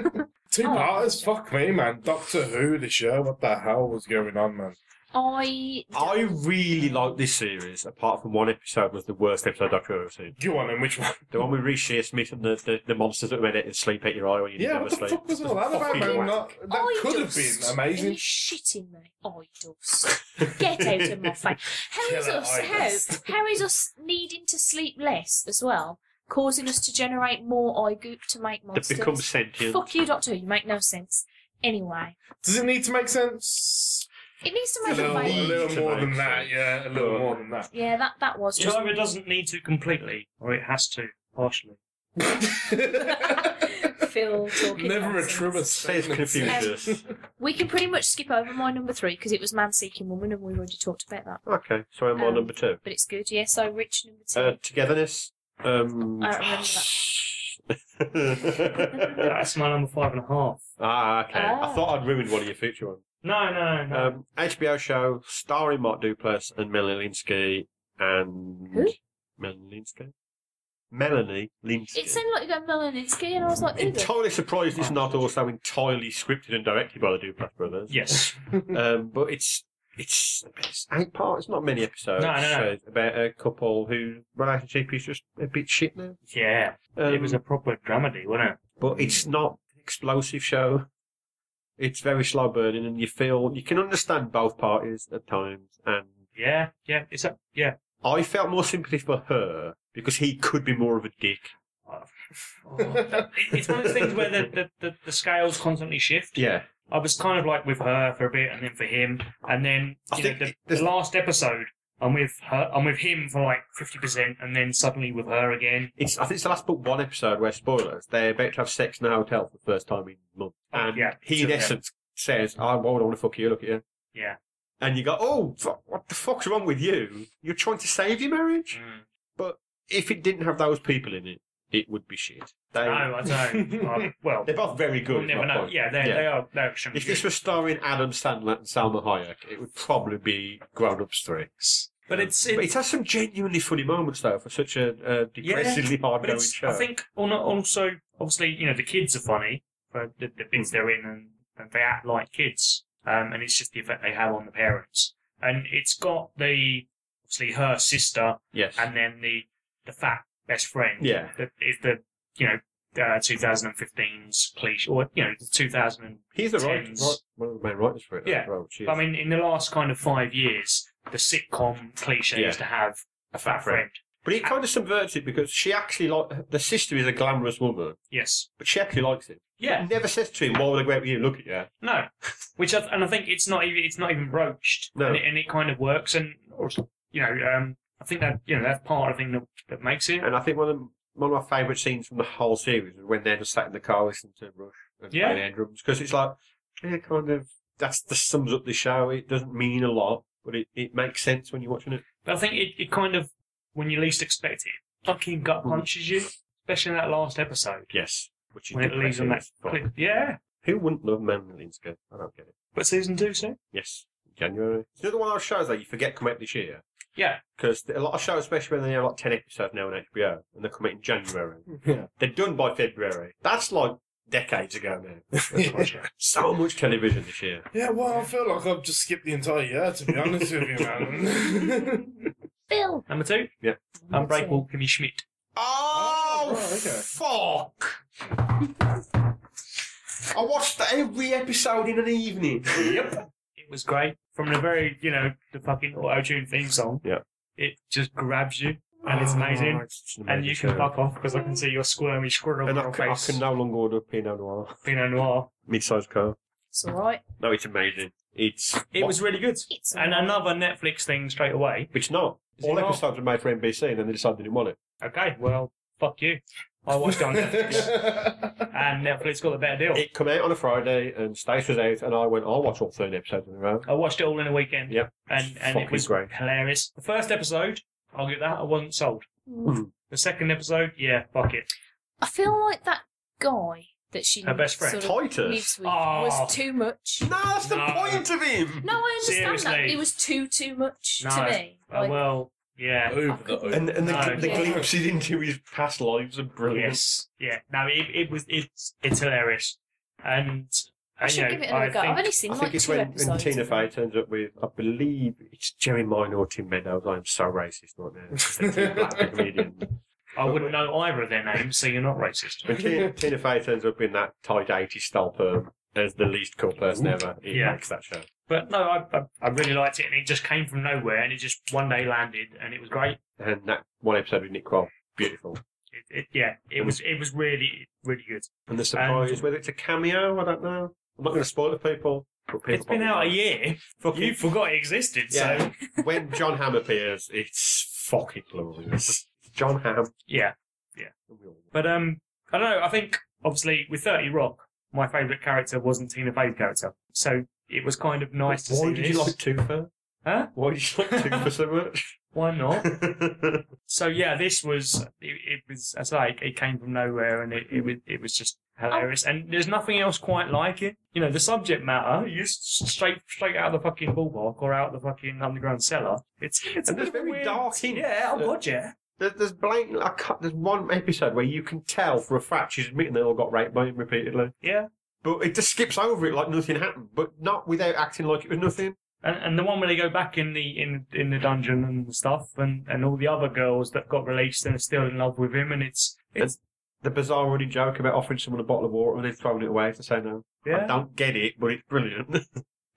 Oh.
Two parters? Fuck me, man. Doctor Who, the show. What the hell was going on, man?
I
I really like this series, apart from one episode was the worst episode I've ever seen.
Go on, and which one?
The one with Reese Shearsmith and the, the, the monsters that made it and sleep at your eye when you
Yeah,
never
what the
sleep.
fuck was all that about?
Fucking
man?
Oh,
whack.
Not, that
I
could have
dust.
been amazing.
Are you shitting me? I dust. Get out of my face. How is
Killer
us
eye
how,
dust.
how is us needing to sleep less as well, causing us to generate more eye goop to make
That
monsters?
becomes sentient.
Fuck you, Doctor. Who, You make no sense. Anyway,
Does it need to make sense?
it needs to
A
make a
little, a
vague.
little
To
more
make
than that,
sense.
yeah. A little more than that.
Yeah, that that was
It
just.
either doesn't need to completely, or it has to partially.
Phil talking.
Never a
nonsense.
trimmer
Says
statement.
Confucius.
We can pretty much skip over my number three because it was man seeking woman, and we already talked about that.
okay, so I'm on
Um,
number two.
But it's good. Yeah. So rich number two.
Uh, togetherness. Um,
I remember
That's my number five and a half.
ah, okay.
Ah.
I thought I'd ruined one of your future ones.
No, no, no.
Um, HBO show starring Mark Duplass and Melanie Linsky and
Who?
Melanie Linsky. Melanie Linsky.
it sounded like you got Melaninsky, and I was like, who the
entirely surprised it's not also entirely scripted and directed by the Duplass brothers.
yes.
Um, but it's it's, it's eight parts, not many episodes.
No, no, no.
So it's about a couple whose relationship is just a bit shit now.
Yeah.
Um,
it was a Hmm. proper dramedy, wasn't it?
but it's not an explosive show. It's very slow burning, and you feel you can understand both parties at times. And
Yeah, yeah. It's a yeah.
I felt more sympathy for her because he could be more of a dick.
Oh, it- it's one of those things where the, the, the, the scales constantly shift.
Yeah,
I was kind of like with her for a bit, and then for him, and then
I
you know,
think
the,
it- there's-
the last episode, I'm with her, I'm with him for like fifty percent, and then suddenly with her again.
it's I think it's the last but one episode where spoilers they're about to have sex in a hotel for the first time in months,
Oh,
and
yeah,
he
sure,
in
yeah.
essence says, "Oh, "I won't want to fuck you. Look at you."
Yeah.
And you go, "Oh, fu- what the fuck's wrong with you? You're trying to save your marriage."
Mm.
If it didn't have those people in it, it would be shit. They,
No, I don't. Um, well,
They're both very good.
we'll
is my
never know.
point.
Yeah, they they are they're extremely
If this
good.
was starring Adam Sandler and Salma Hayek, it would probably be Grown Ups 3.
But it's
But
it's
it has some genuinely funny moments, though, for such a uh, depressingly
But
hard-going
it's,
show.
I think on, also, obviously, you know, the kids are funny for the, the bits
Hmm.
they're in and, and they act like kids. Um, and it's just the effect they have on the parents. And it's got the, obviously, her sister
yes.
and then the, the fat best friend.
Yeah.
That is the, you know, uh, 2015's cliche, or, you know, the 2000. And,
He's the writer,
Tens.
right, one of the main writers for it.
Yeah.
as well, which is-
I mean, in the last kind of five years, the sitcom cliche
Yeah.
is to have a fat
friend.
friend.
but it kind of subverts it because she actually, like, the sister is a glamorous woman,
Yes.
but she actually likes him.
Yeah.
Never says to him, why would I go out with you? Look at you.
No, which I, and I think it's not even it's not even broached,
No.
and, it, and it kind of works, and or, you know, um, I think that you know that's part of the thing that, that makes it.
And I think one of one of my favourite scenes from the whole series is when they're just sat in the car listening to Rush and
Yeah.
playing air drums because it's like yeah, kind of that's the sums up the show. It doesn't mean a lot, but it, it makes sense when you're watching it.
But I think it, it kind of when you least expect it, fucking gut
Hmm.
punches you, especially in that last episode
Yes, which is
when it leaves on that
depressing as
clip.
fuck.
Yeah,
Who wouldn't love Manolinsky? I don't get it.
but season two, so
Yes, January. It's another one of those shows that you forget come out this year
yeah,
because a lot of shows, especially when they have like ten episodes now on HBO and they come out in January,
Yeah.
they're done by February. That's like decades ago now.
yeah,
so much television this year.
well, I feel like I've just skipped the entire year, to be honest with you, man.
Phil?
number two,
Yeah.
Unbreakable Kimmy Schmidt.
Oh,
Oh, okay.
fuck! I watched every episode in an evening.
Yep, it was great from the very you know the fucking auto tune theme song.
Yeah.
it just grabs you and it's
Oh,
amazing. And you can fuck off because I can see your squirmy squirrel on
And I
your
can, I
face.
can no longer order Pinot Noir.
Pinot Noir.
Mid-sized car.
It's all right.
No, it's amazing. It's
It was really good.
It's all
And
right.
another Netflix thing straight away.
It's not.
Is it
All
not?
episodes were made for NBC, and then they decided they didn't want it.
Okay, well, fuck you. I watched it on Netflix, and Netflix got the better deal.
It came out on a Friday, and Stace was out, and I went, "I'll watch all thirteen episodes in a row."
I watched it all in a weekend.
Yep.
And and it
Fucking
was
great.
hilarious. The first episode, I'll get that. I wasn't sold.
Mm.
The second episode, yeah, fuck it.
I feel like that guy that she
Her best friend.
sort of
Titus?
lives with
Oh.
was too much.
No, that's the
No.
point of him.
No, I understand that.
Seriously.
It was too too much
No.
to me.
Oh,
Like,
well, yeah.
Over the over.
And and the,
No.
the glimpses into his past lives are brilliant.
Yes. Yeah. No, it, it was, it's, it's hilarious. And uh,
I should give it another go. I've only seen
I
like
think it's
two
when, when
episodes.
Tina
of it.
Fey turns up with, I believe it's Jerry Mine or Tim Meadows. I'm so racist right now. It's the two black comedians.
I wouldn't know either of their names, so you're not racist.
When Tina, Tina Fey turns up in that tight 80s style perm as the least cool person ever, he
Yeah.
makes that show.
But no, I, I, I really liked it, and it just came from nowhere, and it just one day landed, and it was great.
And that one episode with Nick Kroll, beautiful.
It, it, yeah, it was it was really really good.
And the surprise,
And-
whether it's a cameo, I don't know. I'm not going to spoil it for people. But people
It's been
probably
out a
know.
year.
Fucking-
You forgot it existed, so
Yeah. when John Hamm appears, it's fucking glorious. John Hamm.
yeah. But um, I don't know. I think obviously with Thirty Rock, my favourite character wasn't Tina Fey's character, so it was kind of nice to
Why
see.
did
this.
you like Tufa?
Huh?
Why did you like Tufa so much?
Why not? So yeah, this was it, it was as like it came from nowhere and it, it was it was just hilarious. And there's nothing else quite like it. You know, the subject matter you s- straight straight out of the fucking ballpark or out of the fucking underground cellar. It's it's
And
a
there's
bit of a
very
weird-
dark hints.
Yeah, oh god, yeah.
There's, there's blatant. I cut. There's one episode where you can tell for a fact she's admitting they all got raped by him repeatedly,
Yeah.
but it just skips over it like nothing happened, but not without acting like it was nothing.
And, and the one where they go back in the in in the dungeon and stuff, and, and all the other girls that got released and are still in love with him, and it's it's
The bizarre running joke about offering someone a bottle of water and then throwing it away to say no.
yeah.
I don't get it, but it's brilliant.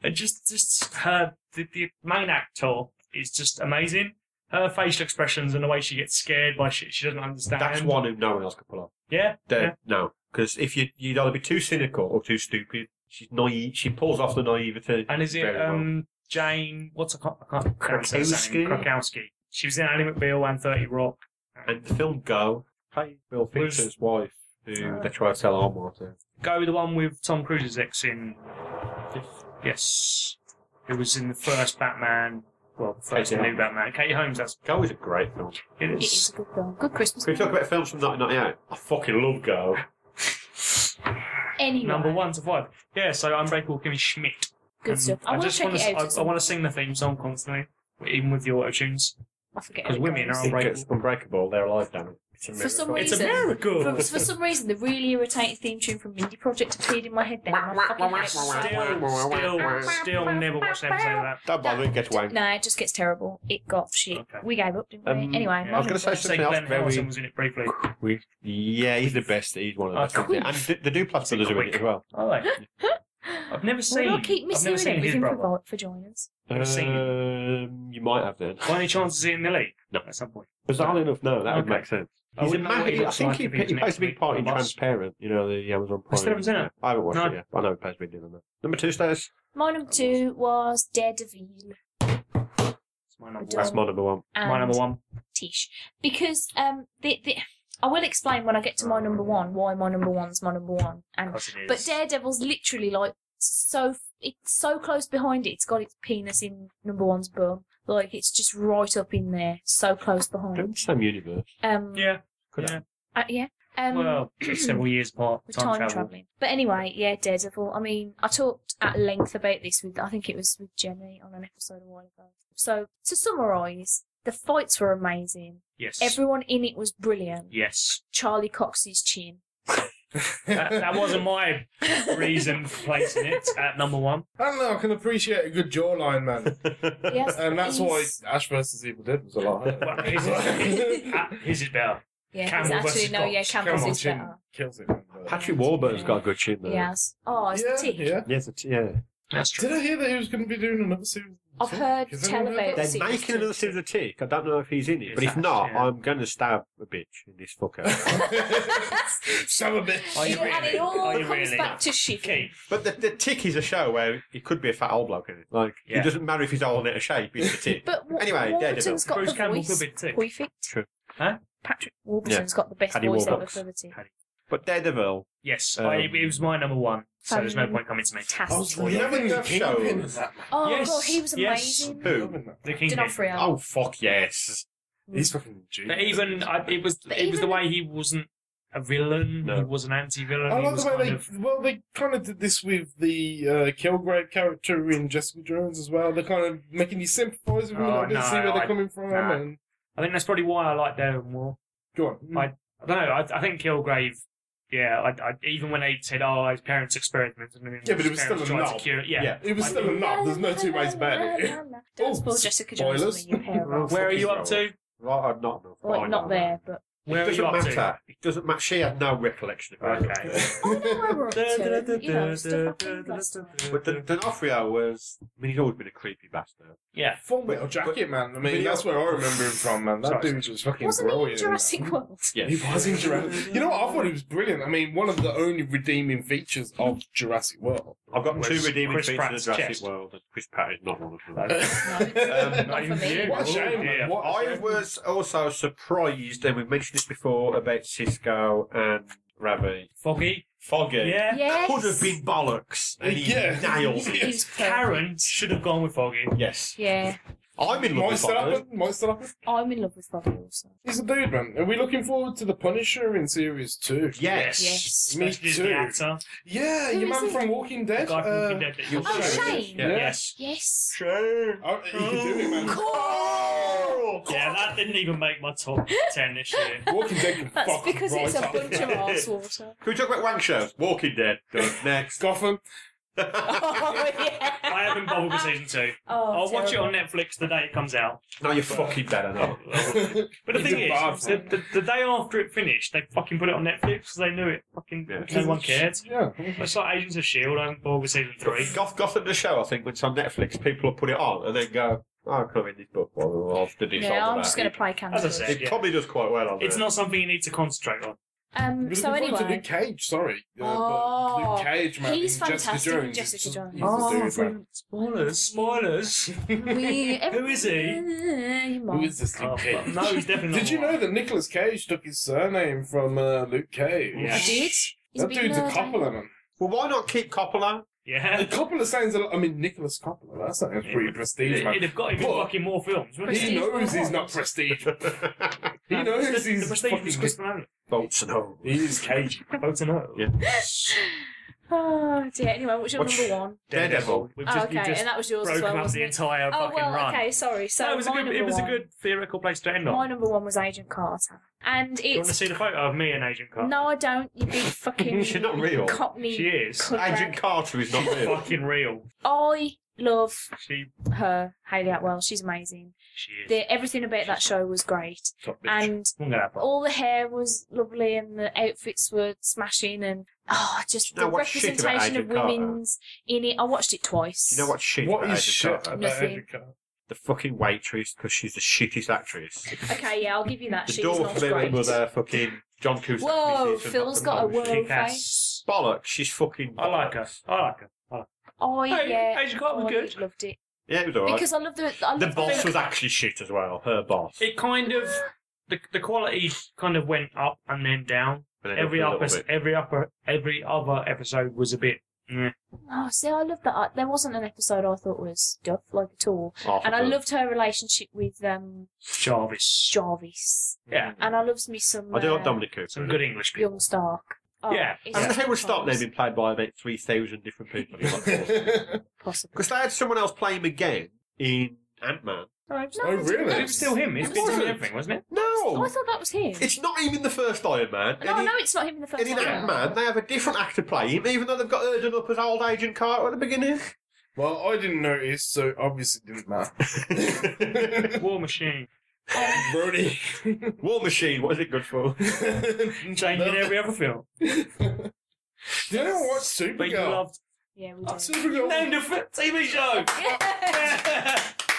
And just, just her, the, the main actor is just amazing. Her facial expressions and the way she gets scared by shit she doesn't understand.
That's one who no one else could pull off.
Yeah.
The-
yeah.
No, because if you you'd either be too cynical or too stupid. She's naive. She pulls off the naivety.
And is it
very well.
um, Jane? What's I can't, I can't pronounce her
Krakowski?
name. Krakowski. She was in Annie McBeal and Thirty Rock.
and the film Go? Hey, Bill
Was-
Fincher's wife, who
Ah.
they try to sell armor to.
Go with the one with Tom Cruise's ex in. Yes. Who was in the first Batman? Well, the first
Katie
new Batman. Katie Holmes. That's
Go is a great film.
it
It
is.
is a good film. Good Christmas.
Can we talk
film.
about films from 1998? I fucking love Go.
Anyway,
Number one to five. Yeah. So Unbreakable Kimmy Schmidt.
Good
Um,
stuff. I, want to
just
check
wanna,
it out.
s-
at
I,
some
want
point.
to sing the theme song constantly, even with the auto tunes.
I forget how
'cause
it
women
goes.
are
It gets unbreakable. They're alive, damn it. It's a
For some
miracle.
It's a
Reason.
miracle.
For, for some reason, the really irritating theme tune from Mindy Project appeared in my head then. and I fucking hate it so much.
still, still, still never watched an episode of that.
Don't bother, it gets wank.
No, it just gets terrible. It got shit.
Okay.
We gave up, didn't we?
Um,
anyway,
yeah.
I was going to say
Say
something else
Glenn Howerton
very.
was in it briefly.
We, yeah, he's the best. He's one of the
Oh,
best. isn't he?
cool.
And the, the Duplass
Is it
brothers are in it
quick?
as well.
Oh, like, I've never
Why
seen.
do I keep
I've never
missing
seen his
everything for,
brother.
vol- for joiners?
Never seen
Um, you might have then.
By any chance, is he in the league?
No.
At some point.
Bizarrely enough, no, that would
Okay.
make sense.
I
He's a
wouldn't know
man,
what he
he, I
Oh, looks
think
like
he,
if he
he,
was
plays a
next
big part
week
in
on bus.
Transparent, you know, the Amazon Prime.
I still haven't seen it.
I haven't watched
No.
it yet. but I know it plays a big deal in that. Number two stays.
My number two was Daredevil
It's my number
Don't-
one.
That's my number one.
and
My number one.
Tish because um, the, the, I will explain when I get to my number one why my number one's my number one and
Of course it is.
But Daredevil's literally like so it's so close behind it. It's got its penis in number one's bum. Like it's just right up in there, so close
They're in
behind.
the same universe.
Um,
yeah.
Could
yeah.
uh, yeah. Um,
well, it's several years apart.
with
Time,
time,
travel.
traveling. But anyway, yeah, Daredevil. I mean, I talked at length about this with I think it was with Jenny on an episode a while ago. So to summarise, the fights were amazing.
Yes.
Everyone in it was brilliant.
yes.
Charlie Cox's chin.
that, that wasn't my reason for placing it at number one.
I don't know. I can appreciate a good jawline, man.
Yes,
and that's why
he's-
Ash versus Evil Dead was a
Well,
lot.
his, is- uh, his is better.
Yeah, he's
Campbell
actually
versus
no, yeah,
Cox.
Campbell's is
chin
better.
kills it. man.
Patrick Warburton's got a good chin though.
Yes. Oh, it's
yeah,
the tick.
yeah.
Yes, it's, yeah.
That's true.
Did I hear that he was going to be doing another series?
I've heard
Has
tell
anyone heard that?
about
They're
Let's see, let's
making another
see.
series of Tick. I don't know if he's in it, but
Yes,
if not,
yeah.
I'm going to stab a bitch in this fucker.
Son of a bitch.
Are you
Yeah, and
really?
it all
Are you
comes
really?
back to shit.
Okay.
but the, the Tick is a show where it could be a fat old bloke in it. Like,
Yeah.
it doesn't matter if he's old and out of shape, he's the Tick.
But w-
Anyway,
Warburton's got
Bruce
the
Campbell
voice.
could be too.
Perfect.
True.
Huh?
Patrick Warburton's got the best
Paddy
voice ever
Warbucks.
for the team.
but Daredevil,
Yes, I,
Um,
it was my number one, so there's no point coming to me.
I was
Fantastic.
Well, you
loving
haven't
the
got
kingpin
shows.
in that.
Oh
Yes,
god, he was
yes.
amazing.
who?
The Kingpin.
D'Onofrio.
Oh, fuck yes.
He's fucking genius.
But even I, it was
But
it was the
even-
way he wasn't a villain.
No.
He was an anti-villain.
I
he
like
was
the way
kind
they
of
well they kind of did this with the uh, Kilgrave character in Jessica Jones as well. They're kind of making you sympathise with them a
Oh,
little bit,
no,
see where they're
I-
coming from,
nah.
and
I think that's probably why I like Daredevil more.
go on.
I, I don't know. I, I think Kilgrave Yeah, I, I, even when they said, "Oh, his parents experimented," and then
Yeah, but it was
his parents
still a
tried to
knob.
cure it.
Mm.
Yeah,
It was
I-
still enough. There's no two ways about it.
Don't spoil
Oh,
Jessica Jones
spoilers.
when you pair her off.
Where are you
Fucking
up to?
Right, I'm not.
Well,
fine,
not
Oh, no.
there, but.
Where
it
are
doesn't
you up
matter.
to?
It doesn't matter. She had no recollection of it.
Okay.
Oh, I don't know where we're up to. You know, stuff I think last time.
But D- D'Onofrio was. I mean, he's always been a creepy bastard.
Yeah.
Full Metal Jacket, man. I mean,
but-
that's where I remember him from, man. That
Sorry.
dude was fucking
Wasn't he in
brilliant.
Jurassic World?
He was in Jurassic. You know what? I thought he was brilliant. I mean, one of the only redeeming features of Jurassic World.
I've got two
Whereas
redeeming
Chris
features
Pratt's
of Jurassic
chest.
World, and Chris Pratt is not one of them.
Um, not for me.
What a shame,
Yeah.
man. What a
I
shame.
was also surprised, and we've mentioned this before about Cisco and Ravi.
Foggy.
Foggy
Yeah.
Yes.
could have been bollocks, and he
Yeah.
nailed
He
it.
was perfect.
Karen should have gone with Foggy.
Yes,
Yeah,
I'm in love with
Monster
Foggy.
Upper? Monster Upper?
I'm in love with Bobby also.
He's a dude, man. Are we looking forward to the Punisher in series two?
Yes.
Yes.
Me
Especially as
too.
The actor.
Yeah,
Who
your
is
man
he?
from Walking
The
Dead.
guy from
uh,
Walking Dead that you're
Oh,
showing.
Shane.
Yeah.
Yes.
Yes.
Shane.
Oh, he can do it, man.
Oh,
Yeah, that didn't even make my top ten this year.
Walking Dead can
That's
fuck
because
right
it's a
up.
bunch of arse water.
Can we talk about wank shows? Walking Dead. Done. Next.
Gotham.
oh, yeah.
I haven't bothered with season two.
Oh,
I'll watch it
terrible.
on Netflix the day it comes out.
no, you're fucking better not.
But the
It's
thing
a
is, the,
bad
the, the day after it finished, they fucking put it on Netflix because they knew it. Fucking
Yeah.
no one cared.
Yeah.
It's like Agents of Shield. I haven't bothered with season three.
Goth, Gotham the show, I think, when it's on Netflix, people will put it on and then go, oh, I can't read this book. Well, I'll have to do something
Yeah, I'm
about
just going
it.
to play
As I
Candy.
said,
It
yeah.
probably does quite well on
it's
there.
not something you need to concentrate on.
Um, so
Looking forward to
anyway,
Luke Cage, sorry. Uh,
Oh.
but Luke Cage, man.
He's
in
fantastic
Jessica
in
Jones.
Jessica
It's-
Jones. Oh,
he's the dude, man.
Oh, spoilers, spoilers.
we...
Who is
he?
Who is this Luke
Oh, fuck.
Cage?
no, he's definitely not.
Did you know that Nicolas Cage took his surname from uh, Luke Cage?
Yeah.
I did. He's
That
big
dude's a
nerd, ain't he?
Coppola, man.
Well, why not keep Coppola?
Yeah.
Coppola sounds a lot. I mean, Nicholas Coppola. That sounds pretty prestige,
It'd
man.
have got him in
But-
fucking more films. wouldn't it?
He
Prestige
knows he's
worldwide.
not prestige. He
No,
knows
the, the
he's
prestige was
fucking.
Chris Nolan.
Bolts and holes.
He is cagey.
Both know.
Yeah.
Oh dear. Anyway, what's your
What's-
number one?
Daredevil.
We've
Oh,
just,
okay,
we've just
and that was yours as
broken
well.
up
wasn't
the
it?
entire
oh
fucking
well,
run.
okay, sorry. So
No, it was a
my
good. It
number
was a
one-
good theoretical place to end on.
My number one was Agent Carter, and
Do you want to
it's
see the photo of me and Agent Carter?
no, I don't. You big fucking
She's not real.
cockney.
She is.
cunt
Agent
rag.
Carter is not real.
Fucking real.
I love
She,
her, Hayley Atwell. She's amazing.
she is.
The, everything about that show was great,
Top bitch.
and
I'm gonna have one.
all the hair was lovely, and the outfits were smashing, and oh, just
You know
the
what's shit about
representation of
Agent Carter?
women's in it. I watched it twice.
you know what shit
What
about
is
Agent
shit
Carter?
about
Nothing.
Agent Carter?
The fucking waitress, because she's the shittest actress.
Okay, yeah, I'll give you that.
The
she was not
doorman
great.
was uh, fucking John Cusack.
Whoa,
Mrs. and
Phil's
Malcolm
got a
Holmes.
whoa
Kick ass.
face.
Bollocks, she's fucking.
I like her.
bollocks.
I like her. I like
Oh
her. Hey,
yeah,
Agent Carter
I
was good.
loved it
Yeah, it was alright.
because I love the I love
The boss was actually shit as well, her boss.
It kind of the the quality kind of went up and then down.
But then
Every
a little
upper,
bit.
every upper, every other episode was a bit. meh.
Oh, see, I love that. I- There wasn't an episode I thought was duff like at all,
Half
and
of
I
them.
loved her relationship with um
Jarvis.
Jarvis,
Yeah.
and I loves me some.
Mm. I do
uh,
like Dominic Cooper.
Some good English people.
Young Stark. Oh,
Yeah.
it's
And
just
they would stop
times.
now being played by about 3,000 different people.
Possible.
Because they had someone else play him again in Ant Man.
Oh,
No, I didn't
really?
know.
It was still him. It's
It
been
wasn't.
doing everything, wasn't it?
Oh, I
No!
thought that was him.
It's not even the first Iron Man.
no,
and in,
no, it's not him in the first
and in
one.
Ant Man, they have a different actor play him, even though they've got Erden up as old Agent Carter at the beginning.
Well, I didn't notice, so it obviously didn't matter.
War Machine.
Brody.
War Machine, what is it good for?
Changing every other film.
Did anyone watch
But you
Supergirl?
loved.
Yeah, we
Oh,
did.
Supergirl.
Named a f- TV show.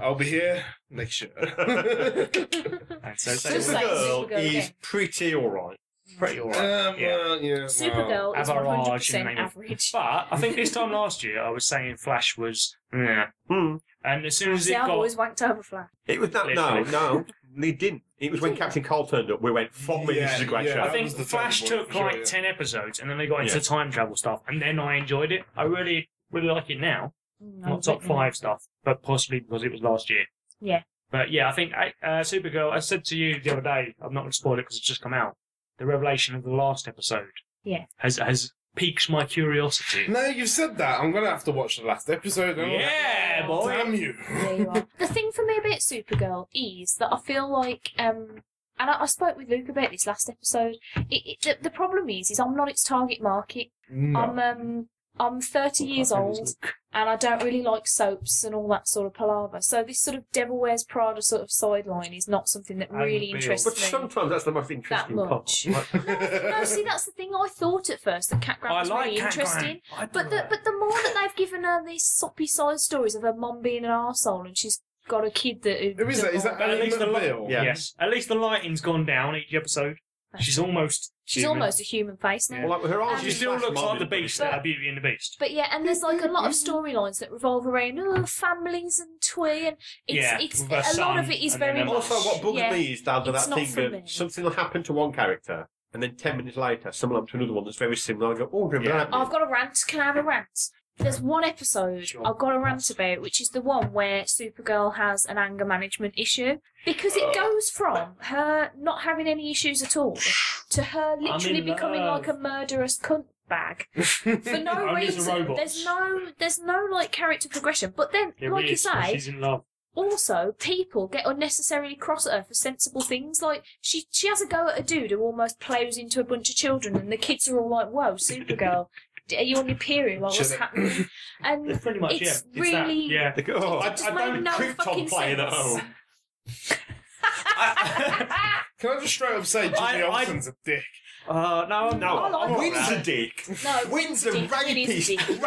I'll be here next year.
and so,
Just
so
like
Supergirl
Supergirl
is
again.
pretty alright.
pretty
Um,
alright. Yeah.
well, yeah, well.
Supergirl is
Average in
100%
name of-
average.
But I think this time last year, I was saying Flash was. Yeah.
Hmm.
And as soon as
See,
it
I've
got.
always wanked over Flash.
It was not, no,
Literally.
no, they didn't. It was when Captain Cole turned up, we went, fuck me, this is a great
Yeah, yeah.
I
That
show.
think
was the
Flash
turning
took
point, for
like
sure, yeah.
10 episodes and then they got into
Yeah.
time travel stuff. And then I enjoyed it. I really, really like it now.
Mm, I
Not
was
top
like,
five stuff, but possibly because it was last year.
Yeah.
But yeah, I think I- uh, Supergirl, I said to you the other day, I'm not going to spoil it because it's just come out. The revelation of the last episode
Yeah.
has has piqued my curiosity.
Now you've said that, I'm gonna have to watch the last episode. aren't I?
Yeah, boy.
Damn you.
There you are. the thing for me about Supergirl is that I feel like um, and I, I spoke with Luke about this last episode. It, it, the, the problem is, is I'm not its target market.
No.
I'm um, I'm 30 years
Fucking
old, and I don't really like soaps and all that sort of palaver. So this sort of Devil Wears Prada sort of sideline is not something that
And
really
Beale.
interests
But
me
sometimes that's the most
that
interesting part.
much. no, see, that's the thing. I thought at first that Cat Grant
I
was
like
really
Cat
interesting.
Grant. I do
But the,
like-
but the more that they've given her these soppy side stories of her mum being an arsehole and she's got a kid that who
Who is that? Is that
But at
Alan
least the lo-
McBeal?
Yeah.
yes, at least the lighting's gone down each episode. She's almost.
she's
human.
almost a human face now.
Well, like, her eyes
And
She
just
still
flash
looks like
mobbing.
the Beast
But-
out of Beauty and the Beast.
But yeah, and there's like a lot of storylines that revolve around oh, families and twee, and it's
Yeah,
it's
with her
a lot
son
of it is
and then
very
her
much.
mum.
Also, what bugs
yeah.
me is that
It's
that
not
thing
for me.
that something will happen to one character, and then ten minutes later, someone will happen to another one that's very similar. and I go, oh, remember
Yeah.
that?
I've got a rant. Can I have a rant? There's one episode
Sure.
I've got a rant about, which is the one where Supergirl has an anger management issue because it goes from her not having any issues at all to her literally
in
becoming like
love.
a murderous cunt bag for no
Only as a
reason.
robot.
There's no there's no like character progression. But then,
It
like you
is,
say,
she's in love.
also people get unnecessarily cross at her for sensible things like she she has a go at a dude who almost plows into a bunch of children and the kids are all like whoa supergirl d- are you on your period like what's
Chill it.
happening and
It's pretty much
It's
yeah. It's that.
really-
Yeah.
They go, oh,
It
I,
just
I
made
don't
no fucking
crouton playing at
sense.
home.
Can I just straight up say Jimmy
I- I-
Olsen's a dick?
Uh, no, I'm
I
No,
like
Wynn's
that.
a dick.
no
Wynn's a
Dick, Wynn is
rapist,
dick.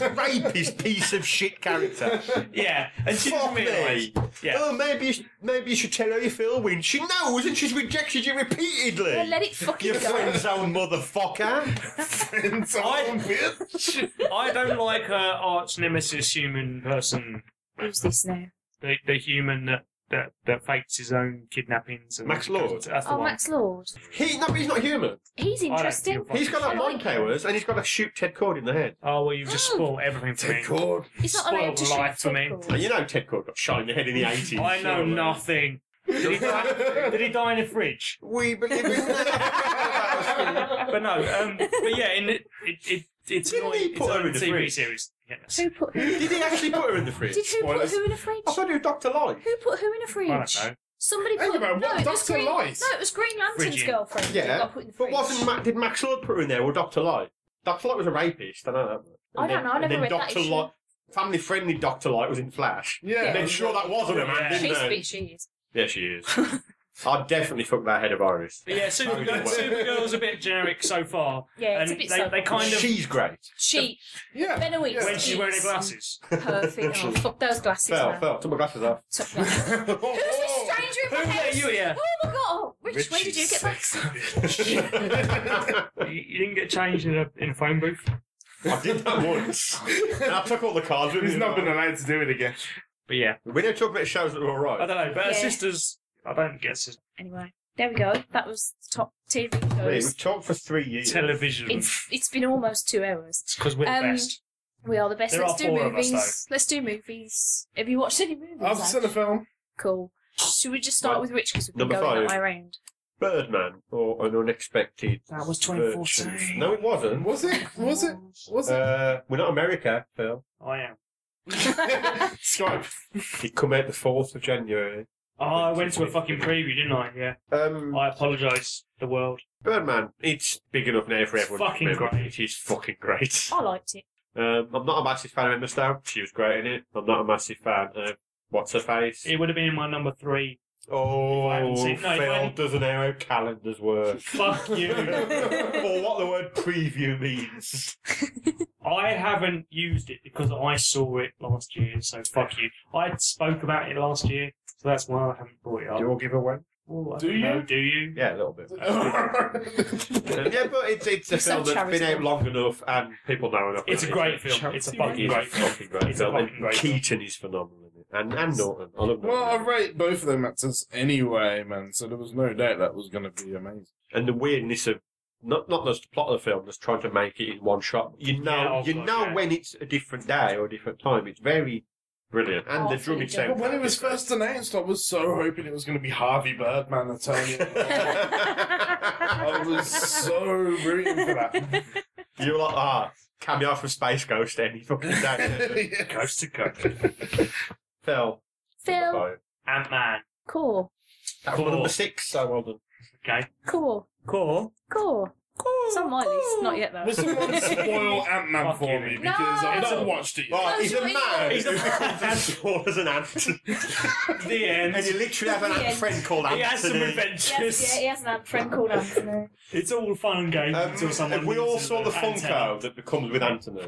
rapist piece of shit character.
Yeah, and she doesn't
Fuck
realise.
me.
Yeah.
Oh, maybe you sh- maybe you should tell her you feel, Wynn. She knows, and she's rejected you repeatedly.
Well, let it fucking
Your
go
friend's own motherfucker.
Friends
I-
on bitch.
I don't like her arch nemesis human person,
who's this now
the, the human that, that, that fakes his own kidnappings. And
Max Lord?
That's the
oh
one.
Max Lord
He no, he's not human.
he's
I don't
interesting
give a fuck.
He's got
I
like
like
mind
him.
powers, and he's got to shoot Ted Cord in the head.
Oh, well, you've just spoiled everything for me.
Take cord.
he's not
spoiled
allowed to shoot
life for me.
people.
And you know Ted Cord got shot in the head in the eighties.
I know nothing. Did he, die, did he die in a fridge?
We believe in that.
But no, um, but yeah, in it, it, it, it's
Didn't
annoying.
he put
it's
her
on
in the
TV
fridge?
series. Yes.
who put who
Did he actually put her in the fridge?
did who put
Spoilers.
who in a fridge
I thought it was Doctor Light.
who put who in a
I
fridge
don't know.
Somebody
Hang
put
about
no,
what?
it was
Dr.
Green,
Lies?
No, it was Green Lantern's
Frigid.
girlfriend. that
Yeah,
got put in the
But
fridge.
wasn't Ma- did Max Lord put her in there or Doctor Light? Doctor Light was a rapist. I know that. much. And
I don't know, I
and
never
then
read that
Doctor
issue.
Light, family friendly Doctor Light was in Flash.
Yeah.
And then sure that wasn't a man,
Yeah.
didn't
She's
they?
big, she is.
Yeah, she is. I definitely fucked that head of Iris.
But yeah, Supergirl, Supergirl's a bit generic so far.
Yeah, it's
and
a bit
they,
so-
they kind of
She's great.
She,
Yeah.
Benoist.
Yeah.
when she's wearing her glasses.
perfect. Oh, fuck those glasses,
Fell,
man.
fell. Oh, Took my glasses off.
Took them. Who's this stranger in my
Who let
house?
you here?
Oh my god, oh, Rich, when did you get back?
I
You, you didn't get changed in a, in a phone booth.
did that once. And I took all the cards with me.
He's not been allowed to do it again.
But yeah,
We don't talk about shows that were
I
alright.
don't know. But her
Yeah.
sisters, I don't get sisters.
Anyway, there we go. That was top TV
Hey,
shows.
We've talked for three years.
Television. It's
It's it's been almost two hours.
because we're
Um,
the best.
We are the best.
There
Let's
are
do
four of us,
movies. Let's do movies. Have you watched any movies?
I've
Zach?
seen a film.
Cool. Should we just start
Right.
with Rich because we've been
Number
going
five.
that way around?
Birdman or an unexpected.
That was
Virtues. No, it wasn't.
Was it? Was it? Was it?
Uh, we're not America, Phil.
I am.
Skype.
It come out the fourth of January.
Oh, I went to a fucking preview, didn't I? Yeah.
Um,
I apologise, the world.
Birdman. It's big enough now for
It's
everyone. to
fucking
remember.
great.
It is fucking great.
I liked it.
Um, I'm not a massive fan of Emma Stone. She was great in it. I'm not a massive fan of what's her face.
It would have been my number three. If I
Oh,
hadn't seen- no, if I
Phil
hadn't-
doesn't know how calendars work.
Fuck you. Oh,
or what the word preview means.
I haven't used it because I saw it last year, so fuck you. I spoke about it last year, so that's why I haven't brought it up.
all give away?
Well, I
Do
don't know,
you?
Do you?
Yeah, a little bit. Um,
It's
yeah, but it's, it's a
You're so
film that's been out
charitable.
long enough and people know enough.
It's a
about it.
great film. It's a
It
fucking
is a
great film.
fucking great
It's a
film.
fucking
And
great film.
Keaton is phenomenal in it. And, and Norton. I love Norton.
Well, I rate both of them actors anyway, man, so there was no doubt that was going to be amazing.
and the weirdness of not not just the plot of the film, just trying to make it in one shot. You know,
Yeah, oh
you
God,
know
yeah.
when it's a different day or a different time. It's very brilliant, and the
Oh,
drumming
yeah.
sound.
But when it was first announced, I was so hoping it was going to be Harvey Birdman, I tell you. I was so rooting for that.
you were like, ah, cameo from Space Ghost any fucking day.
Ghost to Ghost.
Phil,
Phil,
Right.
Ant Man.
cool.
That was my number six. So well done.
Okay.
Cool.
Cool.
Cool. It's on my list. Not yet,
Will
though.
someone spoil Ant Man
Fuck
for
you.
me?
No.
Because I've
It's
not
a-
watched it yet.
Well, he's a
That's
man.
right.
He's
He's
a
a
man. as tall as an ant.
The end.
And you literally have an
The
ant
end.
friend called
He has some
Anthony.
adventures.
Yes, yeah, he has an ant friend called Anthony.
It's all fun and games
Um,
until someone.
we all
loses
saw the
antenna.
Funko that comes with Anthony.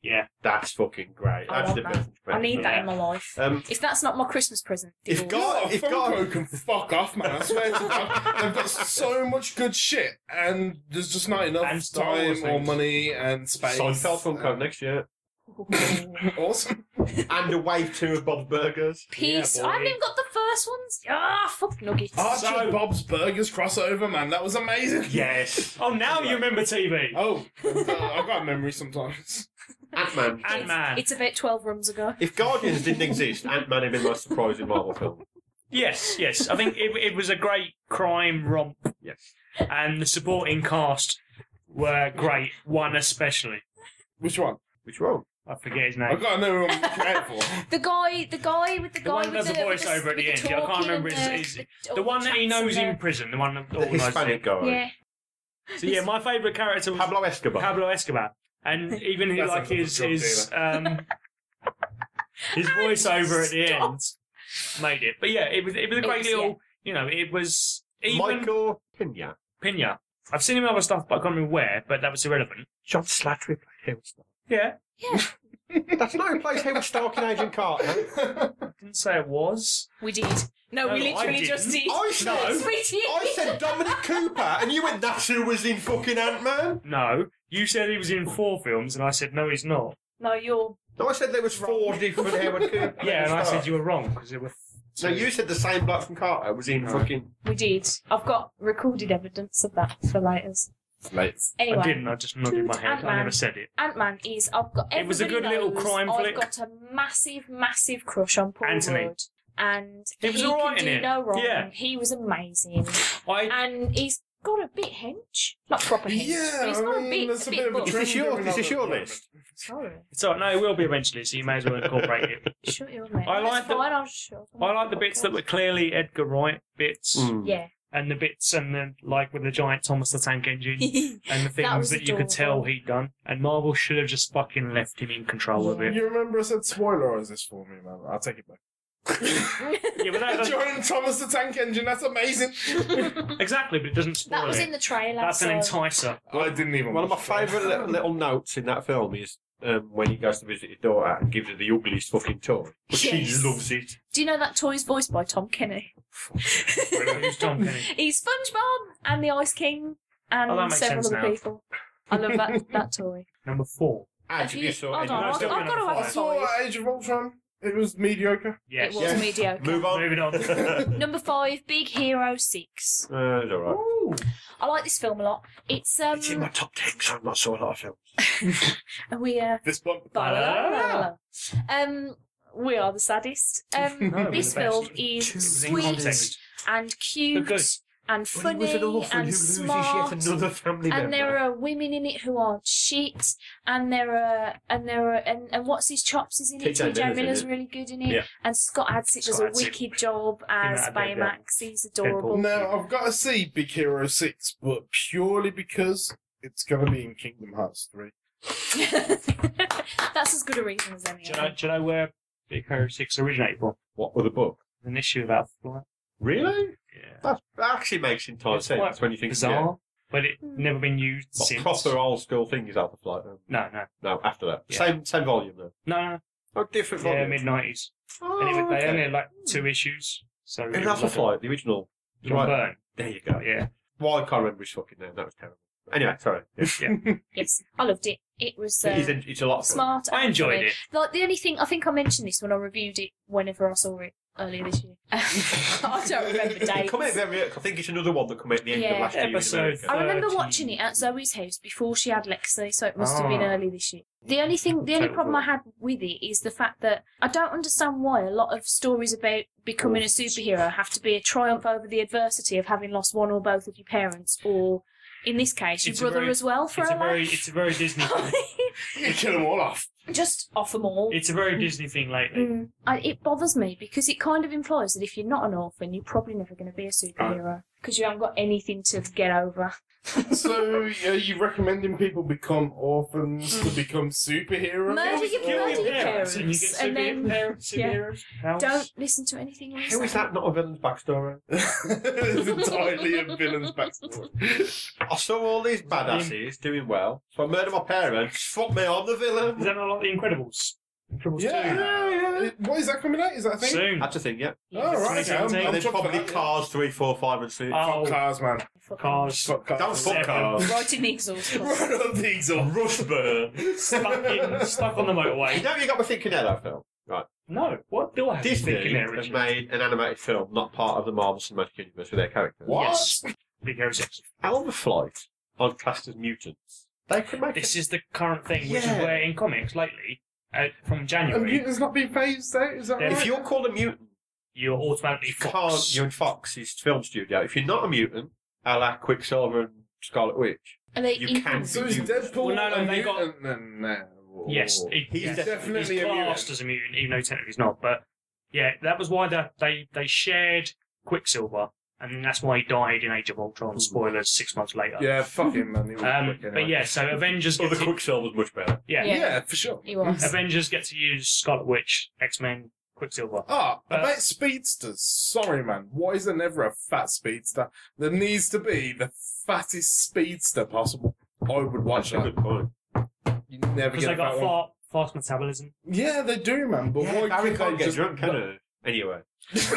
Yeah.
That's fucking great.
I
That's
want
the
that.
best.
I need that
Yeah.
in my life.
Um,
If that's not my Christmas present,
If
divorce.
God-
Oh,
If
Funko can fuck off, man. I swear to God. They've got so much good shit, and there's just not enough
And Star
time
Wars
or
things.
money and space.
Seinfeld Funko next year.
Awesome.
And a wave two of Bob's Burgers.
Peace.
Yeah, boy.
I haven't even got the first ones. Ah, fuck nuggets.
Archie
So-
and Bob's Burgers crossover, man. That was amazing.
Yes.
Oh, now you remember TV.
Oh, uh, I've got a memory sometimes.
Ant Man.
Ant Man.
It's about 12 rooms ago.
If Guardians didn't exist, Ant Man would be my surprising Marvel film.
Yes, yes. I think it, it was a great crime romp.
Yes.
and the supporting cast were great. One especially,
Which one?
Which one?
I forget his
I've
name.
got to know who I'm caring for.
The guy, the guy with the,
The
guy with
one that does
the,
the
with
voiceover at
with
the end. Yeah, I can't
talking
remember
and
his-
the-
his-
all
The one that he
chats
knows
and
in prison. The one that
The
organised
Hispanic
it.
guy.
the- Yeah,
So yeah, my favourite character was
Pablo Escobar.
Pablo Escobar, and even he
That's
like
another
his
drug
his um, his voiceover at the
stop.
end made it. But yeah, it was it was a
It
great
was,
deal.
yeah.
You know, it was even
Michael Pena.
Pena. I've seen him in other stuff, but I can't remember where. But that was irrelevant.
John Slattery played Howard Stark.
Yeah,
That's not who plays Howard Stark in Agent Carter.
I didn't say it was.
we did. No,
No,
we
I
literally
didn't.
just did.
I said,
We did.
I said Dominic Cooper, and you went, that's who was in fucking Ant Man?
No, you said he was in four films, and I said no, he's not.
No, you're.
No, I said there was four different Howard Cooper.
Yeah, and I
Stark.
said you were wrong because there were. Mm.
No, you said the same bloke from Carter was in fucking.
We did. I've got recorded evidence of that for later.
Mate.
Anyway.
I didn't. I just nodded my head. I
Ant-Man.
never said it.
Ant Man is. I've got.
It was a
everybody
good little
knows
crime
I've
flick.
got a massive, massive crush on Paul
Anthony.
Rudd, and
He was
he
all
can
right in
do
it.
no wrong.
Yeah.
He was amazing,
I
and he's got a bit hench, like proper hench.
Yeah,
but he's
I
not
mean,
a bit.
that's
a
a
bit,
bit of a
buff.
Is this your,
Trending
is this your
every now
list?
Sorry,
so no, it will be eventually. So you may as well incorporate it.
shut your mouth.
I like
That's
the-
fine, I'll shut up.
I like the bits that were clearly Edgar Wright bits,
Hmm.
Yeah,
and the bits and the like with the giant Thomas the Tank Engine, and the
That
things
was
that, you could tell
adorable.
he'd done. And Marvel should have just fucking left him in control of it.
You remember I said spoiler is this for me, man? I'll take it back.
Yeah, but that doesn't,
Join Thomas the Tank Engine, that's amazing.
exactly. But it doesn't spoil
that was
it.
in the trailer.
That's
so
an enticer.
I didn't even
One of my
watch it.
favourite little, little notes in that film is um, when he goes to visit his daughter and gives her the ugliest fucking toy. But
Yes.
She loves it.
Do you know that toy's voiced by Tom Kenny?
Who's Tom Kenny?
He's SpongeBob and the Ice King and
Oh, that makes
several
sense
other
now.
people. I love that that toy.
Number four.
And
Have
you,
you-
saw
hold
Eddie
on, I've,
No,
Murphy.
still
I've got
gonna
to
I
have
fight.
saw
five.
Age of Ultron. It was mediocre.
It
Yes.
was
Yes.
mediocre.
Move on.
Moving on.
Number five, Big Hero Six.
Uh, it's alright.
Ooh.
I like this film a lot. It's um,
It's in my top ten because I've not saw a lot of films.
we uh,
This bump.
blah, blah, blah, blah, blah. um, we are the saddest. Um,
No, we're
this
the best.
film is
In
sweet
context.
and
Look good.
cute and funny and smart.
another family
and there are women in it who aren't shit, and there are and there are and, and what's his chops is in it.
T.J.
TJ
Miller's in
Miller's
it.
really good in it,
Yeah.
and Scott Adsit does
Scott
a
Adsit.
wicked job as
that Deadpool.
Baymax. He's adorable.
Now, I've got to see Big Hero 6, but purely because it's going to be in Kingdom Hearts 3.
That's as good a reason as any.
Do you
other.
know, do you know where Big Hero 6 originated from?
What other book?
An issue about flight.
Really?
Yeah.
That, that actually makes entire
It's
sense
quite
when you think
Bizarre,
Yeah.
but it
Hmm.
never been used
What
since.
proper old school thing is Alpha Flight. Um,
No, no.
no, after that.
Yeah.
Same same volume though.
No,
Oh, different
no. Yeah,
volume.
mid 90s.
Oh,
And it was, they
okay.
only had like two issues. So it
And
was
Alpha
like a-
Flight, the original.
John
Right.
Byrne.
There you go.
Yeah.
Well, I can't remember his fucking name. That was terrible. Anyway, sorry. Yeah.
Yes, I loved it. It was uh,
it's, a, it's a lot of fun.
smart.
I
and
enjoyed
funny.
it.
Like the only thing I think I mentioned this when I reviewed it, whenever I saw it earlier this year. I don't remember
It
dates.
Come out very, I think it's another one that come out at the end of
Yeah.
last year. in
Episode
America.
five.
I remember
13.
watching it at Zoe's house before she had Lexi, so it must have been
Ah.
early this year. The only thing, the only
Total
problem I
bore.
had with it is the fact that I don't understand why a lot of stories about becoming a superhero have to be a triumph over the adversity of having lost one or both of your parents, or in this case, your
It's a
brother
very-
as well for
It's
a
a very,
laugh.
it's a very Disney. thing.
You kill them all off.
Just off them all.
It's a very Disney thing lately.
Mm. I, it bothers me because it kind of implies that if you're not an orphan, you're probably never going to be a superhero because you haven't got anything to get over.
So, are you recommending people become orphans to become superheroes?
Murder your
Kill
bloody
your parents, and you
parents,
get
and
severe
then
parents,
yeah.
severe house.
don't listen to anything. we
How is
say.
that not a villain's backstory?
it's entirely a villain's backstory.
I saw all these badasses doing well, so I murdered my parents. Fuck me, I'm the
Is
villain.
that not like The Incredibles? Incredibles
yeah,
2?
yeah, yeah. It- What is that coming out? Is that a thing?
Soon.
That's a thing, yeah.
Oh, right, okay. I'm,
And
I'm
And then
chuffed for
probably
that, yeah.
Cars three, four, five, and 6.
Oh,
Fuck cars, man.
Fuck
cars.
Fuck cars.
Don't fuck cars.
Right in the exhaust. box.
Right on the exhaust.
Rushburn.
stuck, in, stuck on the
You
motorway.
know, you got me thinking there, though, Phil.
No, what do I have to think
Disney
in there,
has
Richard?
made an animated film not part of the Marvel Cinematic Universe with their characters.
What?
Yes. Big Hero Six.
Alpha Flight on classed as mutants. They could make
This is the current thing, which
Yeah.
is where in comics lately, uh, from
And
January,
mutant's not being phased out, is that
Yeah.
right?
If you're called a mutant,
you're automatically
you
Fox.
can't. You're in Fox's film studio. If you're not a mutant, a la Quicksilver and Scarlet Witch,
Are they
You can
So
inhuman?
is Deadpool
Well, no, no,
a
they got-
mutant then now? or-
Yes, he-
He's
yes.
Oh. definitely
he's
a
classed
mutant.
as a mutant, even though technically he's not. But yeah, that was why the, they they shared Quicksilver, and that's why he died in Age of Ultron. Spoilers, six months later.
Hmm. Yeah, fuck him, man. He was
Um,
quick anyway.
But yeah, so Avengers
or
get to,
the Quicksilver's much better.
yeah,
yeah,
Yeah.
for sure.
He was.
Avengers get to use Scarlet Witch, X Men, Quicksilver.
Ah,
Uh,
about speedsters. Sorry, man. Why is there never a fat speedster? There needs to be the fattest speedster possible. I would watch
That's a
that.
good point.
You never
Because
get
they
a fat
got
one.
far, fast metabolism.
Yeah, they do, man. But
Yeah,
why
Barry
can't
can't
they
get
just...
drunk, can he? Anyway,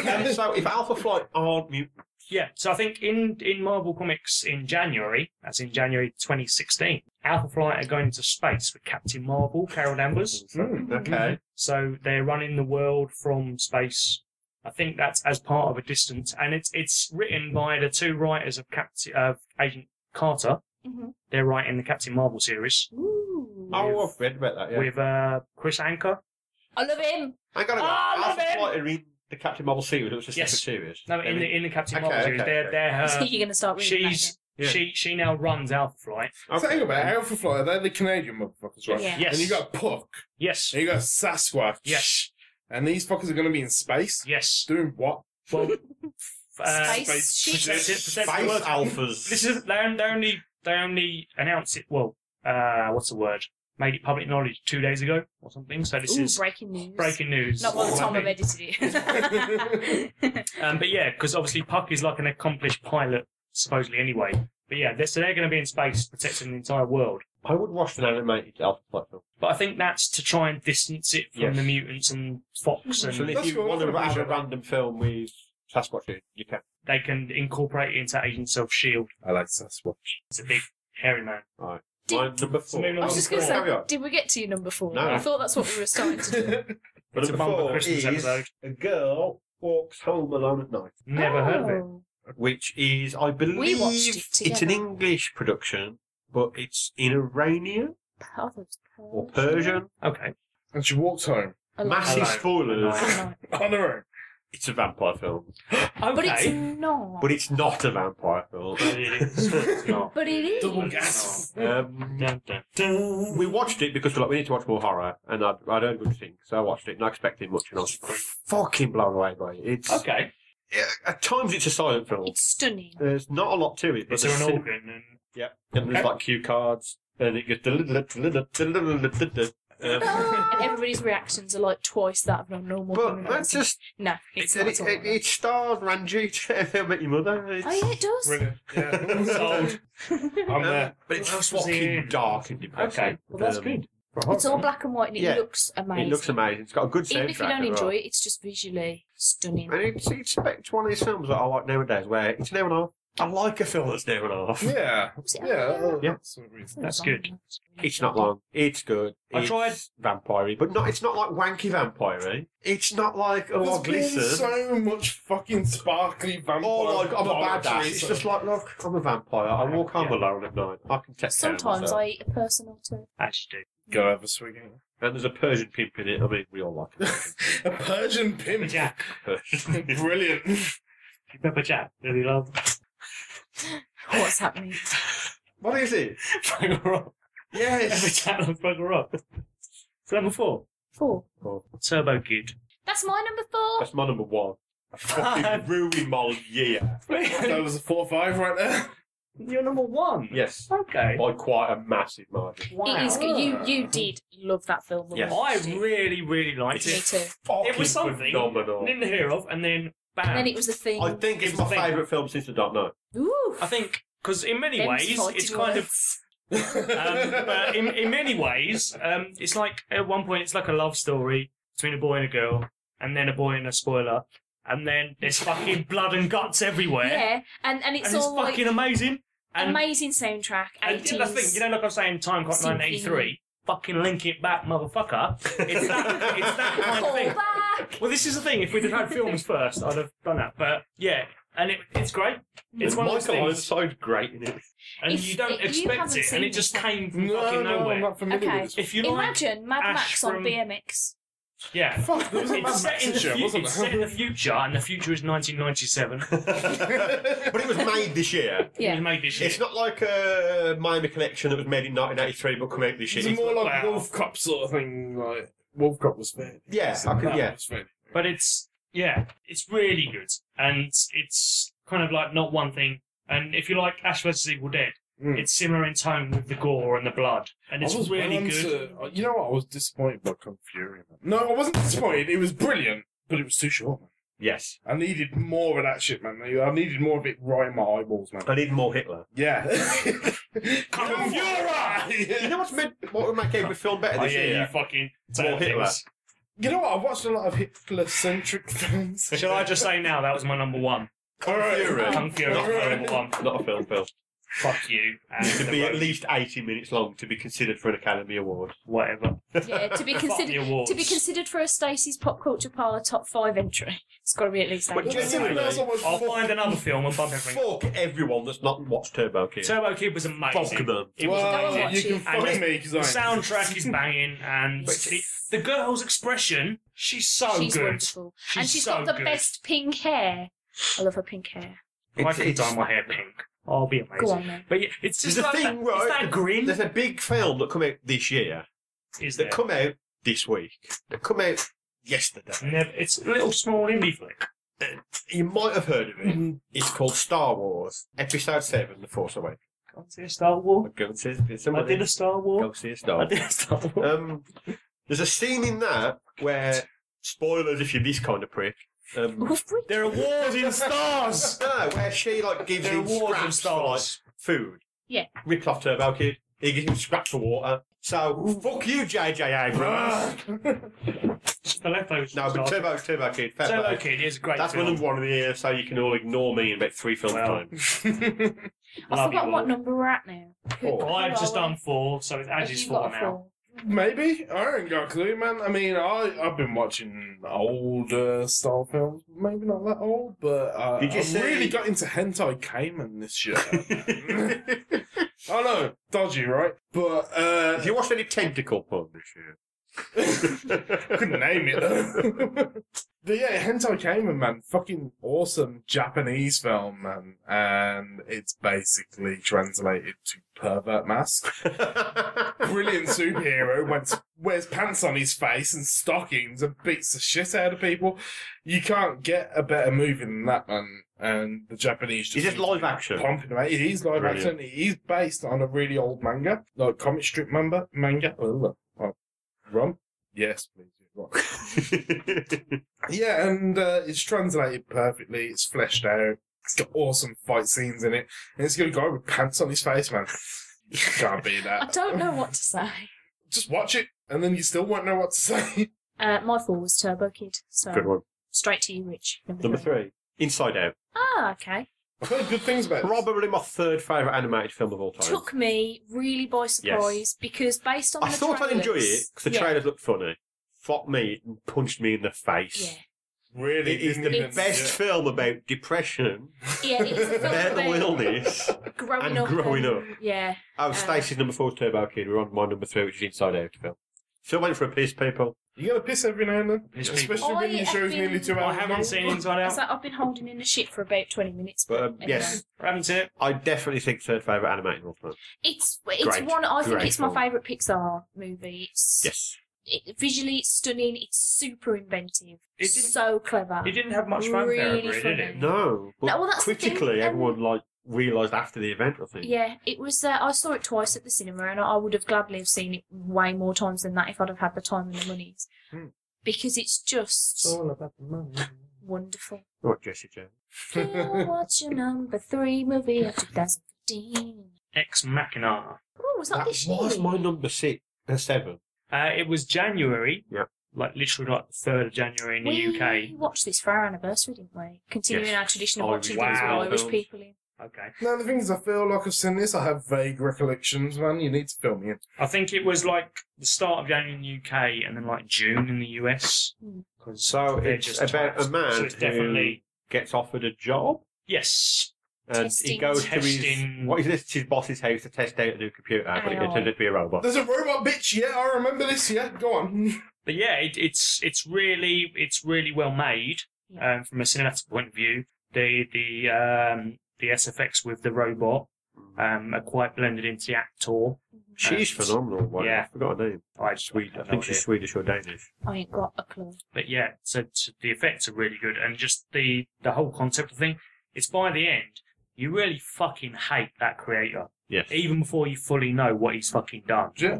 And so if Alpha Flight aren't mutant,
Yeah, so I think in, in Marvel Comics in January, that's in January 2016, Alpha Flight are going to space with Captain Marvel, Carol Danvers.
Hmm.
okay,
So they're running the world from space. I think that's as part of a distance, and it's it's written by the two writers of Captain of Agent Carter.
Mhm.
They're writing the Captain Marvel series
Ooh.
oh, I've read about that. Yeah,
with uh, Chris Anker.
I love him.
I got to
Oh,
go.
I love
Alpha
him.
Flight are in the Captain Marvel series. It was a
Yes.
separate series.
No,
They're
in the in the Captain
Okay,
Marvel series,
okay,
they're
okay.
they're
So
her.
you're going to start reading that
Um, She's
Yeah.
she she now runs Alpha Flight.
So
Okay.
think about it, Alpha Fly, they're the Canadian motherfuckers, right?
Yeah.
Yes.
And you got Puck,
Yes.
and you got Sasquatch.
Yes.
And these fuckers are going to be in space?
Yes.
Doing what?
Well, uh,
Space sheep.
That's it, that's
Space
it. Well,
Alphas.
This is they, on- they only they only announced it. Well, uh, what's the word? Made it public knowledge two days ago or something. So this
Ooh,
is
breaking news.
breaking news.
Not by the time
Um,
I've edited it.
Um, but yeah, because obviously Puck is like an accomplished pilot, supposedly anyway. But yeah, they're, so they're going to be in space protecting the entire world.
I would watch an animated Alpha Flight film.
But I think that's to try and distance it from
Yes.
the mutants and
Mm.
Fox,
So
and
That's
if you
cool,
want
I
to
can
have a
appreciate that.
random film with Sasquatch, in, you can.
they can incorporate it into Agents of Shield.
I like Sasquatch.
E It's a big hairy man.
Did-
Line
So
number four.
moving
I
on
was just going to
Carry
say,
on.
did we get to your number four?
No.
I thought that's what we were starting to do.
But
It's a
number
bumper
four
Christmas
is
episode.
a girl walks home alone at night,
Never heard of it.
Oh.
which is, I believe,
watched it
it's an
together.
English production, but it's in Iranian
I thought it
or
was
Persian.
Oh.
Okay.
And she walks home
I like
Massive
Hello.
spoilers.
that.
on her own.
It's a vampire film,
Okay.
But it's not.
but it's not a vampire film.
But it is. It's not.
But it is.
Double gas.
Um,
Dun, dun.
we watched it because we're like, we need to watch more horror, and I'd, I'd heard good things, so I watched it, not expecting much, and I was fucking blown away by it. It's
Okay.
at times it's a silent film.
It's stunning.
There's not a lot to it, but
Is there
there's
an
cin-
organ? And
and there's like cue cards, and it goes. Um,
and everybody's reactions are like twice that of a normal human
but that's
person.
just
No, Oh, it's
it,
not
it,
at all.
it, it stars Ranjit How I Met Your Mother. It's,
Oh, yeah, it does.
Brilliant. Yeah.
Sold.
I'm
um,
there.
But it's
What else was
fucking
it?
dark and depressing.
Okay, well, that's
Um,
good.
It's all black and white and it
Yeah.
looks amazing.
It looks amazing. It's got a good soundtrack.
Even if you don't
as well.
enjoy it, it's just visually stunning.
And it's, it's, it's one of these films that I like nowadays where it's an hour and a half. I like a film that's an hour and a half.
Yeah.
Was it-
Yeah.
Yeah.
That's what it is.
That's good.
It's not long. It's good.
I
It's
tried-
vampire but not. It's not like wanky vampire It's not like oh,
There's
I
been
glisten.
so much fucking sparkly vampire.
Oh, like I'm a badass.
bollocks.
It's just like, look, I'm a vampire. I walk home
Yeah.
alone at night. I can take care of
Sometimes
myself.
I eat a person or two.
Actually,
Go have a swig. ain't
And there's a Persian pimp in it. I mean, we all like
you? a Persian
do.
pimp.
Jack,
Persian.
Brilliant.
Pepper Jack, really love.
What's happening?
what is it?
Frank Rock. Every time I bugger up. So number four,
Four.
Turbo Kid.
That's my number four.
That's my number one. Fucking ruined my year.
that was a four five right there.
You're number one.
Yes.
Okay.
By quite a massive margin.
Wow.
It is good. You you did love that film. the
Yes.
I
most, didn't you?
really, really liked
Me
it.
too.
Um,
It was something
phenomenal.
Didn't hear of, and then bam.
And then it was the thing.
I think
It
it's
was
my
the thing.
favourite film since The Dark Knight.
Ooh.
I think because in many
Them's
ways
fighting
it's kind of
words.
um, but in, in many ways, um, it's like at one point it's like a love story between a boy and a girl, and then a boy and a spoiler, and then there's fucking blood and guts everywhere,
Yeah, and and it's
and it's
all like
fucking amazing. And,
amazing soundtrack.
and yeah, that's the thing,
80s.
you know, like I'm saying, time clock
Symphony.
1983, fucking link it back, motherfucker. It's that, it's that kind of thing.
Callback.
Well, this is the thing. If we'd have had films first, I'd have done that. But yeah, and it, it's great. It's one of those
Michael
things,
Ironside's great in it.
and
If-
you don't
if you
expect
haven't
it, and
seen
it just
this one-
came from fucking nowhere.
I'm not familiar
Okay.
with this.
If you like,
Imagine Mad
Ash
Max on
from-
BMX.
yeah.
Fuck, there was a
It's
Mad
set,
Max
in the
show,
fu-
wasn't
it's set in the future, and the future is 1997. it
there?
But it was made this year.
was
Yeah.
made this year.
It's not like a Miami Connection that was made in 1983 but come out this year.
It's more like
Wow.
Wolf Cop sort of thing. Like Wolf Cop was fair.
Yeah,
So
I could,
that
yeah.
was fair.
But it's yeah, it's really good, and it's kind of like not one thing. And if you like Ash vs Evil Dead,
Mm.
it's similar in tone with the gore and the blood, and it's
I was
really
willing
good.
to- uh, you know what? I was disappointed by Kung Fury. Man. No, I wasn't disappointed. It was brilliant, but it was too short. Man.
Yes.
I needed more of that shit, man. I needed more of it right in my eyeballs, man.
I need more Hitler.
Yeah.
Kung
You know what's made, what would make every film better
Oh
this
yeah, you
year?
fucking
More Hitler.
things.
You know what? I've watched a lot of Hitler-centric films.
Shall I just say now that was my number one?
All right.
Kung Fury Um, was my number one.
Not a film, Phil.
Fuck you. And
It should
the
be at
road,
least 80 minutes long to be considered for an Academy Award.
whatever.
Yeah, to be
Fuck the
considered
awards.
to be considered for a Stacey's Pop Culture Parlor top five entry. It's got to be at least
But
that.
just-
Listen, that's almost
I'll
full-
find another film and bump everything.
Fuck everyone that's not watched Turbo Kid.
Turbo Kid was amazing.
Fuck them.
It was
Well,
amazing.
you can
And
fuck
it's-
me because
The
I
soundtrack is banging, and
But-
the, the girl's expression, she's so
she's
good.
wonderful, and
She's
she's
so
got the
good.
best pink hair. I love her pink hair.
If I
It's-
can
it's-
dye my hair pink. I'll be amazing.
Go on then.
But yeah, it's just
There's a
like
thing,
that,
right?
it's that grin.
There's a big film that come out this year
is
that
there?
come out this week that come out yesterday.
Never, it's a little small indie flick.
You might have heard of it. it's called Star Wars Episode Seven: The Force Awakens.
Go and see a Star Wars.
Go and see it. Did
I
Somebody
did a Star
go
Wars.
see a
I
Star.
did a Star Wars.
Um, there's a scene in that where spoilers if you're this kind of prick. Um,
Oof, we-
there are wars in stars.
no, where she like gives
there are
him
wars in
scraps for like
stars.
food.
Yeah.
Ripped off Turbo Kid. He gives him scraps for water. So fuck you, JJ Abrams.
The leftovers.
no, but
Star-
Turbo Turbo Kid. Fair
Turbo
play.
Kid is a great.
That's my
film.
number one of the year, so you can all ignore me in about three films
Well,
time.
ain't.
I
Love
forgot
you all. Oh,
what number we're at now. Who-
Four.
who
I've
are
just
we?
done four, so it's
Have
Adjie's
you got
four
a
now.
Maybe I ain't got a clue, man. I mean, I I've been watching older style films, maybe not that old, but uh,
Did you
I
say-
really got into hentai Cayman this year. I know, dodgy, right? But uh,
Have you watched any tentacle porn this year?
couldn't name it though. but yeah, hentai Cayman, man, fucking awesome Japanese film, man, and it's basically translated to pervert mask. brilliant superhero went, wears pants on his face and stockings and beats the shit out of people. You can't get a better movie than that, man. And the Japanese
Is
just
it live action?
pumping him out. It is live
Brilliant.
action. It is based on a really old manga, like comic strip manga. Manga. Oh, oh, wrong. Yes, please. wrong. Yeah, and uh, it's translated perfectly. It's fleshed out. It's got awesome fight scenes in it. And it's got a guy with pants on his face, man. You can't be that.
I don't know what to say.
just watch it, and then you still won't know what to say.
Uh, my four was Turbo Kid, so
Good one.
straight to you, Rich.
Number three, Inside Out.
Ah, okay.
I've heard good things about it.
Probably my third favourite animated film of all time.
Took me really by surprise because based on
I
the
thought I'd enjoy it
trailers-
because the
yeah,
trailers looked funny. Fuck me, it punched me in the face.
Yeah,
Really,
It is
didn't
the
even-
best film about depression,
yeah, it Uh. is a film
mental
about
illness,
growing
and
up.
growing
and-
up.
Yeah,
Oh, Stacey's number four is Turbo Kid. We're on my number three, which is Inside Out film. Still waiting for a piece, people.
You gotta piss every now and then.
Piss people.
Especially when
I
your show's
have
nearly
been-
two hours
I haven't
long.
seen Inside
It's
Out.
like I've been holding in the shit for about 20 minutes.
But, um,
anyway.
yes,
I haven't seen it.
I definitely think third favourite animated one. for me.
It's it's
Great.
one I think
Great
it's my
film.
favourite Pixar movie. It's
Yes.
it, visually it's stunning. It's super inventive.
It didn't-
so clever.
It didn't have much fanfare
Really
over it, did it?
funny.
No. But
No, well, that's the thing,
critically,
um,
everyone like realised after the event, I think.
yeah, it was. Uh, I saw it twice at the cinema, and I would have gladly have seen it way more times than that if I'd have had the time and the monies.
Hmm.
Because it's just
about the money.
wonderful.
Right, Oh, Jesse James.
Phil, what's your number three movie of 2015?
Ex Machina.
Oh, was that,
That
this
was
year?
my number six and seven.
Uh, it was January.
Yeah.
Like literally like the third of January in the
we
UK.
watched this for our anniversary, didn't we? Continuing
Yes.
our tradition of watching
Irish
things with
Oh, wow.
Irish
films.
people in.
Okay.
No, the thing is, I feel like I've seen this. I have vague recollections, man. You need to fill me in.
I think it was like the start of January in the UK and then like June in the US.
Mm.
'Cause
So
they're
it's
just
about
types.
a man
So it's
who-
definitely
Gets offered a job
yes.
and he
Testing.
goes to
Testing.
his what is this? His boss's house to test out a new computer, but it
AI.
turned out to be a
Oh,
robot.
There's a robot bitch. Yeah, I remember this. Yeah, go on.
But yeah, it, it's it's really it's really well made
Yeah.
um, from a cinematic point of view. The the um, the SFX with the robot
Mm.
um, are quite blended into the actor.
She's
And-
phenomenal. Wow.
Yeah.
I forgot her name.
I
Swede. I
have no
think she's
idea.
Swedish or Danish.
I ain't got a clue.
But yeah, so, so the effects are really good, and just the the whole concept of the thing. It's by the end, you really fucking hate that creator,
Yes.
even before you fully know what he's fucking done.
Yeah.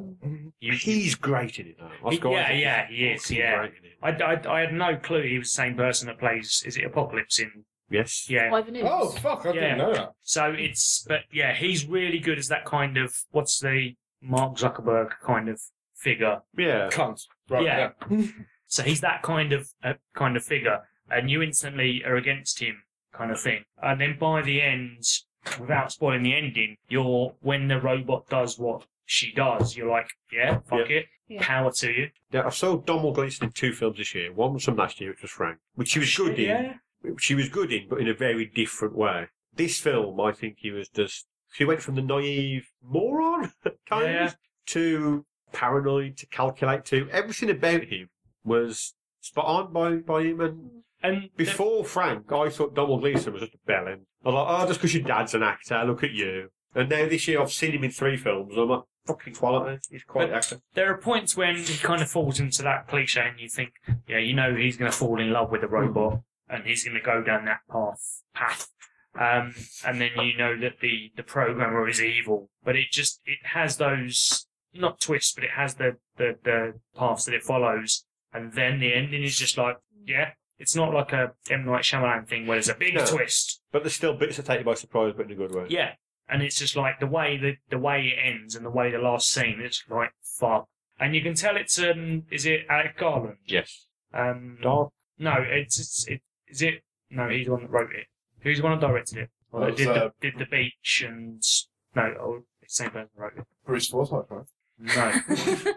You,
He's great in it though.
He-
Oscar
yeah,
Isaac
yeah, he is,
fucking
yeah.
Great in it.
I, I, I had no clue he was the same person that plays. Is it Apocalypse in?
Yes.
Yeah,
Ivan Ooze.
Oh fuck! I
Yeah.
didn't know that.
So it's, but yeah, he's really good as that kind of what's the Mark Zuckerberg kind of figure.
Yeah.
Cunt. Right.
Yeah.
Yeah.
So he's that kind of uh, kind of figure, and you instantly are against him, kind of thing. And then by the end, without spoiling the ending, you're when the robot does what she does, you're like, yeah, fuck it,
Yeah.
power to you.
Now I saw Donald Gleason in two films this year. One was from last year, which was Frank, which she was good in.
Yeah,
She was good in, but in a very different way. This film, I think, he was just he went from the naive moron at times
Yeah.
to paranoid, to calculate, to everything about him was spot on by by him and
and
Before Frank, I thought Donald Gleason was just a bellend. I was like, oh, just because your dad's an actor, look at you. And now this year I've seen him in three films. I'm like, fucking quality. He's quite an actor.
there are points when he kind of falls into that cliche and you think, yeah, you know he's going to fall in love with the robot and he's going to go down that path. path. Um, and then you know that the, the programmer is evil. But it just, it has those, not twists, but it has the, the, the paths that it follows. And then the ending is just like, yeah, it's not like a M. Night Shyamalan thing where there's a big
No.
twist.
But there's still bits that take you by surprise, but in a good way.
Yeah, and it's just like the way the the way it ends and the way the last scene. It's like fuck, and you can tell it's um is it Alec Garland?
Yes.
Um,
Dark.
no, it's it's it is it no he's the one that wrote it. Who's the one that directed it? Or
Well,
that did
it's, uh,
the did the beach and no oh it's the same person that wrote it.
Bruce Forsyth, right?
No, but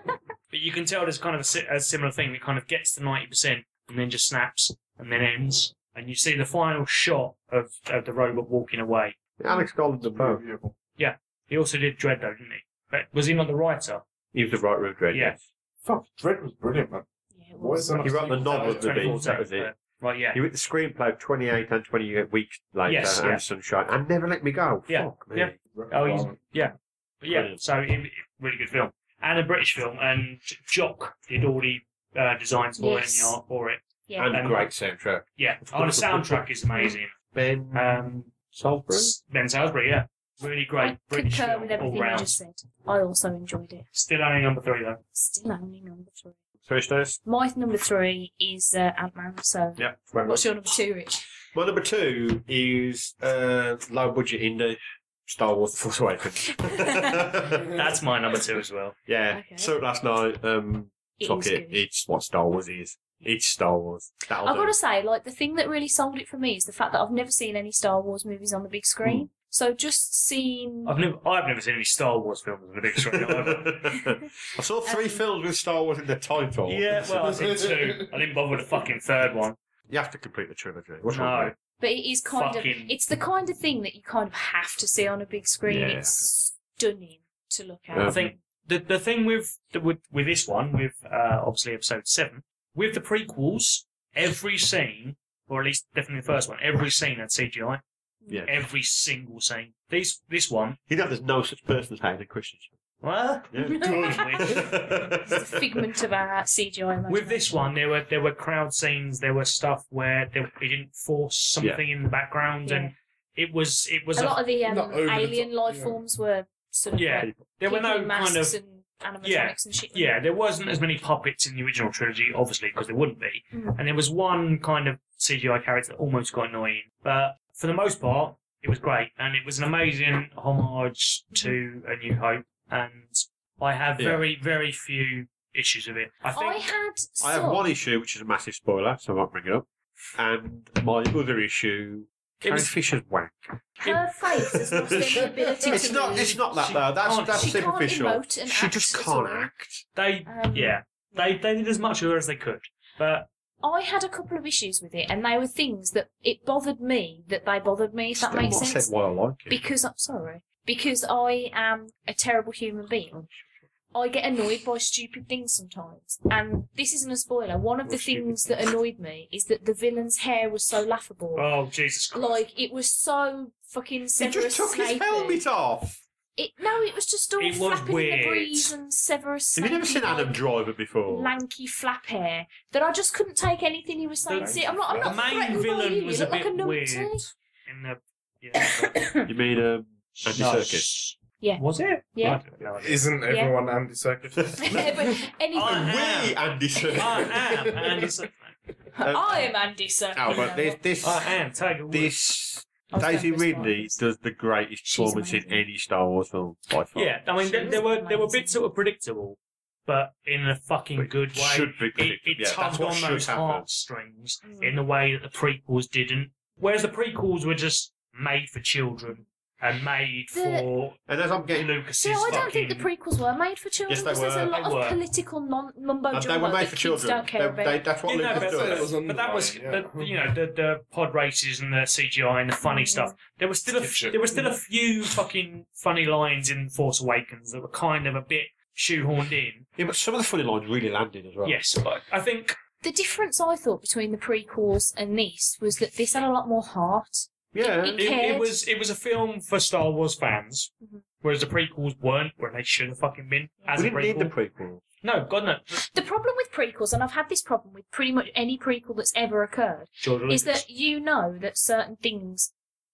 you can tell there's kind of a, si- a similar thing that kind of gets to ninety percent and then just snaps and then ends. And you see the final shot of, of the robot walking away.
Alex Garland the pro.
Beautiful.
He also did Dread though, didn't he? But was he not the writer?
He was the right room dread.
Yeah.
Fuck, Dread was brilliant, man.
Yeah, it
What
was.
is that?
He wrote the novel of the
Dread.
beast. That was it.
Right, yeah.
He wrote the screenplay 28 and 28 weeks later
Yes,
and
yeah.
Sunshine and Never Let Me Go.
Yeah,
Fuck me.
yeah. Oh, he's, yeah. But yeah,
Brilliant.
so it, it- really good film. And a British film, and J- Jock did all the uh, designs for it
Yes.
and the art for it.
Yeah.
And
And-
great soundtrack.
Yeah. Oh, the soundtrack is amazing.
Ben
Um,
Salisbury.
s- Ben Salisbury, yeah. Really great
I
British
concur
film
with
all
everything you
round.
just said. I also enjoyed it.
Still only number three, though.
Still only number three.
So it's nice.
My number three is uh, Ant Man. So,
Yeah. Very much.
what's your number two, Rich?
My number two is uh, low budget indie Star Wars The Force Awakens.
That's my number two as well.
yeah.
Okay.
So last night, um,
It
fuck
is
it.
good.
It's what Star Wars is. It's Star Wars. That'll
I've
do.
got to say, like, the thing that really sold it for me is the fact that I've never seen any Star Wars movies on the big
Mm.
screen. So, just seeing.
I've never, I've never seen any Star Wars films on the big screen. either.
I saw three
Um,
films with Star Wars in the title.
yeah, well, I seen two. I didn't bother with the fucking third one.
you have to complete the trilogy. What's
No.
wrong with
But it is kind
Fucking-
of it's the kind of thing that you kind of have to see on a big screen.
Yeah.
It's stunning to look at.
Um,
I think the the thing with the, with with this one, with uh, obviously episode seven, with the prequels, every scene, or at least definitely the first one, every scene had CGI.
Yeah.
Every single scene. These this one.
You know, there's no such person as Hayden Christensen.
What?
It's a figment of our CGI imagination.
With this one, there were there were crowd scenes. There were stuff where they, they didn't force something in the background, and it was it was
a lot of the um,
Not over the top,
alien life
yeah.
forms were sort of
Yeah,
like,
there were
people
no
in masks
kind
and
of
animatronics
Yeah,
and shit.
yeah. There wasn't as many puppets in the original trilogy, obviously, because there wouldn't be.
Mm.
And there was one kind of CGI character that almost got annoying, but for the most part, it was great, and it was an amazing homage
Hmm.
to A New Hope. And I have
Yeah.
very very few issues with it. I
I,
think
had
I have
some-
one issue, which is a massive spoiler, so I won't bring it up. And my other issue,
it
Carrie
was
Fisher's wank.
Her face has lost the ability
it's
to
not.
move.
It's not that
She
though. That's
can't-
that's
she can't
superficial.
emote and
she
act
just
at
can't
all.
act.
they
Um,
yeah they they did as much of her as they could, but
I had a couple of issues with it, and they were things that it bothered me that they bothered me. If that
Still
makes
not
sense,
said why I like it.
because I'm sorry, because I am a terrible human being. I get annoyed by stupid things sometimes, and this isn't a spoiler. One of
Or
the
stupid
things that annoyed me is that the villain's hair was so laughable.
oh Jesus Christ!
Like it was so fucking
he
Severus
just took his
Snape-y.
helmet off.
It no, it was just all
It was
flapping in
weird.
the breeze and Severus.
Have you never
Snape-y,
seen Adam
like,
Driver before?
Lanky flap hair that I just couldn't take anything he was saying.
The-
See, I'm not. I'm not
the main
threatened by you.
villain
You
was a
look
bit
like a
weird
numpty.
in the yeah. but-
You mean um, Andy
No.
Serkis?
Yeah.
Was it?
Yeah.
I don't know.
Isn't
Yeah.
everyone Andy Serkis?
but anything.
I am-
We Andy Serkis.
I am Andy Serkis.
I am Andy Serkis.
Oh, but this this
I am Tiger Woods.
this
I was going
Daisy
for Star
Ridley
Wars.
does the greatest
She's
performance in
amazing.
any Star Wars film by far.
Yeah, I mean there, there were there were bits that were predictable, but in a fucking
But it
good way.
should be
it,
predictable,
it
yeah, that's
tugged
what
on
should
those
happen.
heartstrings
Mm.
in the way that the prequels didn't. Whereas the prequels were just made for children and made
The-
for
And as I'm getting
Lucas's
See, I don't think the
fucking-
prequels were made for children
Yes, they
because there's a
were.
lot
They
of
were.
political non- mumbo
Uh,
jumbo
they were made
that
for
kids
children.
don't care
They-
about.
they- that's what
Yeah, no,
Lucas
but,
It was
does.
but that was,
underlying, yeah.
but, you know, the, the pod races and the CGI and the funny
Mm.
stuff. There was still a,
Skip shit.
there were still a few fucking funny lines in Force Awakens that were kind of a bit shoehorned in.
Yeah, but some of the funny lines really landed as well.
Yes, but I think
the difference I thought between the prequels and this was that this had a lot more heart.
Yeah.
It-
it, it
Cared.
was it was a film for Star Wars fans,
Mhm.
whereas the prequels weren't where they should have fucking been. As
we
a
didn't need
prequel,
the prequel.
no, God no,
The problem with prequels, and I've had this problem with pretty much any prequel that's ever occurred,
George Lucas.
is that you know that certain things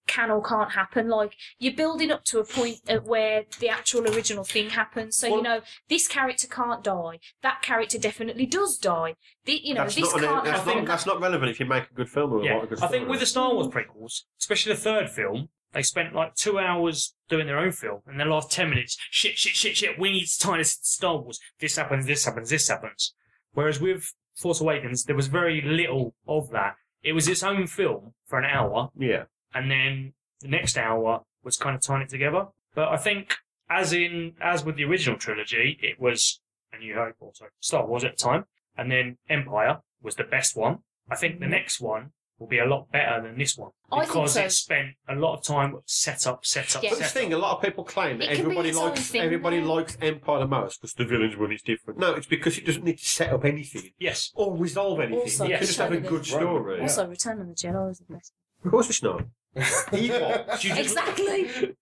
can or can't happen. Like you're building up to a point at where the actual original thing happens. So
Well-
you know this character can't die. That character definitely does die. The, you know
that's,
this
not an-
can't
that's,
happen.
not, that's not relevant if you make a good film or
yeah,
not a good
I
story.
think with the Star Wars prequels, especially the third film, they spent like two hours doing their own film, and the last ten minutes, shit, shit, shit, shit. We need to tie this to Star Wars. This happens. This happens. This happens. Whereas with Force Awakens, there was very little of that. It was its own film for an hour,
yeah.
and then the next hour was kind of tying it together. But I think, as in as with the original trilogy, it was A New Hope, or sorry, Star Wars at the time, and then Empire was the best one. I think the next one will be a lot better than this one
I think
because
so.
it spent a lot of time set up, set up,
Yeah.
But the
set up.
thing, a lot of people claim that
It can be
everybody
its own
likes
thing,
everybody
though.
likes Empire the most because the villains when it's different. No, it's because it doesn't need to set up anything
Yes,
or resolve anything.
Also,
you
yes.
can just have a good
Right.
story.
Yeah.
Also, Return of the Jedi was the best.
Of course, it's not. Evil.
they
You just-
Exactly.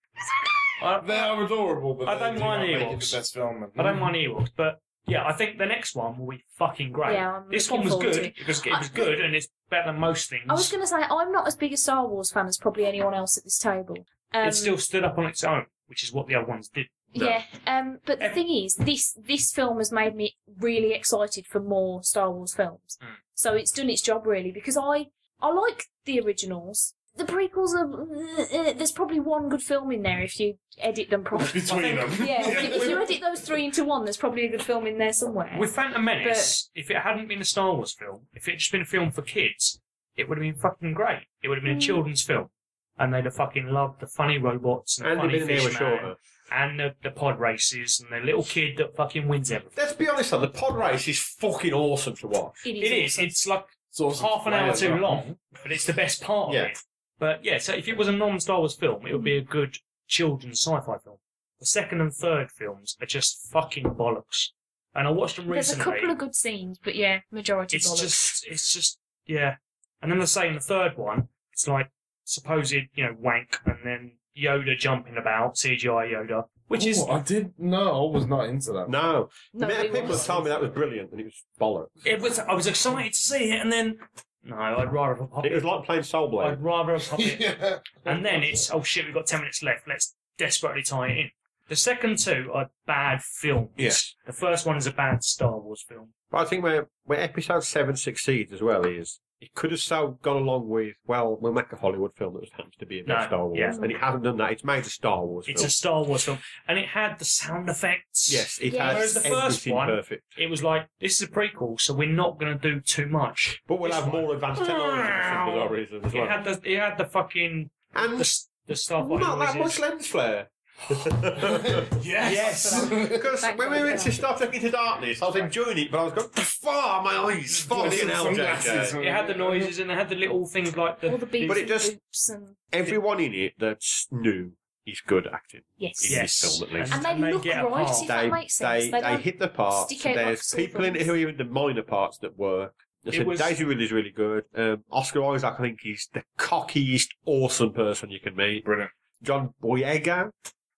I,
are adorable, but
I
they
don't
do
mind
not make it
Ewoks.
the best film.
I don't mind Ewoks, but yeah, I think the next one will be fucking great.
Yeah, I'm
this one
looking forward
was good.
to it.
It was, it was good, and it's better than most things.
I was going to say I'm not as big a Star Wars fan as probably anyone else at this table. Um,
it still stood up on its own, which is what the other ones did.
Yeah, um, but the
Ev-
thing is, this this film has made me really excited for more Star Wars films.
Mm.
So it's done its job really because I I like the originals. The prequels are eh, there's probably one good film in there if you edit them properly.
Between
I think-
them.
yeah, if you, if you edit those three into one, there's probably a good film in there somewhere.
With Phantom Menace, if it hadn't been a Star Wars film, if it had just been a film for kids, it would have been fucking great. It would have been a
Mm.
children's film. And they'd have fucking loved the funny robots and the
And
funny
they've been an hour
fishman
shorter.
and the, the pod races and the little kid that fucking wins everything.
Let's be honest though, the pod race is fucking awesome to watch.
It is.
awesome.
It's like
It's awesome
half an
to play
hour
as
too
well.
long, but it's the best part
Yeah.
of it. But yeah, so if it was a non-Star Wars film, it would be a good children's sci-fi film. The second and third films are just fucking bollocks. And I watched them
There's a
recently.
couple of good scenes, but yeah, majority
it's
bollocks.
just, it's just, yeah. And then the same, the third one, it's like supposed, you know, wank, and then Yoda jumping about, CGI Yoda, which is
Ooh, Oh, I did. No, I was not into that.
No.
No,
the amount
it
of people
was.
that told me that was brilliant and it was bollocks.
It was. I was excited to see it, and then no, I'd rather have a
It was
puppet.
like playing Soul Blade.
I'd rather have a puppet.
yeah.
and then it's oh shit, we've got ten minutes left. Let's desperately tie it in. The second two are bad films.
Yeah.
The first one is a bad Star Wars film.
But I think where, where episode seven succeeds as well is it could have so gone along with well, we'll make a Hollywood film that was happens to be about
No,
Star Wars,
yeah.
and it hasn't done that. It's made a Star Wars
It's
film.
a Star Wars film, and it had the sound effects.
yes, it
Yeah.
has
Whereas the first
everything
one-
perfect,
It was like this is a prequel, so we're not going to do too much.
but we'll
This
have
one-
more advanced technology for some bizarre reason as well.
It had the it had the fucking
and
the, s- the stuff like
not that
noises.
much lens flare. because
Yes.
Thank
when we
God.
went to Star Trek Into Darkness, I was enjoying it, but I was going, "Far my eyes, fucking hell, JJ."
It had the noises and it had the little things like the
All the beats
But it
and
just-
boops and
Everyone in it that's new is good acting.
yes.
in
Yes.
this film at least.
And they look
get a
right,
part.
If that
they
makes sense,
they,
they
they
don't
hit the parts.
stick out like
There's
sore
people in it who are even the minor parts that work. I
It
said
was-
Daisy Ridley's really good. Um, Oscar Isaac, I think, is the cockiest, awesome person you can meet.
Brilliant.
John Boyega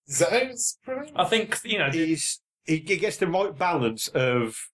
Is that it? It's brilliant.
I think you know the-
is he, he gets the right balance of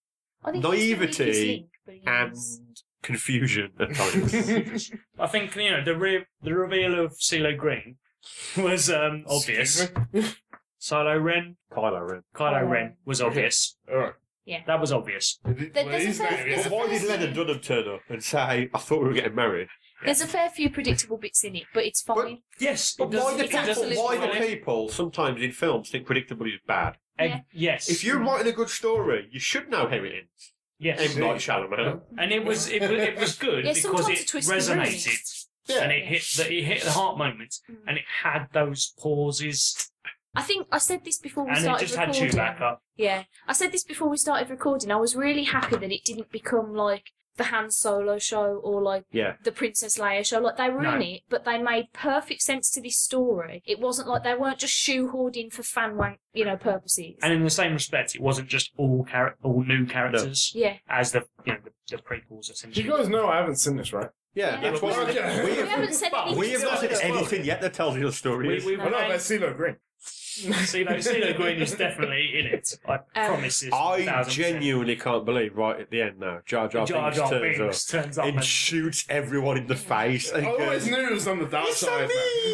I think it's gonna be
naivety
his link, but he
and
is-
confusion at times.
I think you know the re- the reveal of CeeLo Green was um, obvious.
Excuse
Silo Ren,
Kylo Ren.
Kylo
Oh.
Ren was obvious.
me? All right.
That was obvious.
There- there's a fair-
Well,
there's
But
his
a
name is-
why
fair
did Leonard
few-
Dunham turn up and say, "I thought we were getting married"?
There's a fair few predictable bits in it, but it's fine.
Yes,
But why do
it's absolutely
people? Why do
fine.
people sometimes in films think predictably is bad?
Eh, Yes,
If you're writing a good story, you should know how it ends.
yes,
M. Night Shyamalan.
and it was it was, it was good
Yeah,
because
sometimes
it
it twists and
resonated and it hit the it hit the heart moments
Mm.
and it had those pauses
I think I said this before we
and it
started
just had
recording.
Chewbacca.
Yeah, I said this before we started recording. I was really happy that it didn't become like the Han Solo show or like
Yeah.
the Princess Leia show. Like they were
No.
in it, but they made perfect sense to this story. It wasn't like they weren't just shoehorned in for fan wank, you know, purposes.
And in the same respect, it wasn't just all char- all new characters
yeah,
as the you know the, the prequels
You
essentially.
guys know I haven't seen this, right?
Yeah,
Yeah,
that's
but
why
we- Okay.
we,
we
have,
haven't said
But
anything.
we have not said
Yeah.
anything yet that tells you the story.
we, we
No.
Well, no,
remain-
but CeeLo Green.
CeeLo, CeeLo Green is definitely in it. I promise this.
I
1000%.
genuinely can't believe right at the end now, Jar Jar,
Jar
Binks
Jar
turns
Binks turns up.
up and
and-
shoots everyone in the face.
I
And
always
goes,
knew Oh, it was on the dark
it's
side.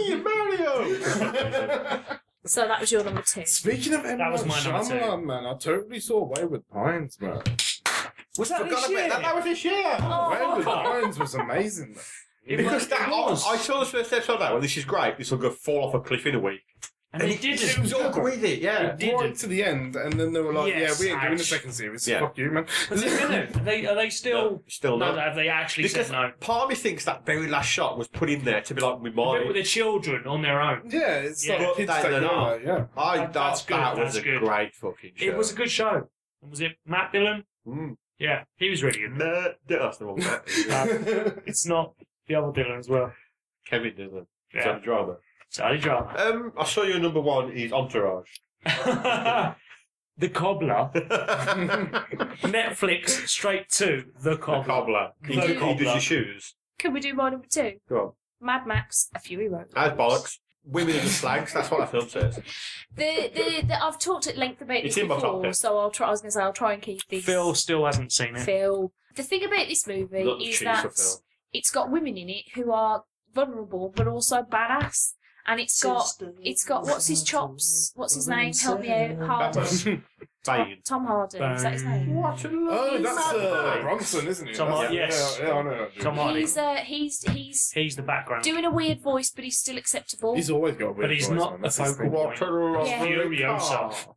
a me, Mario.
So that was your number two.
Speaking of M.
That was my number two.
Shyamalan, man, I totally saw Wayward Pines, man.
was that this
Forgot about
year?
that. That was this year.
Oh.
Wayward Pines was amazing.
It
Because
was- it
that, I,
was.
I saw the first episode of that. Well, this is great. This will go fall off a cliff in a week.
and it
It was
didn't.
all
with it, yeah.
It didn't.
Right to the end, and then they were like,
Yes,
yeah, we ain't doing a
ouch.
second series.
Yeah.
Fuck you, man.
Was it gonna? Are they, are they still?
Still
No,
not.
have they actually
Because
said no?
part of me thinks that very last shot was put in there to be like, we
The bit
might.
with the children on their own.
Yeah, it's
Yeah.
like kids
But they-
take
they're not.
over, yeah.
I
That-
that,
that's good,
that
that's
was a
good.
great fucking show.
It was a good show. And was it Matt Dillon?
Mm.
Yeah, he was really good.
Murder. That's the wrong uh, Matt.
It's not the other Dillon as well.
Kevin does it. It's
Yeah,
a drama.
Sally Drama.
Um, I saw your number one is Entourage.
the Cobbler. Netflix straight to The
The
Cobbler.
cobbler. He,
The
he does
cobbler.
your shoes.
Can we do my number two?
Go on.
Mad Max: A Fury Road.
That's bollocks. Women are just slags. That's what the film says.
The, the, the I've talked at length about
It's
this
in my top
before,
ten.
so I'll try. I was going to say I'll try and keep these.
Phil still hasn't seen it.
Phil. The thing about this movie
Not the
is
cheese
that
of film.
it's got women in it who are vulnerable but also badass, and it's got it's got what's his chops? What's his name? Help me out, Harden. Tom,
Bane.
Tom Harden. Is that his name?
What a
Oh,
lovely
that's uh,
man.
Bronson, isn't it?
Tom
That's-
Hardy, yes.
Yeah, yeah, I know. that
Tom
dude.
Hardy.
He's uh, he's he's
He's the background.
doing a weird voice, but he's still acceptable.
He's always got a weird
but he's
voice,
not
man.
the
That's his
focal
thing.
point.
Yeah.
Furiosa.
Oh.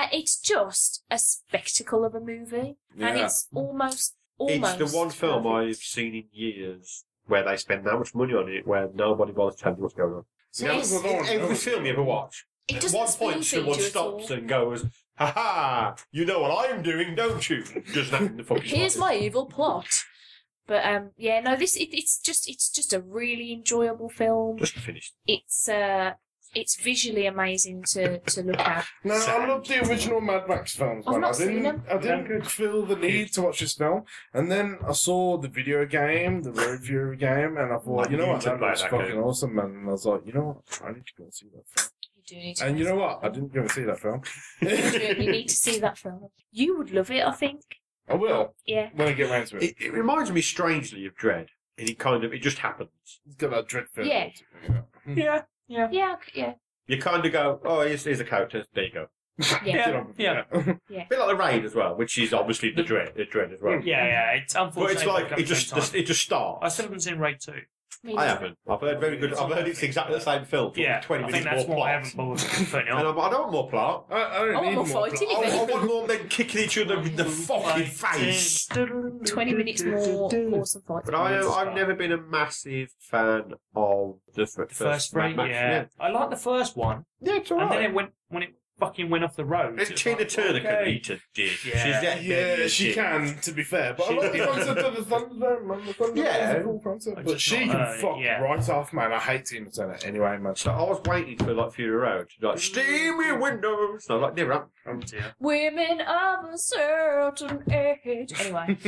Uh, it's just a spectacle of a movie, and
Yeah.
it's almost
It's
almost.
the one film
perfect.
I've seen in years where they spend that much money on it, where nobody bothers telling you what's going on.
So
That
it's-
was the
In
one.
every film you ever watch,
It
at
doesn't
one
spoon-feed
point someone
you at
stops
all.
and goes, "Ha ha! You know what I'm doing, don't you?" Just that in the fucking.
Here's
office.
my evil plot. But um, yeah, no, this it, it's just it's just a really enjoyable film.
Just finished.
It's uh, it's visually amazing to, to look at.
No, I
Sad.
loved the original Mad Max films.
I've
man.
not
I didn't,
seen them.
I didn't feel the need to watch this film, and then I saw the video game, the road view game, and I thought,
I
you know
need
what,
to
that
buy
looks
that
fucking
game.
awesome, man. And I was like, you know what, I need to go and see that film.
You do need to
And you know what, I didn't go and see that film.
you need to see that film. You would love it, I think.
I will
Yeah.
when I get round to it.
It, it reminds me strangely of Dread. And it kind of, it just happens.
It's got that dreadful.
Yeah.
Yeah, yeah,
Yeah, I c- yeah.
You kind of go, oh, here's, here's a character, there you go.
Yeah.
yeah, yeah,
A bit like the Raid as well, which is obviously the Dread, the dread as well.
yeah. yeah. It's
But it's
unfortunately.
like,
at the
it just,
same time.
it just
I
starts.
still haven't seen Raid Two.
Me
I
neither.
haven't. I've heard very good. I've heard it's exactly the same film. but
Yeah,
with twenty
I think
minutes
that's
more
why I
plot.
haven't bothered putting it
And
on.
I'm, I don't want more plot.
I, I don't
I want
need
more
more.
fighting
I,
I-
events.
I want more men kicking each other in the fucking face.
Twenty minutes more awesome fights.
But I, uh, I've never been a massive fan of the f-
The first
Mad
Raid,
Max,
yeah. I liked the first one,
yeah, it's
and then
alright.
it went when it fucking went off the road.
And
it's
Tina
like,
Turner can
okay.
eat a dick.
Yeah.
She's that
Yeah,
big a
she
dick.
can, to be fair. But I
She-
like the concept of the Thunderdome, man. The Thunderdome
Yeah.
is a cool concept.
I
But
just
she
not
can
heard it,
fuck
yeah.
right off, man. I hate Tina Turner anyway, man.
So I was waiting for like Fury Road, to, like steamy windows. And I'm like, never up.
Oh dear.
Women of a certain age. Anyway.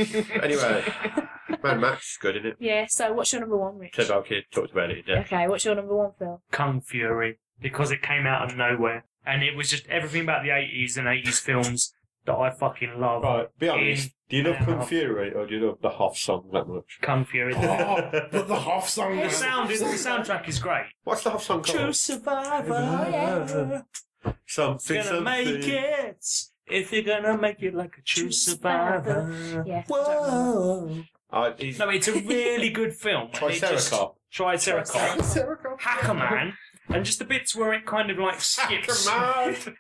Anyway, Mad Max is good, isn't it?
yeah. So, what's your number one, Rich?
Ted Kid talked about it. Yeah.
Okay. What's your number one, Phil?
Kung Fury because it came out of nowhere, and it was just everything about the eighties and eighties films that I fucking love.
Right, be
honest,
Do you
love Kung
Fury or do you love the Hoff song that much?
Kung Fury. The,
Oh, but the Hoff song
the
is
sound is, the soundtrack is great.
What's the Hoff song called?
survivor,
Something. something.
it. If you're gonna make it like a
True survivor.
Uh,
Yeah. I don't remember.
Whoa.
Uh, he's
No, it's a really good film. and it just-
Triceracop.
Triceracop. Hackerman. And just the bits where it kind of like skips.
Hackerman.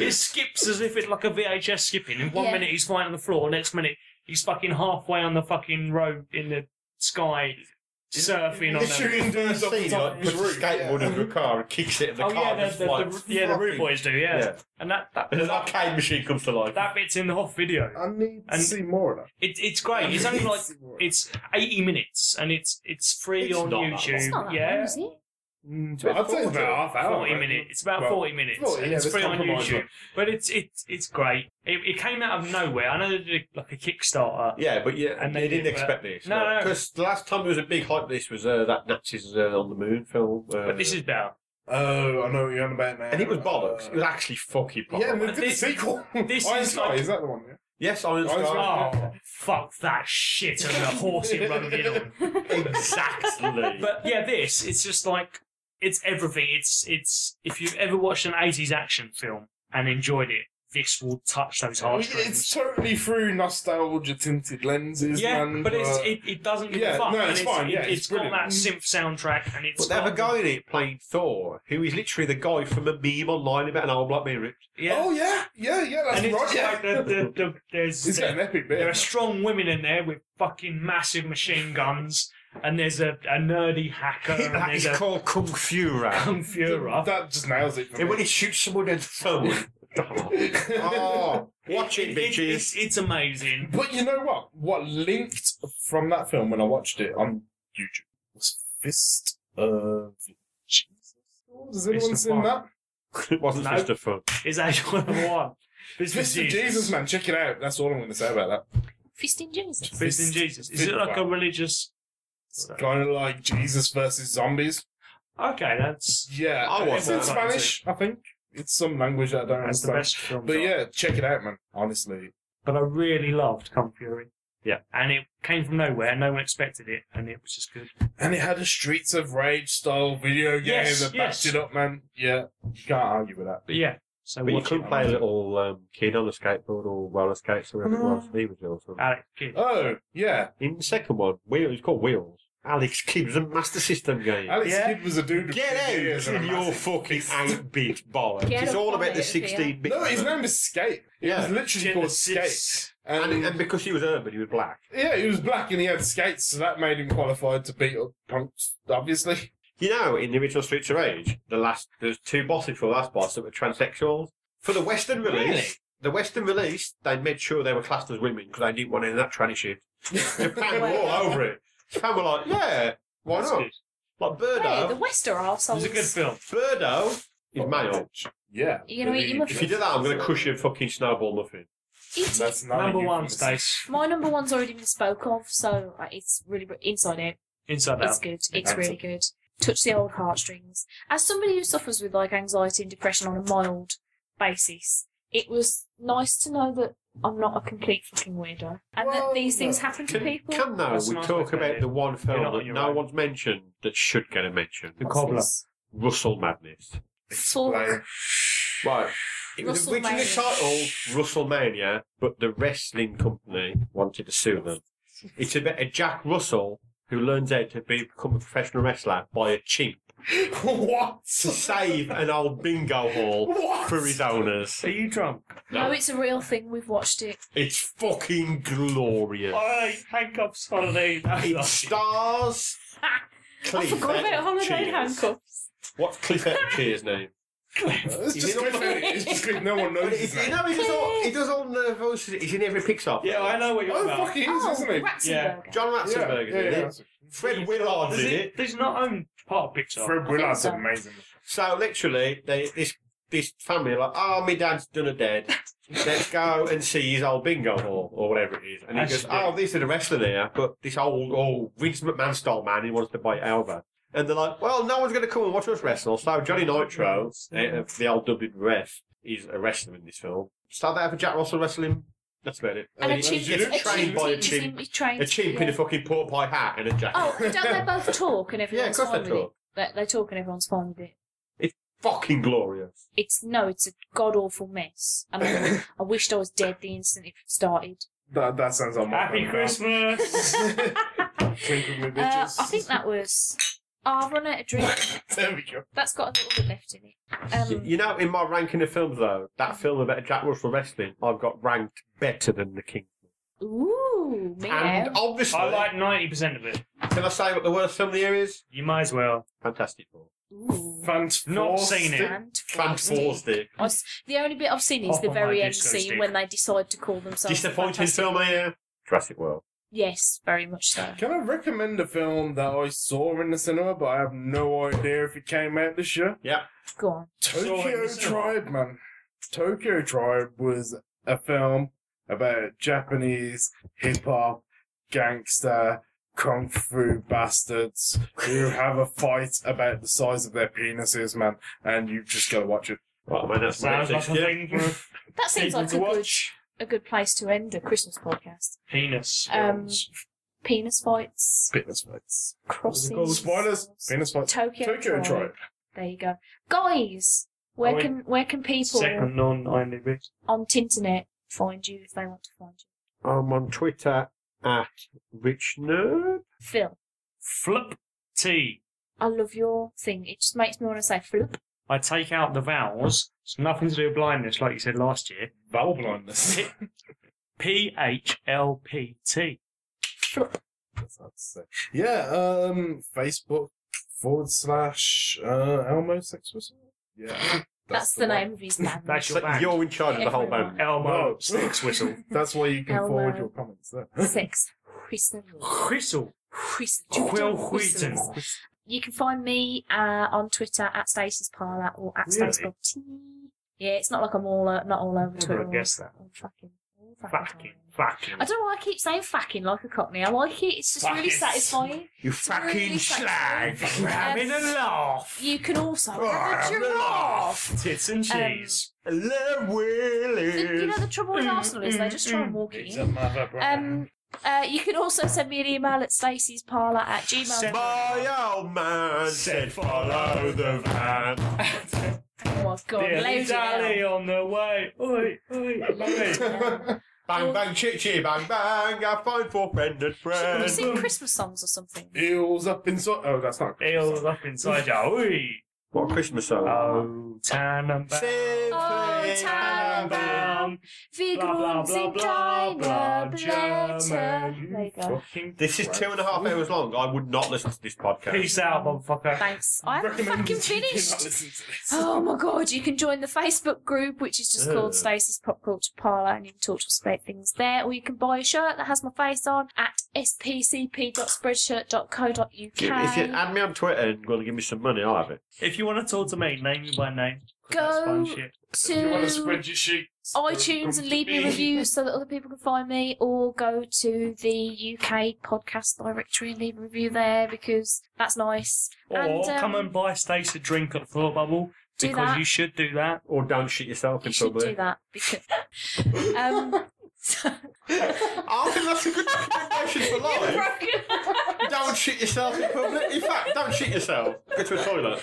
it skips as if it's like a VHS skipping. In one
Yeah.
minute he's flying on the floor, next minute he's fucking halfway on the fucking road in the sky, surfing on
He's
the.
shooting dudes off the
He,
top
like,
of his
puts
roof.
a skateboard
yeah.
under a car and kicks it at the
oh
car.
yeah,
and
the,
just
the,
like,
the- yeah, the Root Boys do, yeah.
Yeah.
And that, that,
And an
that,
arcade machine comes to life.
bit's in the Hoff video.
I need to
And-
see more of that.
It, it's great. It's only like it's eighty minutes, and it's it's free
It's
on
not that long.
YouTube.
It's not that
yeah,
long, is it?
Mm, I'd say it's about half hour.
forty
right?
minutes. It's about
Well,
forty minutes.
well, yeah,
and it's
that's
free on
compromise,
YouTube,
right?
but it's it's it's great. It, it came out of nowhere. I know they did like a Kickstarter.
Yeah, but yeah,
And
they
they
didn't
did,
expect this.
No, no.
Because the last time there was a big hype, this was uh, that Nazis uh, on the Moon film. Uh,
But this is better.
Oh, I know what you're on about now.
And it was bollocks. It was
Uh,
actually fucking bollocks.
yeah, and they did the
This-
sequel.
this
Iron
is
Sky,
like-
is that the one?
Yes, Iron
Iron
Sky.
Oh, fuck that shit and the horse it rubbed in on.
Exactly.
But yeah, this it's just like it's everything. It's it's if you've ever watched an eighties action film and enjoyed it, this will touch those
Yeah.
heartstrings.
It's totally through nostalgia tinted lenses,
Yeah,
man.
but it's, it, it doesn't give
Yeah,
a fuck.
no,
and
it's fine, yeah,
it,
it's
it's got
brilliant.
that synth soundtrack, and it's
But they have a
got-
guy in it playing Thor, who is literally the guy from a meme online about an arm like me ripped.
Yeah,
Oh, yeah. Yeah, yeah, that's
and it's
right.
just
Yeah.
like the, the, the, there's
it's got an
there,
epic
there are
bit.
strong women in there with fucking massive machine guns, and there's a, a nerdy hacker, and
that
there's
is
a
called Kung Fuhrer.
kung Fuhrer.
That just nails it for
and when
me.
he shoots someone in the phone. oh, watch it,
it's,
bitches.
it's amazing.
But you know what? What linked from that film when I watched it on YouTube was Fist of Jesus. Has anyone
of
seen
Fun.
that?
It wasn't
No.
just a phone.
It's actually number one. This
Fist of Jesus, man. Check it out. That's all I'm going to say about that.
Fist in Jesus.
Fist in Jesus. Is it like a religious?
It's kind of like Jesus versus zombies.
Okay, that's
Yeah.
I want
It's in
that.
Spanish, I think. It's some language that I don't
that's the
understand.
best film.
But yeah, check it out, man. Honestly.
but I really loved Kung Fury.
Yeah.
And it came from nowhere, no one expected it, and it was just good.
And it had a Streets of Rage style video game
Yes,
that
yes.
backed it up, man. Yeah. You can't argue with that.
But yeah, so
But you
watch it.
couldn't play a little um, kid on a skateboard or roller skates or whatever it was. He was awesome.
Alec Kidd.
Oh, yeah.
In the second one, Wheel, it's called Wheels. Alex Kidd was a Master System game.
Alex
Yeah.
Kidd was a dude with
Get
big ears
out
and a
in your
massive
fucking
fist.
8 bit bollocks.
Get
It's
up
all
on
about the
it, yeah.
16 bit.
No, his name is Skate. It was
Yeah.
literally called Skate.
Genesis.
And,
And, and because he was urban, he was black.
yeah, he was black and he had skates, so that made him qualified to beat up punks, obviously.
You know, in the original Streets of Rage, the last there's two bosses for the last boss that were transsexuals. For the Western release,
Really?
the Western release, they made sure they were classed as women because they didn't want any of that tranny shit. Japan were all over it. Japan were like, yeah, why
That's
not?
good.
Like
Hey, the
Birdo.
West are
It was
arseholes.
a good film.
Birdo is male.
Yeah.
You're gonna eat your
If you do that, I'm going to crush your fucking snowball muffin.
Eat it.
That's not a
Number one,
euphemism.
Stace.
My number one's already been spoke of, so uh, it's really inside out.
Inside
It's
Out.
good. It's really good. Touch the old heartstrings. As somebody who suffers with like anxiety and depression on a mild basis, it was nice to know that I'm not a complete fucking weirdo and that
Well,
these things
no.
happen to
Can,
people.
can now
That's
we
a nice
talk
perspective.
about the one film
not on
that
your
no
own.
one's mentioned that should get a mention?
The
What's
Cobbler.
this?
Russell Madness.
Like,
Right. It was
WrestleMania.
originally titled WrestleMania, but the wrestling company wanted to sue them. It's about a Jack Russell who learns how to be, become a professional wrestler by a chimp
what?
to save an old bingo hall
What?
for his owners.
Are you drunk?
No, it's a real thing. We've watched it.
It's fucking glorious.
I handcuffs holiday.
It stars
I
Cliff.
forgot about holiday
Cheers.
handcuffs.
What's Cliff Cheers name?
It's
He's
just
in all
good. It's just good. No one knows his
you
name.
know, he does all, he does all the voices. He's in every Pixar.
Yeah, I know what you're
Oh,
about.
fuck, he is,
oh,
isn't he?
Ratzenberger.
John
Yeah,
Ratzenberger.
yeah,
did
yeah.
it. Fred Willard's
Does
in
it-
it.
There's not own part of Pixar.
Fred Willard's
so.
amazing.
So literally, they, this this family are like, oh, my dad's done a dead. Let's go and see his old bingo hall or whatever it is. And he
That's
goes,
it.
oh, these are the wrestler there, but this old old Vince McMahon style man who wants to bite Elba. And they're like, well, no one's going to come and watch us wrestle. So Johnny Nitro, eh, the old WWF, is a wrestler in this film. So they have a Jack Russell wrestling. That's about it.
And a
And he-
chimp.
he gets
a
trained
chimp
by a
teaches him-
chimp.
he trains-
A chimp in
yeah.
a fucking pork pie hat and a jacket.
Oh, don't they both talk and
yeah, of
everyone's
course
fine
they
with
talk.
it? They, they talk and everyone's fine with it.
Fucking glorious.
It's no, it's a god awful mess. I mean, I wished I was dead the instant it started.
That, that sounds on my
Happy
phone now.
Christmas.
Drink with me,
Uh,
bitches.
I Uh, think that was. Oh, I've run out of drink.
there we go.
That's got a little bit left in it. Um,
you know, in my ranking of films though, that film about Jack Russell wrestling, I've got ranked better than The King.
Ooh, me
And obviously,
I like 90% of it.
can I say what the worst film of the year is?
You might as well.
Fantastic Four.
Ooh.
Fant-
Not seen it.
Fantastic.
Fantastic.
I s- The only bit I've seen is
Oh,
the
my
very end
disco
scene
stick.
when they decide to call themselves. the
Disappointing
Fantastic-
film of the year? Jurassic World.
Yes, very much so.
Can I recommend a film that I saw in the cinema, but I have no idea if it came out this year?
Go on.
Saw it in
Tokyo
the cinema.
Tribe, man. Tokyo Tribe was a film about Japanese hip hop gangster kung fu bastards who have a fight about the size of their penises, man. And you just gotta watch it.
Right, I mean, that's my
Sounds like
next
a
year.
thing for
That seems
people
like
to
a good,
watch.
a good place to end a Christmas podcast.
Penis.
Um,
films.
Penis fights,
Penis fights.
crossing.
Spoilers. Penis fights.
Tokyo,
Tokyo
Tribe.
Tribe.
There you go, guys. Where
Are we-
can where can people
Oh, Second on IMDb.
on Tinternet find you if they want to find you?
I'm on Twitter at Rich Nerd.
Phil,
Flip T.
I love your thing. It just makes me want to say flip.
I take out the vowels. It's nothing to do with blindness, like you said last year.
Vowel blindness.
P H L P T.
That's hard to say. Yeah, um, Facebook forward slash uh, Elmo Sex Whistle. Yeah,
That's, the, name of his band.
That's your band.
You're in charge of the whole
Everyone.
band.
Elmo
No.
Sticks Whistle.
That's where you can
Elmo.
forward your comments there.
Six. Whistle.
Whistle.
Whistle.
Quill Wheaton.
You can find me uh, on Twitter at Stacey's Parlour or at
Really?
Stacey's T. Yeah, it's not like I'm all uh, not all over Twitter.
Never guessed that.
I'm fucking. all
Fucking.
time.
Fucking.
I don't know why I keep saying fucking like a cockney. I like it. It's just really
Fucking.
satisfying.
You
It's really
fucking slag.
satisfying.
We're having a laugh.
You can also
Oh,
have a
having a
giraffe.
Tits and
Um,
cheese.
Love
The- you know
Willis.
the trouble with Arsenal is they just try and walk it in. Um, uh, you can also send me an email at stacey'sparlour at gmail.
My old man said follow the van.
Oh my god,
Dear
loads
Dally
of
on the way. Oi, oi, oi.
Bang bang chit chit bang bang. I find for friend and
Should we
friend.
sing Christmas songs or something?
Eels up inside. Oh, that's not.
Eels up inside you. Oi.
What Christmas song?
Oh, Tannenbaum.
Simply
Oh, Tannenbaum. Wir
Blah, blah,
grund
blah,
sind
blah, blah,
deine Blätter.
German.
There you go.
Fucking
This is
Christ.
two and a half hours long. I would not listen to this podcast.
Peace out, motherfucker.
Thanks. I haven't
Recommend
fucking
you do not
finished.
listen to this.
Oh my god, you can join the Facebook group, which is just
Ugh.
called Stacey's Pop Culture Parlour, and you can talk to us about things there, or you can buy a shirt that has my face on at
Give- If you
spcp.spreadshirt.co.uk.
add me on Twitter and want to give me some money, I'll have it.
If you want to talk to me, name me by name. 'Cause
Go
That's fun shit.
If you want to
To
spread your sheets,
uh,
iTunes and leave me reviews so that other people can find me, or go to the UK podcast directory and leave a review there because that's nice.
Or
and, um,
come and buy Stace a drink at Thought Bubble
do
because
that.
you should do that.
Or don't shit yourself
You
in
should do
public.
that because. Um, so-
I think that's a good recommendation for life. Don't shit yourself in public. In fact, don't shit yourself. Go to a toilet.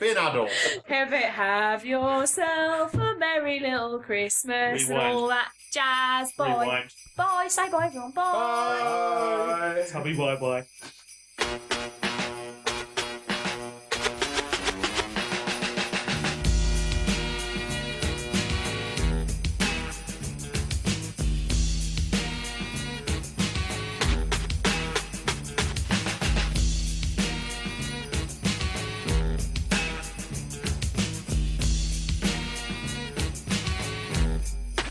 Be an adult.
Have it, have yourself a merry little Christmas and
Rewind.
all that jazz. Bye.
Rewind.
Bye. Say bye, everyone. Oh,
Bye.
Tell me bye bye.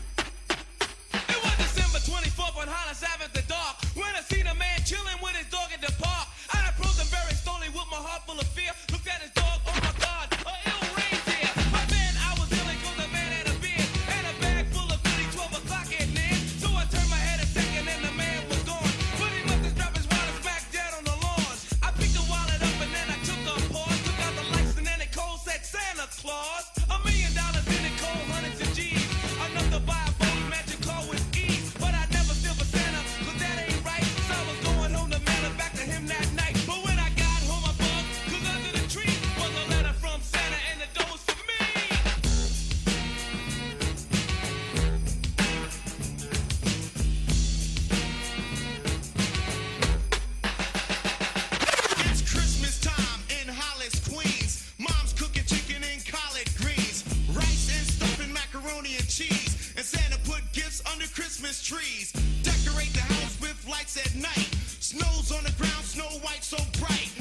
It was December 24th on Hollis Avenue, the dark. When I seen a man chilling with his dog in the park, I approached him very slowly with my heart full of fear. Looked at his dog, oh my God, a ill reindeer. But then I was dealing with a man had a beard and a bag full of goodies, 12 o'clock at night. So I turned my head a second and the man was gone. But he must have dropped his wallet back dead on the lawn. I picked the wallet up and then I took a pause, took out the lights and then it cold said Santa Claus. A million dollars in it, cold hundreds of G's. Enough to buy a boat, magic car with ease. But I never still for Santa, cause that ain't right. So I was going home to mail it back to him that night. But when I got home, I bugged, cause under the tree was a letter from Santa and the door was for me. It's Christmas time in Hollis, Queens. Mom's cooking chicken and collard greens, rice and stuffing macaroni and cheese. And Santa put gifts under Christmas trees. Decorate the house with lights at night. Snow's on the ground, snow white so bright.